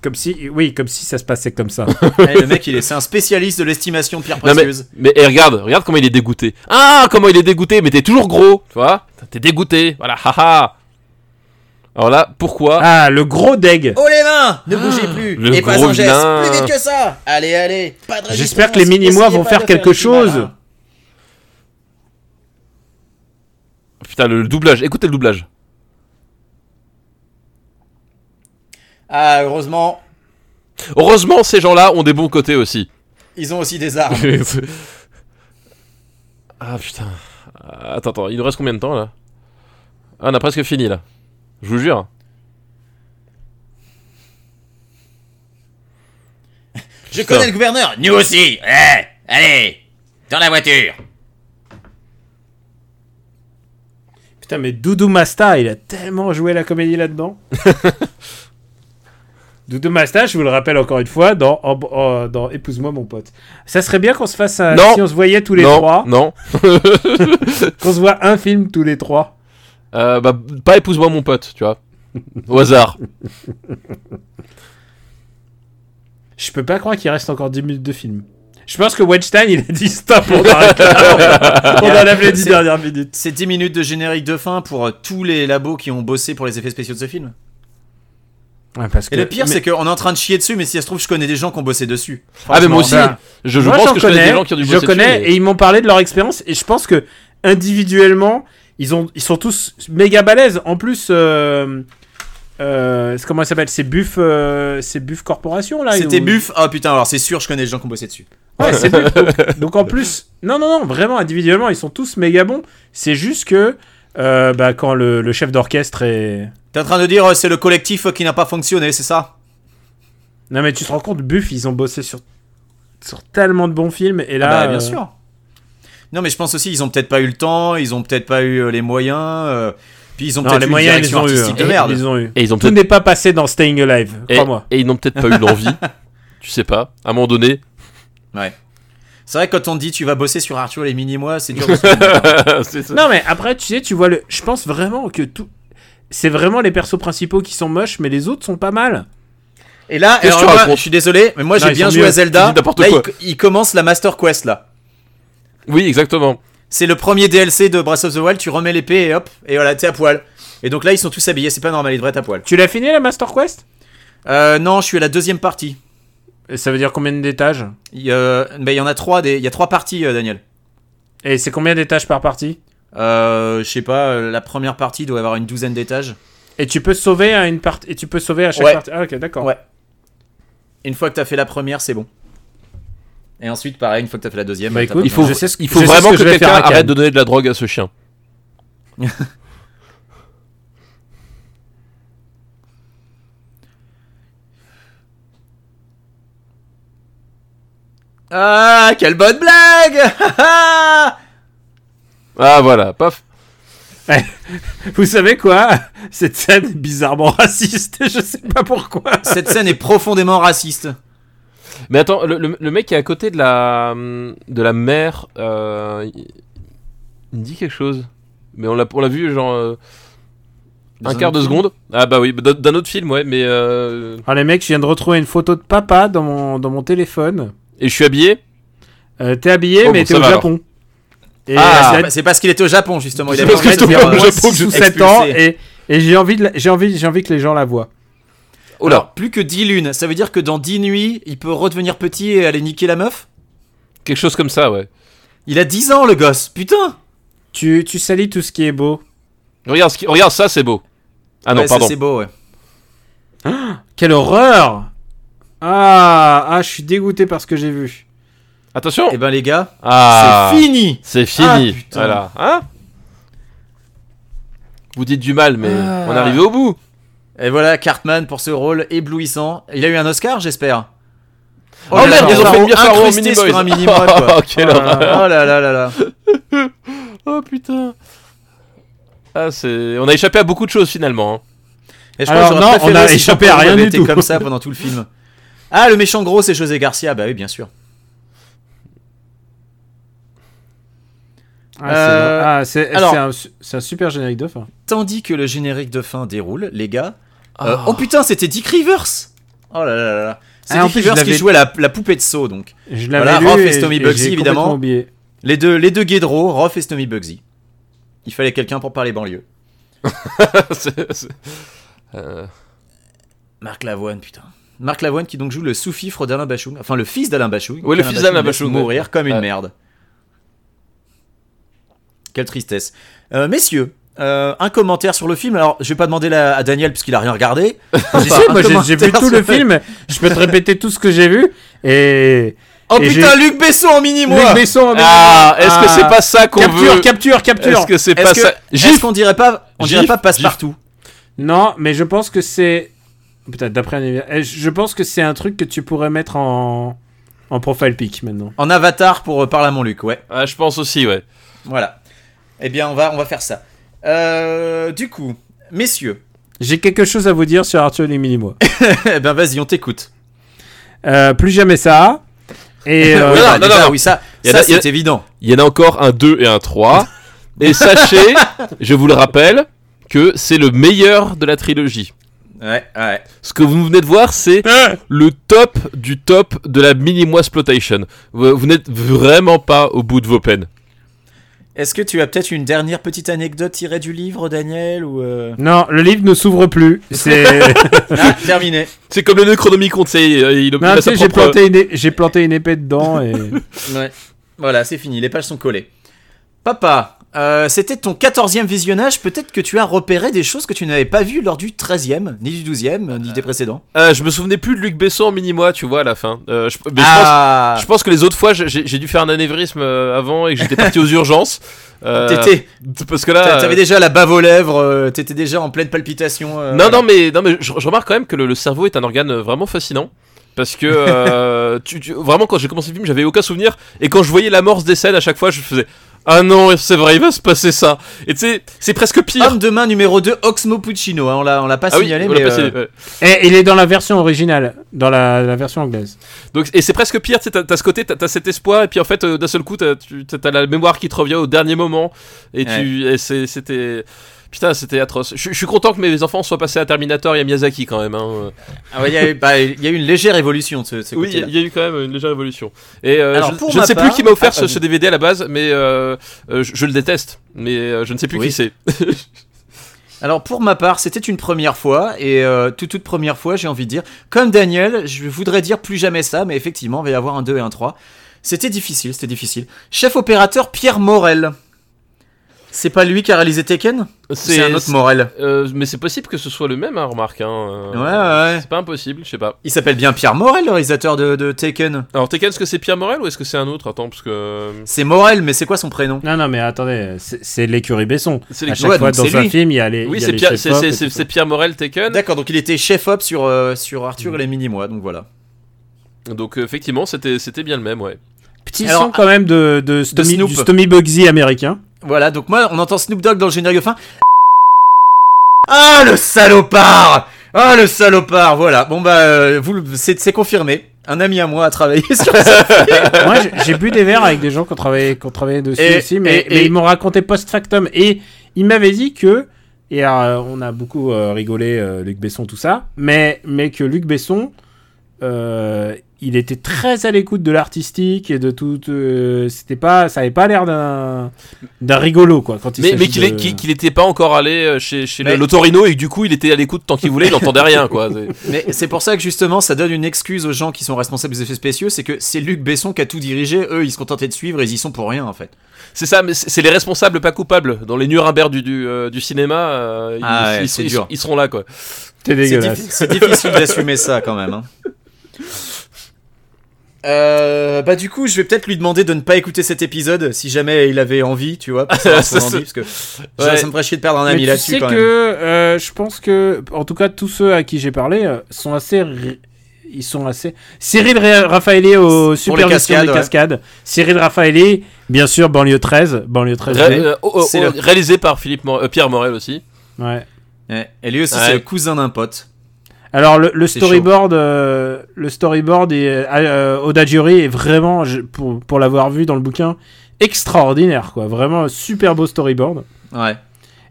Speaker 2: Comme si, oui, comme si ça se passait comme ça.
Speaker 1: Eh, le mec, il est, c'est un spécialiste de l'estimation de pierres
Speaker 3: Non, mais-
Speaker 1: précieuses.
Speaker 3: Mais eh, regarde, regarde comment il est dégoûté. Ah, comment il est dégoûté, mais t'es toujours gros, tu vois T'es dégoûté, voilà, haha. Alors là, pourquoi
Speaker 2: Ah, le gros deg.
Speaker 1: Oh les mains Ne bougez plus
Speaker 3: le
Speaker 1: Et pas
Speaker 3: gros
Speaker 1: un geste
Speaker 3: vilain.
Speaker 1: Plus vite que ça Allez, allez Pas de
Speaker 2: J'espère
Speaker 1: résistance.
Speaker 2: que les mini-mois
Speaker 1: Essayez
Speaker 2: vont
Speaker 1: pas
Speaker 2: faire
Speaker 1: de
Speaker 2: quelque
Speaker 1: le petit
Speaker 2: chose.
Speaker 1: malin.
Speaker 3: Putain, le doublage, écoutez le doublage.
Speaker 1: Ah, heureusement,
Speaker 3: Heureusement, ces gens-là ont des bons côtés aussi.
Speaker 1: ils ont aussi des armes.
Speaker 3: ah putain. Ah, Attends, attends, il nous reste combien de temps là Ah, on a presque fini là. Je vous jure.
Speaker 1: Je
Speaker 3: Putain.
Speaker 1: connais le gouverneur Nous aussi Eh, Allez Dans la voiture
Speaker 2: Putain, mais Doudou Masta, il a tellement joué la comédie là-dedans. Doudou Masta, je vous le rappelle encore une fois, dans, en- en- dans Épouse-moi mon pote. Ça serait bien qu'on se fasse un,
Speaker 3: Non.
Speaker 2: si on se voyait tous les
Speaker 3: non,
Speaker 2: trois,
Speaker 3: non.
Speaker 2: qu'on se voit un film tous les trois.
Speaker 3: Euh, bah, pas épouse-moi mon pote, tu vois. Au hasard.
Speaker 2: Je peux pas croire qu'il reste encore 10 minutes de film. Je pense que Weinstein, il a dit stop, on arrête. on en a les 10
Speaker 1: C'est-
Speaker 2: dernières minutes.
Speaker 1: C'est 10 minutes de générique de fin pour euh, tous les labos qui ont bossé pour les effets spéciaux de ce film.
Speaker 2: parce
Speaker 1: Et
Speaker 2: Euh,
Speaker 1: le pire, c'est qu'on est en train de chier dessus, mais si ça se trouve, je connais des gens qui ont bossé dessus.
Speaker 3: Ah, mais moi aussi,
Speaker 2: ben,
Speaker 3: je, je
Speaker 2: Moi,
Speaker 3: pense
Speaker 2: j'en
Speaker 3: que je connais des gens qui ont dû
Speaker 2: je
Speaker 3: bosser
Speaker 2: connais
Speaker 3: dessus,
Speaker 2: et ils m'ont parlé de leur expérience et je pense que individuellement ils ont ils sont tous méga balèzes. En plus, euh, euh, c'est- comment ça s'appelle C'est Buff, euh, c'est Buff Corporation là.
Speaker 1: C'était
Speaker 2: ou-
Speaker 1: buff. Ah putain, alors c'est sûr, je connais des gens qui ont bossé dessus.
Speaker 2: Ouais, c'est Buff. Donc, donc en plus, non non non, vraiment individuellement ils sont tous méga bons. C'est juste que euh, bah, quand le, le chef d'orchestre est
Speaker 1: T'es en train de dire, euh, c'est le collectif euh, qui n'a pas fonctionné, c'est ça
Speaker 2: non mais tu te rends compte, Buff ils ont bossé sur sur tellement de bons films et là
Speaker 1: Ah bah, bien
Speaker 2: euh,
Speaker 1: sûr. Non, mais je pense aussi, ils ont peut-être pas eu le temps, ils ont peut-être pas eu euh, les moyens, euh, puis ils ont
Speaker 2: non,
Speaker 1: peut-être
Speaker 2: les
Speaker 1: eu une
Speaker 2: moyens ils les
Speaker 1: direction
Speaker 2: ont eu. hein.
Speaker 1: artistique
Speaker 2: Ils
Speaker 1: de merde.
Speaker 2: les ont eu.
Speaker 3: Et ils ont
Speaker 2: Tout
Speaker 3: peut-être
Speaker 2: n'est pas passé dans Staying Alive,
Speaker 3: et,
Speaker 2: crois-moi.
Speaker 3: et ils n'ont peut-être pas eu l'envie. tu sais pas. À un moment donné,
Speaker 1: C'est vrai, que quand on dit tu vas bosser sur Arthur les mini-mois, c'est dur de se
Speaker 3: c'est ça.
Speaker 2: Non mais après tu sais tu vois le je pense vraiment que tout c'est vraiment les persos principaux qui sont moches mais les autres sont pas mal.
Speaker 1: Et là,
Speaker 3: Qu'est-ce
Speaker 1: alors
Speaker 3: que tu
Speaker 1: moi,
Speaker 3: racontes
Speaker 1: je suis désolé, mais moi
Speaker 2: Non,
Speaker 1: j'ai
Speaker 2: ils
Speaker 1: bien
Speaker 2: sont
Speaker 1: joué
Speaker 2: mieux.
Speaker 1: à
Speaker 3: Tu
Speaker 1: Zelda.
Speaker 3: dis n'importe
Speaker 1: Là, il,
Speaker 3: quoi.
Speaker 1: il commence la Master Quest là.
Speaker 3: Oui, exactement.
Speaker 1: C'est le premier DLC de Breath of the Wild. Tu remets l'épée et hop, et voilà, t'es à poil. Et donc là, ils sont tous habillés. C'est pas normal, ils devraient être à poil.
Speaker 2: Tu l'as fini la Master Quest
Speaker 1: Euh, non, je suis à la deuxième partie.
Speaker 2: Et Ça veut dire combien d'étages
Speaker 1: Il y, a- ben, il y en a trois. Des, il y a trois parties, euh, Daniel.
Speaker 2: Et c'est combien d'étages par partie
Speaker 1: Euh, je sais pas. euh, La première partie doit avoir une douzaine d'étages.
Speaker 2: Et tu peux sauver à une partie et tu peux sauver à chaque
Speaker 1: Ouais.
Speaker 2: partie. Ah OK, d'accord.
Speaker 1: Ouais. Une fois que t'as fait la première, c'est bon. Et ensuite, pareil, une fois que t'as fait la deuxième,
Speaker 2: Bah,
Speaker 1: t'as
Speaker 2: écoute,
Speaker 1: pas
Speaker 3: Il
Speaker 1: besoin.
Speaker 3: faut,
Speaker 2: Je sais ce-
Speaker 3: il faut
Speaker 2: je sais
Speaker 3: vraiment
Speaker 2: ce que je
Speaker 3: que,
Speaker 2: vais
Speaker 3: quelqu'un
Speaker 2: faire à Cannes.
Speaker 3: arrête de donner de la drogue à ce chien.
Speaker 1: Ah, quelle bonne blague
Speaker 3: Ah voilà, paf.
Speaker 2: Vous savez quoi Cette scène est bizarrement raciste, je sais pas pourquoi.
Speaker 1: Cette scène est profondément raciste.
Speaker 3: Mais attends, le, le- le mec qui est à côté de la de la mer, euh, il, il me dit quelque chose. Mais on l'a on l'a vu genre euh, un
Speaker 1: Dans
Speaker 3: quart de
Speaker 1: autre film
Speaker 3: seconde. Ah bah oui, d'un- d'un autre film, ouais. Mais euh,
Speaker 2: Alors Ah, les mecs, je viens de retrouver une photo de papa dans mon dans mon téléphone.
Speaker 3: et je suis habillé.
Speaker 2: Euh, t'es habillé
Speaker 3: Oh,
Speaker 2: mais
Speaker 3: bon,
Speaker 2: t'es
Speaker 3: ça
Speaker 2: au
Speaker 3: va,
Speaker 2: Japon. Et
Speaker 3: Ah,
Speaker 2: euh,
Speaker 1: Ah, bah, c'est parce qu'il était au Japon, justement. Il
Speaker 3: C'est
Speaker 1: avait
Speaker 3: parce que
Speaker 1: envie de
Speaker 3: j'étais
Speaker 1: dire,
Speaker 3: au
Speaker 1: euh,
Speaker 3: Japon.
Speaker 2: six
Speaker 3: que je-
Speaker 2: ou sept ans
Speaker 1: expulsé.
Speaker 2: et, et j'ai envie de la- j'ai envie j'ai envie que les gens la voient.
Speaker 3: Oh là,
Speaker 1: Alors, plus que 10 lunes, ça veut dire que dans 10 nuits, il peut redevenir petit et aller niquer la meuf
Speaker 3: quelque chose comme ça, ouais.
Speaker 1: Il a 10 ans, le gosse, putain
Speaker 2: Tu tu salis tout ce qui est beau.
Speaker 3: Regarde, ce qui- regarde ça, c'est beau. Ah non,
Speaker 1: Ouais, ça,
Speaker 3: pardon.
Speaker 1: c'est beau, ouais.
Speaker 2: Quelle horreur Ah ah je suis dégoûté par ce que j'ai vu.
Speaker 3: Attention.
Speaker 1: Eh ben, les gars,
Speaker 3: Ah,
Speaker 1: c'est fini
Speaker 3: c'est
Speaker 1: Ah,
Speaker 3: fini.
Speaker 1: putain.
Speaker 3: voilà, hein Vous dites du mal, mais
Speaker 1: Ah.
Speaker 3: on est arrivé au bout.
Speaker 1: Et voilà, Cartman pour ce rôle éblouissant. Il a eu un Oscar, j'espère
Speaker 3: Oh,
Speaker 1: là
Speaker 3: merde,
Speaker 1: là,
Speaker 3: ils ont fait
Speaker 1: Faro
Speaker 3: une bière Faro en
Speaker 1: incrusté
Speaker 3: mini
Speaker 1: sur
Speaker 3: boys.
Speaker 1: un mini mois, quoi.
Speaker 3: Oh, quelle
Speaker 1: oh
Speaker 3: horreur.
Speaker 1: là là là là.
Speaker 3: Oh putain. Ah, c'est... On a échappé à beaucoup de choses finalement. hein.
Speaker 1: Et je
Speaker 2: Alors,
Speaker 1: pense que
Speaker 2: non,
Speaker 1: j'aurais préféré
Speaker 2: on a
Speaker 1: si
Speaker 2: échappé
Speaker 1: Jean-Paul
Speaker 2: à rien
Speaker 1: avait
Speaker 2: du
Speaker 1: été
Speaker 2: tout.
Speaker 1: comme ça pendant tout le film. Ah, le méchant gros, c'est José Garcia. Bah oui, bien sûr.
Speaker 2: Ah,
Speaker 1: Euh,
Speaker 2: c'est- ah, c'est
Speaker 1: alors-
Speaker 2: c'est un, su- c'est un super générique de fin.
Speaker 1: Tandis que le générique de fin déroule, les gars. euh, oh. putain, c'était Dick Rivers Oh là là là là. C'est
Speaker 2: Ah, en
Speaker 1: Dick
Speaker 2: plus, je
Speaker 1: Rivers qui
Speaker 2: l'avais-
Speaker 1: jouait la, la poupée de saut, donc.
Speaker 2: Je l'avais
Speaker 1: Voilà,
Speaker 2: lu
Speaker 1: Raph et
Speaker 2: et,
Speaker 1: Stomy
Speaker 2: et
Speaker 1: Bugsy,
Speaker 2: j'ai
Speaker 1: évidemment.
Speaker 2: complètement oublié.
Speaker 1: Les deux, les deux guédros, Roth et Snowy Bugsy. Il fallait quelqu'un pour parler banlieue.
Speaker 3: C'est- c'est- Euh,
Speaker 1: Marc Lavoine, putain. Marc Lavoine qui donc joue le sous-fifre d'Alain Bachung, enfin le fils d'Alain Bachung.
Speaker 3: Ouais, le
Speaker 1: qu'Alain
Speaker 3: fils d'Alain
Speaker 1: laisse
Speaker 3: Bachung,
Speaker 1: Mourir comme une
Speaker 3: Ouais.
Speaker 1: merde. Quelle tristesse. Euh, messieurs, euh, un commentaire sur le film. Alors, je vais pas demander la- à Daniel puisqu'il a rien regardé.
Speaker 2: Ah, si,
Speaker 1: Enfin,
Speaker 2: si,
Speaker 1: un
Speaker 2: moi j'ai- j'ai vu
Speaker 1: commentaire
Speaker 2: tout le
Speaker 1: sur-
Speaker 2: film, je peux te répéter tout ce que j'ai vu et
Speaker 1: Oh
Speaker 2: Et
Speaker 1: putain, Luc Besson en mini-moi
Speaker 2: Luc Besson avec-
Speaker 3: Ah, est-ce que c'est pas ça qu'on
Speaker 2: capture,
Speaker 3: veut
Speaker 2: capture, capture.
Speaker 3: Est-ce que c'est
Speaker 1: Est-ce
Speaker 3: pas
Speaker 1: que-
Speaker 3: ça
Speaker 1: Est-ce
Speaker 3: Gif
Speaker 1: qu'on dirait pas, on dirait
Speaker 3: Gif,
Speaker 1: pas passe-partout
Speaker 2: Non, mais je pense que c'est peut-être d'après un univers- eh, je pense que c'est un truc que tu pourrais mettre en en profile pic maintenant.
Speaker 1: En avatar pour euh, Parle à mon Luc, ouais.
Speaker 3: Ah, je pense aussi, ouais.
Speaker 1: Voilà. Eh bien, on va, on va faire ça. Euh, du coup, messieurs,
Speaker 2: J'ai quelque chose à vous dire sur Arthur et les Minimois.
Speaker 1: eh ben vas-y, on t'écoute.
Speaker 2: Euh, plus jamais ça. Et euh,
Speaker 1: oui,
Speaker 3: non,
Speaker 1: bah,
Speaker 3: non,
Speaker 1: déjà,
Speaker 3: non.
Speaker 1: oui, ça,
Speaker 3: Il y en
Speaker 1: ça
Speaker 3: a- il y en a-
Speaker 1: c'est évident.
Speaker 3: Il y en a encore un 2 et un 3. et sachez, je vous le rappelle, que c'est le meilleur de la trilogie.
Speaker 1: Ouais, ouais.
Speaker 3: Ce que vous venez de voir, c'est le top du top de la mini-moi exploitation. Vous, vous n'êtes vraiment pas au bout de vos peines.
Speaker 1: Est-ce que tu as peut-être une dernière petite anecdote tirée du livre, Daniel ou euh...
Speaker 2: Non, le livre ne s'ouvre plus. C'est.
Speaker 1: Ah, terminé.
Speaker 3: C'est comme le Necronomicon, tu sais, euh, il
Speaker 2: Non,
Speaker 3: obtient
Speaker 2: tu
Speaker 3: sa
Speaker 2: sais, j'ai
Speaker 3: propre-
Speaker 2: planté, une é- j'ai planté une épée dedans et.
Speaker 1: Ouais. Voilà, c'est fini, les pages sont collées. Papa, euh, c'était ton 14e visionnage, peut-être que tu as repéré des choses que tu n'avais pas vues lors du 13e, ni du 12e, euh, ni des précédents.
Speaker 3: Ah, je me souvenais plus de Luc Besson en mini-moi, tu vois, à la fin. Euh, je, mais je
Speaker 1: ah,
Speaker 3: pense, je pense que les autres fois, j'ai j'ai dû faire un anévrisme euh, avant et que j'étais parti aux urgences. Euh,
Speaker 1: t'étais,
Speaker 3: Parce que là.
Speaker 1: t'a- t'avais déjà la bave aux lèvres, euh, t'étais déjà en pleine palpitation. euh,
Speaker 3: Non,
Speaker 1: voilà.
Speaker 3: non, mais, non, mais je, je remarque quand même que le, le cerveau est un organe euh, vraiment fascinant. Parce que euh, tu, tu- vraiment, quand j'ai commencé le film, j'avais aucun souvenir. Et quand je voyais l'amorce des scènes, à chaque fois, je faisais Ah non, c'est vrai, il va se passer ça. Et tu sais, c'est presque pire.
Speaker 1: Homme de main numéro 2, Oxmo Puccino, hein, on l'a, on l'a pas
Speaker 3: Ah
Speaker 1: Ah,
Speaker 3: oui,
Speaker 1: signalé,
Speaker 3: on l'a
Speaker 1: mais,
Speaker 3: pas
Speaker 1: euh,
Speaker 3: signalé, ouais.
Speaker 2: Et Eh, il est dans la version originale, dans la, la version anglaise.
Speaker 3: Donc, et c'est presque pire, tu sais, t'as t'as ce côté, t'as t'as cet espoir, et puis en fait, euh, d'un seul coup, t'as tu- t'as- t'as la mémoire qui te revient au dernier moment, et tu, et c'est- c'était, putain, c'était atroce. Je je suis content que mes enfants soient passés à Terminator et à Miyazaki quand même. Hein.
Speaker 1: ah ouais, il y, a eu- bah, il y a eu une légère évolution de ce, de ce
Speaker 3: Oui,
Speaker 1: côté-là.
Speaker 3: il y a eu quand même une légère évolution. Et euh,
Speaker 1: Alors,
Speaker 3: je,
Speaker 1: pour
Speaker 3: je ne
Speaker 1: ma
Speaker 3: sais plus
Speaker 1: part-
Speaker 3: qui m'a offert
Speaker 1: Ah,
Speaker 3: ce,
Speaker 1: vas-y.
Speaker 3: ce DVD à la base, mais euh, euh, je, je le déteste. Mais euh, je ne sais plus
Speaker 1: Oui.
Speaker 3: qui c'est.
Speaker 1: Alors pour ma part, c'était une première fois et euh, toute toute première fois, j'ai envie de dire, comme Daniel, je voudrais dire plus jamais ça, mais effectivement, il va y avoir un 2 et un 3. C'était difficile, c'était difficile. Chef opérateur Pierre Morel. C'est pas lui qui a réalisé Tekken C'est un autre Morel.
Speaker 3: euh, mais c'est possible que ce soit le même, hein, remarque. Hein.
Speaker 1: Ouais,
Speaker 3: euh,
Speaker 1: ouais.
Speaker 3: C'est pas impossible, je sais pas.
Speaker 1: Il s'appelle bien Pierre Morel, le réalisateur de, de Tekken.
Speaker 3: Alors, Tekken, est-ce que c'est Pierre Morel ou est-ce que c'est un autre Attends, parce que.
Speaker 1: C'est Morel, mais c'est quoi son prénom
Speaker 2: Non, non, mais attendez, c'est c'est l'écurie Besson.
Speaker 3: C'est
Speaker 2: À
Speaker 3: les-
Speaker 2: chaque
Speaker 1: Ouais,
Speaker 2: fois
Speaker 1: donc
Speaker 2: dans
Speaker 1: c'est
Speaker 2: un
Speaker 1: lui.
Speaker 2: film, il y a les.
Speaker 3: Oui,
Speaker 2: il y a
Speaker 3: c'est
Speaker 2: les
Speaker 3: Pierre, c'est-
Speaker 2: chefs-op
Speaker 3: c'est-
Speaker 2: et
Speaker 3: c'est-
Speaker 2: tout.
Speaker 3: c'est Pierre Morel Taken.
Speaker 1: D'accord, donc il était chef-op sur, euh, sur Arthur et les mini-mois, donc voilà.
Speaker 3: Donc euh, effectivement, c'était c'était bien le même, ouais.
Speaker 2: Petit
Speaker 1: Alors,
Speaker 2: son quand même de, de, Stomy,
Speaker 1: Snoop.
Speaker 2: du Stomy Bugsy américain.
Speaker 1: Voilà, donc moi, on entend Snoop Dogg dans le générique de fin. Ah, le salopard Ah, le salopard Voilà, bon bah, euh, vous, le- c'est c'est confirmé. Un ami à moi a travaillé sur ça.
Speaker 2: Moi, j'ai- j'ai bu des verres avec des gens qui ont travaillé, qui ont travaillé dessus
Speaker 1: Et-
Speaker 2: aussi, mais,
Speaker 1: et-
Speaker 2: mais
Speaker 1: et-
Speaker 2: ils m'ont raconté post-factum. Et ils m'avaient dit que. Et euh, on a beaucoup euh, rigolé, euh, Luc Besson, tout ça. Mais, mais que Luc Besson. euh, il était très à l'écoute de l'artistique et de tout. euh, C'était pas, ça avait pas l'air d'un d'un rigolo quoi. Quand il
Speaker 3: Mais,
Speaker 2: s'agit
Speaker 3: mais qu'il
Speaker 2: de-
Speaker 3: est- qu'il qu'il était pas encore allé euh, chez, chez le-
Speaker 1: Mais-
Speaker 3: l'Otorino et que du coup il était à l'écoute tant qu'il voulait, il entendait rien quoi. C'est-
Speaker 1: Mais c'est pour ça que justement, ça donne une excuse aux gens qui sont responsables des effets spéciaux, c'est que c'est Luc Besson qui a tout dirigé, eux ils se contentaient de suivre et ils y sont pour rien en fait.
Speaker 3: C'est ça, mais c'est c'est les responsables pas coupables dans les Nuremberg du, du, euh, du cinéma. euh, ils,
Speaker 1: Ah ouais,
Speaker 3: ils-
Speaker 1: c'est
Speaker 3: ils-
Speaker 1: dur.
Speaker 3: ils seront là quoi.
Speaker 2: T'es
Speaker 1: C'est
Speaker 2: dégueulasse.
Speaker 1: diffi- C'est difficile d'assumer ça quand même. hein. Euh, bah du coup, je vais peut-être lui demander de ne pas écouter cet épisode si jamais il avait envie, tu vois, pour savoir son
Speaker 3: Ça, c'est-
Speaker 1: envie, parce que ça,
Speaker 3: Ouais.
Speaker 1: ça me ferait chier de perdre un
Speaker 2: Mais
Speaker 1: ami
Speaker 2: tu
Speaker 1: là-dessus
Speaker 2: sais
Speaker 1: quand
Speaker 2: que
Speaker 1: même.
Speaker 2: euh, je pense que, en tout cas, tous ceux à qui j'ai parlé euh, sont assez. ri- Ils sont assez. Cyril Ra- Raffaelli au supervision
Speaker 1: cascades,
Speaker 2: des
Speaker 1: ouais.
Speaker 2: cascades. Cyril Raffaelli, bien sûr, banlieue 13. Banlieue 13.
Speaker 3: Ré-
Speaker 2: ouais.
Speaker 3: euh, oh, oh,
Speaker 1: c'est
Speaker 3: oh,
Speaker 1: le-
Speaker 3: Réalisé par Philippe Mor- euh, Pierre Morel aussi.
Speaker 2: Ouais.
Speaker 1: Ouais. Et lui aussi,
Speaker 3: Ouais.
Speaker 1: c'est le cousin d'un pote.
Speaker 2: Alors, le, le
Speaker 1: C'est chaud.
Speaker 2: storyboard, euh, le storyboard est, euh, euh, Audagiori est vraiment, je- pour, pour l'avoir vu dans le bouquin, extraordinaire, quoi. Vraiment, un super beau storyboard.
Speaker 1: Ouais.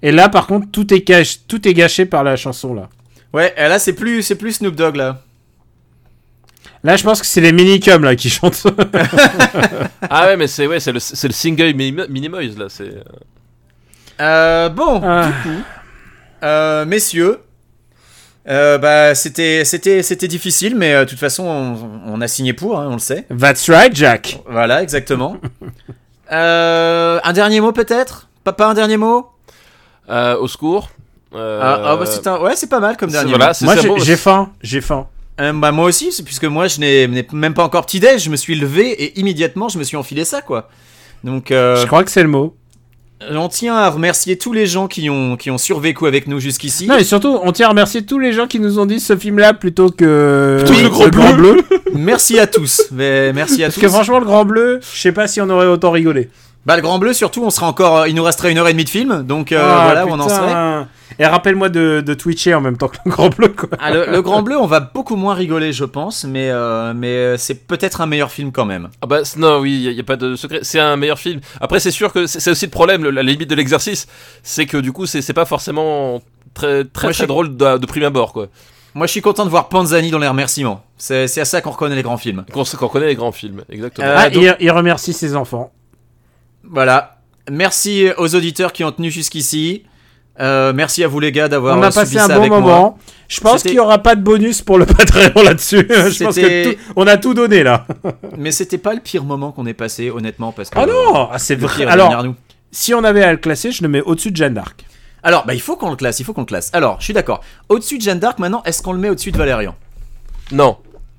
Speaker 2: Et là, par contre, tout est, cache, tout est gâché par la chanson, là.
Speaker 1: Ouais, et là c'est plus, c'est plus Snoop Dogg là.
Speaker 2: Là, je pense que c'est les minicums, là, qui chantent.
Speaker 3: ah ouais, mais c'est ouais, c'est le, c'est le single Minimo- Minimoys là. C'est euh,
Speaker 1: Euh, bon,
Speaker 2: Ah.
Speaker 1: euh, messieurs, euh, bah c'était, c'était, c'était difficile, mais euh, de toute façon on, on a signé pour, hein, on le sait.
Speaker 2: That's right, Jack.
Speaker 1: Voilà, exactement. Euh, un dernier mot peut-être. Papa, un dernier mot.
Speaker 3: euh, au secours. Euh,
Speaker 1: Ah, ah, bah, c'est un- ouais, c'est pas mal comme
Speaker 3: c'est-
Speaker 1: dernier.
Speaker 3: voilà,
Speaker 1: mot.
Speaker 3: c'est
Speaker 2: Moi,
Speaker 3: ça,
Speaker 2: j'ai-
Speaker 3: bon,
Speaker 2: j'ai faim. J'ai faim.
Speaker 1: Euh, bah moi aussi, c'est- puisque moi je n'ai, n'ai même pas encore petit déj, je me suis levé et immédiatement je me suis enfilé ça quoi. Donc euh,
Speaker 2: Je crois que c'est le mot.
Speaker 1: On tient à remercier tous les gens qui ont, qui ont survécu avec nous jusqu'ici.
Speaker 2: Non, et surtout, on tient à remercier tous les gens qui nous ont dit ce film-là plutôt que
Speaker 3: Plutôt que le Grand Bleu.
Speaker 1: Merci à tous. Mais merci à
Speaker 2: Parce
Speaker 1: tous.
Speaker 2: que franchement, le Grand Bleu, je sais pas si on aurait autant rigolé.
Speaker 1: Bah, le Grand Bleu, surtout, on sera encore, il nous resterait une heure et demie de film. Donc euh,
Speaker 2: Ah,
Speaker 1: voilà où on en
Speaker 2: putain.
Speaker 1: serait.
Speaker 2: Et rappelle-moi de, de twitcher en même temps que le grand bleu, quoi.
Speaker 1: Ah, le, le Grand Bleu, on va beaucoup moins rigoler, je pense, mais, euh, mais euh, c'est peut-être un meilleur film quand même.
Speaker 3: Ah bah c- non, oui, il n'y a, pas de secret. C'est un meilleur film. Après, c'est sûr que c'est c'est aussi le problème, le- la limite de l'exercice, c'est que du coup, c'est c'est pas forcément très très,
Speaker 1: Moi,
Speaker 3: très
Speaker 1: je-
Speaker 3: drôle de, de prime abord, quoi.
Speaker 1: Moi, je suis content de voir Panzani dans les remerciements. C'est c'est à ça qu'on reconnaît les grands films.
Speaker 3: Qu'on qu'on connaît les grands films,
Speaker 1: Euh,
Speaker 3: exactement.
Speaker 2: Ah, il, il remercie ses enfants.
Speaker 1: Voilà. Merci aux auditeurs qui ont tenu jusqu'ici. Euh, merci à vous, les gars, d'avoir
Speaker 2: On a
Speaker 1: subi
Speaker 2: passé
Speaker 1: ça
Speaker 2: un bon
Speaker 1: avec moi.
Speaker 2: moment. Je pense
Speaker 1: C'était-
Speaker 2: qu'il n'y aura pas de bonus pour le Patreon là-dessus. Je pense que
Speaker 1: C'était-
Speaker 2: tout- on a tout donné là.
Speaker 1: Mais c'était pas le pire moment qu'on ait passé, honnêtement, parce que.
Speaker 2: Ah non, ah, c'est
Speaker 1: Le
Speaker 2: vrai.
Speaker 1: pire est
Speaker 2: Alors,
Speaker 1: derrière nous.
Speaker 2: si on avait à le classer, je le mets au-dessus de Jeanne d'Arc.
Speaker 1: Alors, bah, il faut qu'on le classe, il faut qu'on le classe. Alors, je suis d'accord. Au-dessus de Jeanne d'Arc, maintenant, est-ce qu'on le met au-dessus de Valérian
Speaker 3: Non.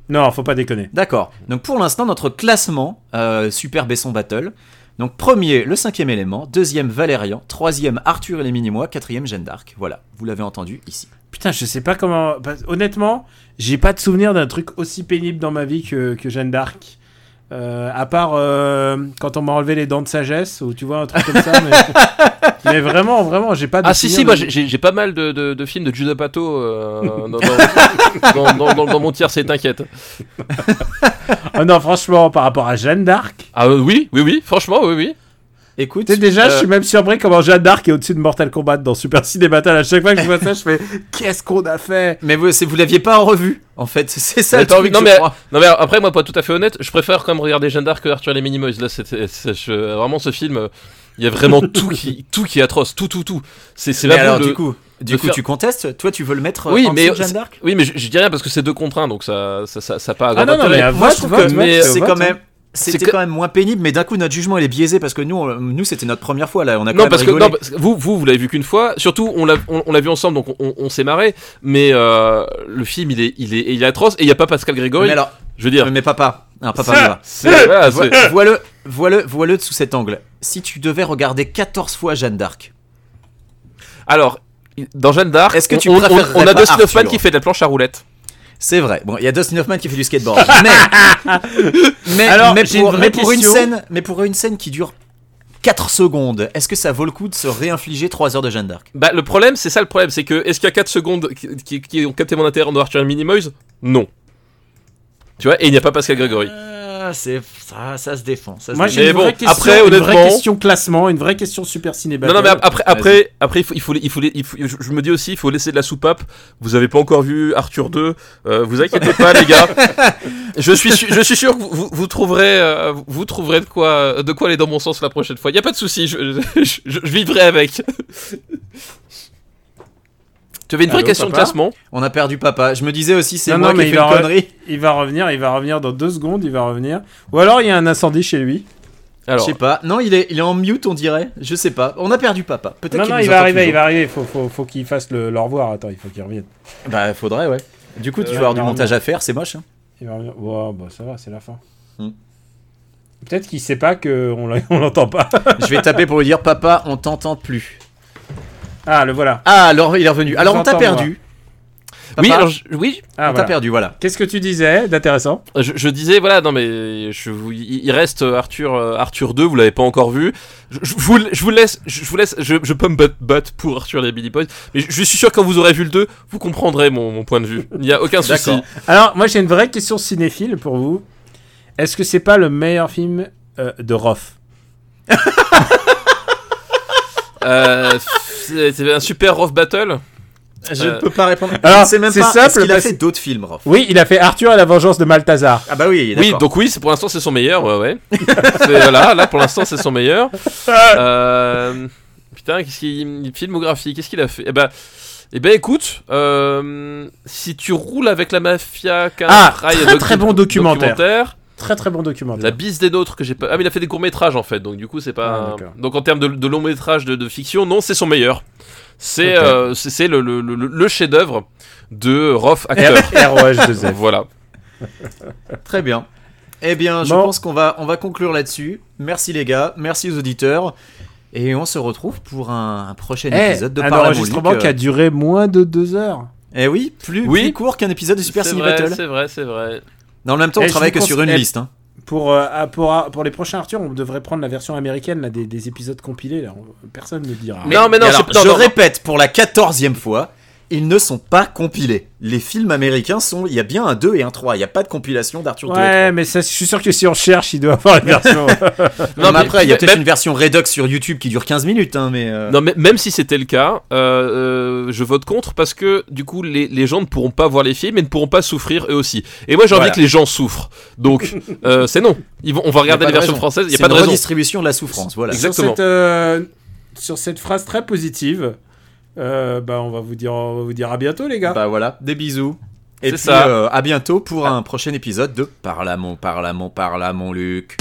Speaker 2: Non, faut pas déconner.
Speaker 1: D'accord. Donc, pour l'instant, notre classement, euh, Super Besson Battle. Donc, premier, le cinquième élément. Deuxième, Valérian. Troisième, Arthur et les Minimois. Quatrième, Jeanne d'Arc. Voilà, vous l'avez entendu ici.
Speaker 2: Putain, je sais pas comment. bah, honnêtement, j'ai pas de souvenir d'un truc aussi pénible dans ma vie que, que Jeanne d'Arc. Euh, à part euh, quand on m'a enlevé les dents de sagesse ou tu vois un truc comme ça. Mais, mais vraiment, vraiment, j'ai pas. De
Speaker 3: Ah si
Speaker 2: souvenir
Speaker 3: si,
Speaker 2: de-
Speaker 3: moi j'ai- j'ai j'ai pas mal de, de- de films de Judo Pato euh, dans, dans- dans- dans- dans- dans mon tiers, c'est t'inquiète.
Speaker 2: Ah non, franchement, par rapport à Jeanne d'Arc.
Speaker 3: Ah euh, oui, oui, oui, franchement, oui, oui.
Speaker 1: Écoute,
Speaker 2: Tu sais, déjà,
Speaker 3: Euh,
Speaker 2: je suis même surpris comment Jeanne d'Arc est au-dessus de Mortal Kombat dans Super Ciné Battle. À chaque fois que je vois ça, je fais Qu'est-ce qu'on a fait
Speaker 1: mais vous, c'est- vous l'aviez pas en revue, en fait. C'est ça
Speaker 3: Mais
Speaker 1: le
Speaker 3: t'as
Speaker 1: truc,
Speaker 3: envie- non,
Speaker 1: je
Speaker 3: mais-
Speaker 1: crois.
Speaker 3: Non mais après, moi, pour être tout à fait honnête, je préfère quand même regarder Jeanne d'Arc que Arthur et les Minimoys. Là, c'était c'est- je- vraiment ce film. euh, Il y a vraiment tout qui, tout qui est atroce, tout, tout, tout. C'est c'est
Speaker 1: Mais
Speaker 3: pas
Speaker 1: alors,
Speaker 3: bon de-
Speaker 1: du coup, du
Speaker 3: de
Speaker 1: coup
Speaker 3: faire-
Speaker 1: tu contestes Toi, tu veux le mettre euh,
Speaker 3: Oui,
Speaker 1: en
Speaker 3: mais-
Speaker 1: dessous de Jeanne d'Arc
Speaker 3: Oui, mais je, je dis rien parce que c'est deux contre un, donc ça, ça, ça, ça a pas.
Speaker 2: Ah
Speaker 3: grand
Speaker 2: non, non,
Speaker 3: intérêt.
Speaker 2: mais à
Speaker 1: Moi,
Speaker 2: vote,
Speaker 1: je trouve que
Speaker 2: vote, vote,
Speaker 1: c'est
Speaker 2: vote,
Speaker 1: quand
Speaker 2: hein.
Speaker 1: même. C'était
Speaker 3: C'est que-
Speaker 1: quand même moins pénible, mais d'un coup notre jugement il est biaisé parce que nous, on- nous c'était notre première fois là, on a quand
Speaker 3: Non,
Speaker 1: même
Speaker 3: parce que,
Speaker 1: rigolé.
Speaker 3: non, bah, parce que vous, vous, vous l'avez vu qu'une fois. Surtout, on l'a, on, on l'a vu ensemble, donc on, on- on s'est marré. Mais euh, le film, il est, il est, il est atroce. Et il y a pas Pascal Grégory.
Speaker 1: Mais alors,
Speaker 3: je veux dire,
Speaker 1: mais papa, hein, papa
Speaker 2: Ça-
Speaker 1: me va.
Speaker 3: c'est, voilà, c'est-
Speaker 1: Voi- Vois-le, vois-le, vois-le de sous cet angle. Si tu devais regarder 14 fois Jeanne d'Arc,
Speaker 3: Alors, dans Jeanne d'Arc,
Speaker 1: Est-ce que tu
Speaker 3: on, on-
Speaker 1: préférerais
Speaker 3: on a
Speaker 1: pas
Speaker 3: Dustin Hoffman
Speaker 1: Arthur
Speaker 3: qui fait de la planche à roulettes.
Speaker 1: c'est vrai. Bon, il y a Dustin Hoffman qui fait du skateboard, mais mais,
Speaker 2: Alors,
Speaker 1: mais
Speaker 2: j'ai
Speaker 1: pour,
Speaker 2: une vraie
Speaker 1: mais pour une
Speaker 2: question.
Speaker 1: scène, mais pour une scène qui dure 4 secondes, est-ce que ça vaut le coup de se réinfliger 3 heures de Jeanne d'Arc
Speaker 3: Bah, le problème, c'est ça le problème, c'est que est-ce qu'il y a 4 secondes qui, qui- qui ont capté mon intérêt dans Arthur et Minimoys Non. Tu vois, et il n'y a pas Pascal Grégory.
Speaker 1: Euh, c'est ça, ça se défend. Ça se
Speaker 2: Moi,
Speaker 1: défend.
Speaker 3: Mais
Speaker 2: j'ai une
Speaker 3: bon,
Speaker 2: vraie question,
Speaker 3: après,
Speaker 2: une vraie
Speaker 3: honnêtement-
Speaker 2: question classement, une vraie question super ciné
Speaker 3: Non, non, mais
Speaker 2: Battle.
Speaker 3: après, après, après, il faut, il faut, il faut, il faut- je, je me dis aussi, il faut laisser de la soupape. Vous avez pas encore vu Arthur 2, euh, vous inquiétez pas, les gars. Je suis, su- je suis sûr que vous, vous, vous trouverez, euh, vous trouverez de quoi, de quoi aller dans mon sens la prochaine fois. Il y a pas de souci, je, je, je- je vivrai avec. Tu avais une vraie
Speaker 2: Allô,
Speaker 3: question
Speaker 2: papa
Speaker 3: de classement.
Speaker 1: On a perdu papa. Je me disais aussi, c'est
Speaker 2: Non,
Speaker 1: moi
Speaker 2: non,
Speaker 1: qui
Speaker 2: mais
Speaker 1: ai
Speaker 2: il
Speaker 1: fait une
Speaker 2: aura-
Speaker 1: connerie.
Speaker 2: Il va revenir, il va revenir dans deux secondes, il va revenir. Ou alors il y a un incendie chez lui.
Speaker 1: Je
Speaker 3: Alors,
Speaker 1: sais pas. Non, il est, il est en mute, on dirait. Je sais pas. On a perdu papa. Peut-être
Speaker 2: Non,
Speaker 1: qu'il
Speaker 2: non,
Speaker 1: nous
Speaker 2: il va
Speaker 1: entend
Speaker 2: arriver, il
Speaker 1: toujours.
Speaker 2: va arriver. Faut, faut, faut qu'il fasse le, le revoir. Attends, il faut qu'il revienne.
Speaker 1: Bah, faudrait, ouais. Du coup, tu
Speaker 2: Euh,
Speaker 1: vas avoir du
Speaker 2: non,
Speaker 1: montage
Speaker 2: non.
Speaker 1: à faire, c'est moche. hein.
Speaker 2: Il va revenir. Wow, bah, ça va, c'est la fin.
Speaker 1: Hmm.
Speaker 2: Peut-être qu'il sait pas qu'on l'a- on l'entend pas.
Speaker 1: Je vais taper pour lui dire, papa, on t'entend plus.
Speaker 2: Ah, le voilà.
Speaker 1: Ah, alors il est revenu. Alors on t'a
Speaker 2: entends, moi.
Speaker 1: perdu.
Speaker 3: oui,
Speaker 1: Papa,
Speaker 3: alors, je- oui,
Speaker 2: Ah,
Speaker 1: on
Speaker 2: voilà.
Speaker 1: t'a perdu, voilà.
Speaker 2: Qu'est-ce que tu disais d'intéressant
Speaker 3: Je, je disais voilà non mais je vous, il il reste euh, Arthur euh, Arthur 2 vous l'avez pas encore vu je, je vous je vous laisse je vous laisse je, je peux me battre, battre pour Arthur et les Billy Boys mais je, je suis sûr que quand vous aurez vu le 2 vous comprendrez mon, mon point de vue il n'y a aucun souci
Speaker 1: D'accord.
Speaker 2: Alors, moi j'ai une vraie question cinéphile pour vous. Est-ce que c'est pas le meilleur film euh, de Roth
Speaker 3: euh, c'est c'est un super rough battle
Speaker 1: Je
Speaker 3: Euh,
Speaker 1: ne peux pas répondre.
Speaker 2: alors,
Speaker 1: c'est même
Speaker 2: c'est
Speaker 1: pas.
Speaker 2: simple,
Speaker 1: Est-ce qu'il a
Speaker 2: parce-
Speaker 1: fait d'autres films, Rof
Speaker 2: Oui, il a fait Arthur et la vengeance de Malthazar.
Speaker 1: Ah bah oui,
Speaker 3: oui
Speaker 1: d'accord.
Speaker 3: donc oui c'est pour l'instant c'est son meilleur ouais ouais C'est- voilà là pour l'instant c'est son meilleur euh, putain qu'est-ce qu'il filmographie qu'est-ce qu'il a fait eh ben eh ben écoute, euh, si tu roules avec la mafia, qu'un
Speaker 2: Ah,
Speaker 3: rail
Speaker 2: très,
Speaker 3: docu-
Speaker 2: très bon documentaire.
Speaker 3: documentaire,
Speaker 2: Très très bon documentaire.
Speaker 3: La bise des nôtres que j'ai pas. Ah mais il a fait des courts métrages en fait, donc du coup c'est
Speaker 2: Ah,
Speaker 3: pas.
Speaker 2: d'accord.
Speaker 3: donc en termes de, de long métrage de, de fiction, non c'est son meilleur. C'est
Speaker 2: Ok.
Speaker 3: euh, c'est c'est le, le, le, le chef-d'œuvre de Roth acteur.
Speaker 2: ROH2F.
Speaker 3: voilà.
Speaker 1: Très bien. Eh bien, je
Speaker 2: Bon.
Speaker 1: pense qu'on va, on va conclure là-dessus. Merci les gars, merci aux auditeurs. Et on se retrouve pour Eh, un, un prochain épisode de
Speaker 2: Eh, un
Speaker 1: Parle à mon
Speaker 2: enregistrement
Speaker 1: Luc,
Speaker 2: qui
Speaker 1: euh,
Speaker 2: a duré moins de deux heures.
Speaker 1: Eh oui, plus,
Speaker 3: Oui.
Speaker 1: plus court qu'un épisode de Super
Speaker 3: C'est
Speaker 1: Cine
Speaker 3: vrai,
Speaker 1: Battle.
Speaker 3: c'est vrai, c'est vrai.
Speaker 1: Dans le même temps,
Speaker 2: Eh,
Speaker 1: on
Speaker 2: je
Speaker 1: travaille
Speaker 2: vous
Speaker 1: que sur
Speaker 2: conse-
Speaker 1: une
Speaker 2: eh,
Speaker 1: liste. hein.
Speaker 2: Pour, euh, ah, pour, ah, pour les prochains Arthur, on devrait prendre la version américaine là, des, des épisodes compilés. Là. On- Personne ne dira.
Speaker 3: non, mais non,
Speaker 1: Et alors,
Speaker 3: c'est- non,
Speaker 1: je
Speaker 3: non, non.
Speaker 1: répète pour la quatorzième fois, ils ne sont pas compilés. Les films américains sont, il y a bien un 2 et un 3, il n'y a pas de compilation d'Arthur 2 et 3.
Speaker 2: Ouais, mais ça, je suis sûr que si on cherche, il doit avoir la version. euh,
Speaker 1: Non, mais
Speaker 3: mais-
Speaker 1: après, il y a peut-être
Speaker 3: même-
Speaker 1: une version Redux sur YouTube qui dure 15 minutes, hein, mais... euh,
Speaker 3: Non, mais même si c'était le cas, euh, euh, je vote contre parce que du coup, les, les gens ne pourront pas voir les films et ne pourront pas souffrir eux aussi. Et moi, j'ai envie
Speaker 1: Voilà.
Speaker 3: que les gens souffrent. Donc, euh, c'est non. Ils vont, on va regarder
Speaker 1: pas
Speaker 3: les
Speaker 1: de
Speaker 3: versions
Speaker 1: raison.
Speaker 3: françaises. Il n'y a
Speaker 1: c'est
Speaker 3: pas de
Speaker 1: une
Speaker 3: raison.
Speaker 1: redistribution de la souffrance, voilà.
Speaker 3: Exact. Exactement.
Speaker 2: Sur cette, euh, sur cette phrase très positive, euh, bah, on, va vous dire, on va vous dire à bientôt, les gars.
Speaker 1: Bah voilà, des bisous. Et
Speaker 3: C'est
Speaker 1: puis,
Speaker 3: ça.
Speaker 1: euh, à bientôt pour un prochain épisode de Parle à mon, parle à mon, parle à mon Luc.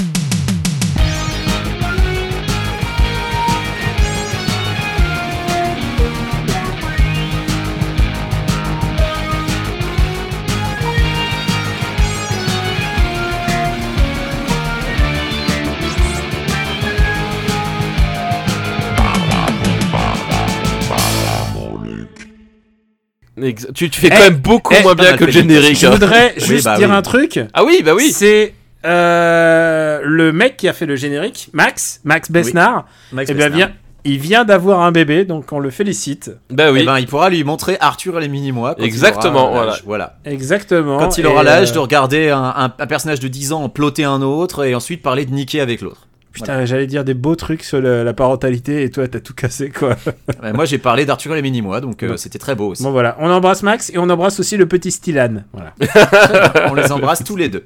Speaker 3: Ex- Tu, tu fais
Speaker 2: Eh,
Speaker 3: quand même beaucoup
Speaker 2: eh,
Speaker 3: moins
Speaker 1: pas
Speaker 3: bien
Speaker 1: mal
Speaker 3: que le
Speaker 1: fait, Nico.
Speaker 3: générique.
Speaker 2: Je
Speaker 3: hein.
Speaker 2: voudrais
Speaker 1: Oui,
Speaker 2: juste
Speaker 1: bah
Speaker 2: dire
Speaker 1: oui.
Speaker 2: un truc.
Speaker 3: Ah oui, bah oui.
Speaker 2: C'est euh, le mec qui a fait le générique, Max, Max Besnard.
Speaker 1: Max
Speaker 2: Eh bien,
Speaker 1: Besnard.
Speaker 2: vient- il vient d'avoir un bébé, donc on le félicite.
Speaker 3: Bah oui.
Speaker 1: Eh ben, il pourra lui montrer Arthur et les mini-mois. quand il
Speaker 3: Exactement,
Speaker 1: aura
Speaker 3: voilà.
Speaker 1: l'âge. voilà.
Speaker 2: Exactement.
Speaker 1: Quand il
Speaker 2: Et,
Speaker 1: aura l'âge
Speaker 2: euh,
Speaker 1: de regarder un, un- un personnage de 10 ans en ploter un autre et ensuite parler de niquer avec l'autre.
Speaker 2: Putain, j'allais dire des beaux trucs sur le- la parentalité et toi, t'as tout cassé, quoi.
Speaker 1: Ouais, Moi, j'ai parlé d'Arthur et les mini-mois, donc euh,
Speaker 2: Bon.
Speaker 1: c'était très beau aussi.
Speaker 2: Bon, voilà. On embrasse Max et on embrasse aussi le petit Stylan. Voilà.
Speaker 1: On les embrasse tous les deux.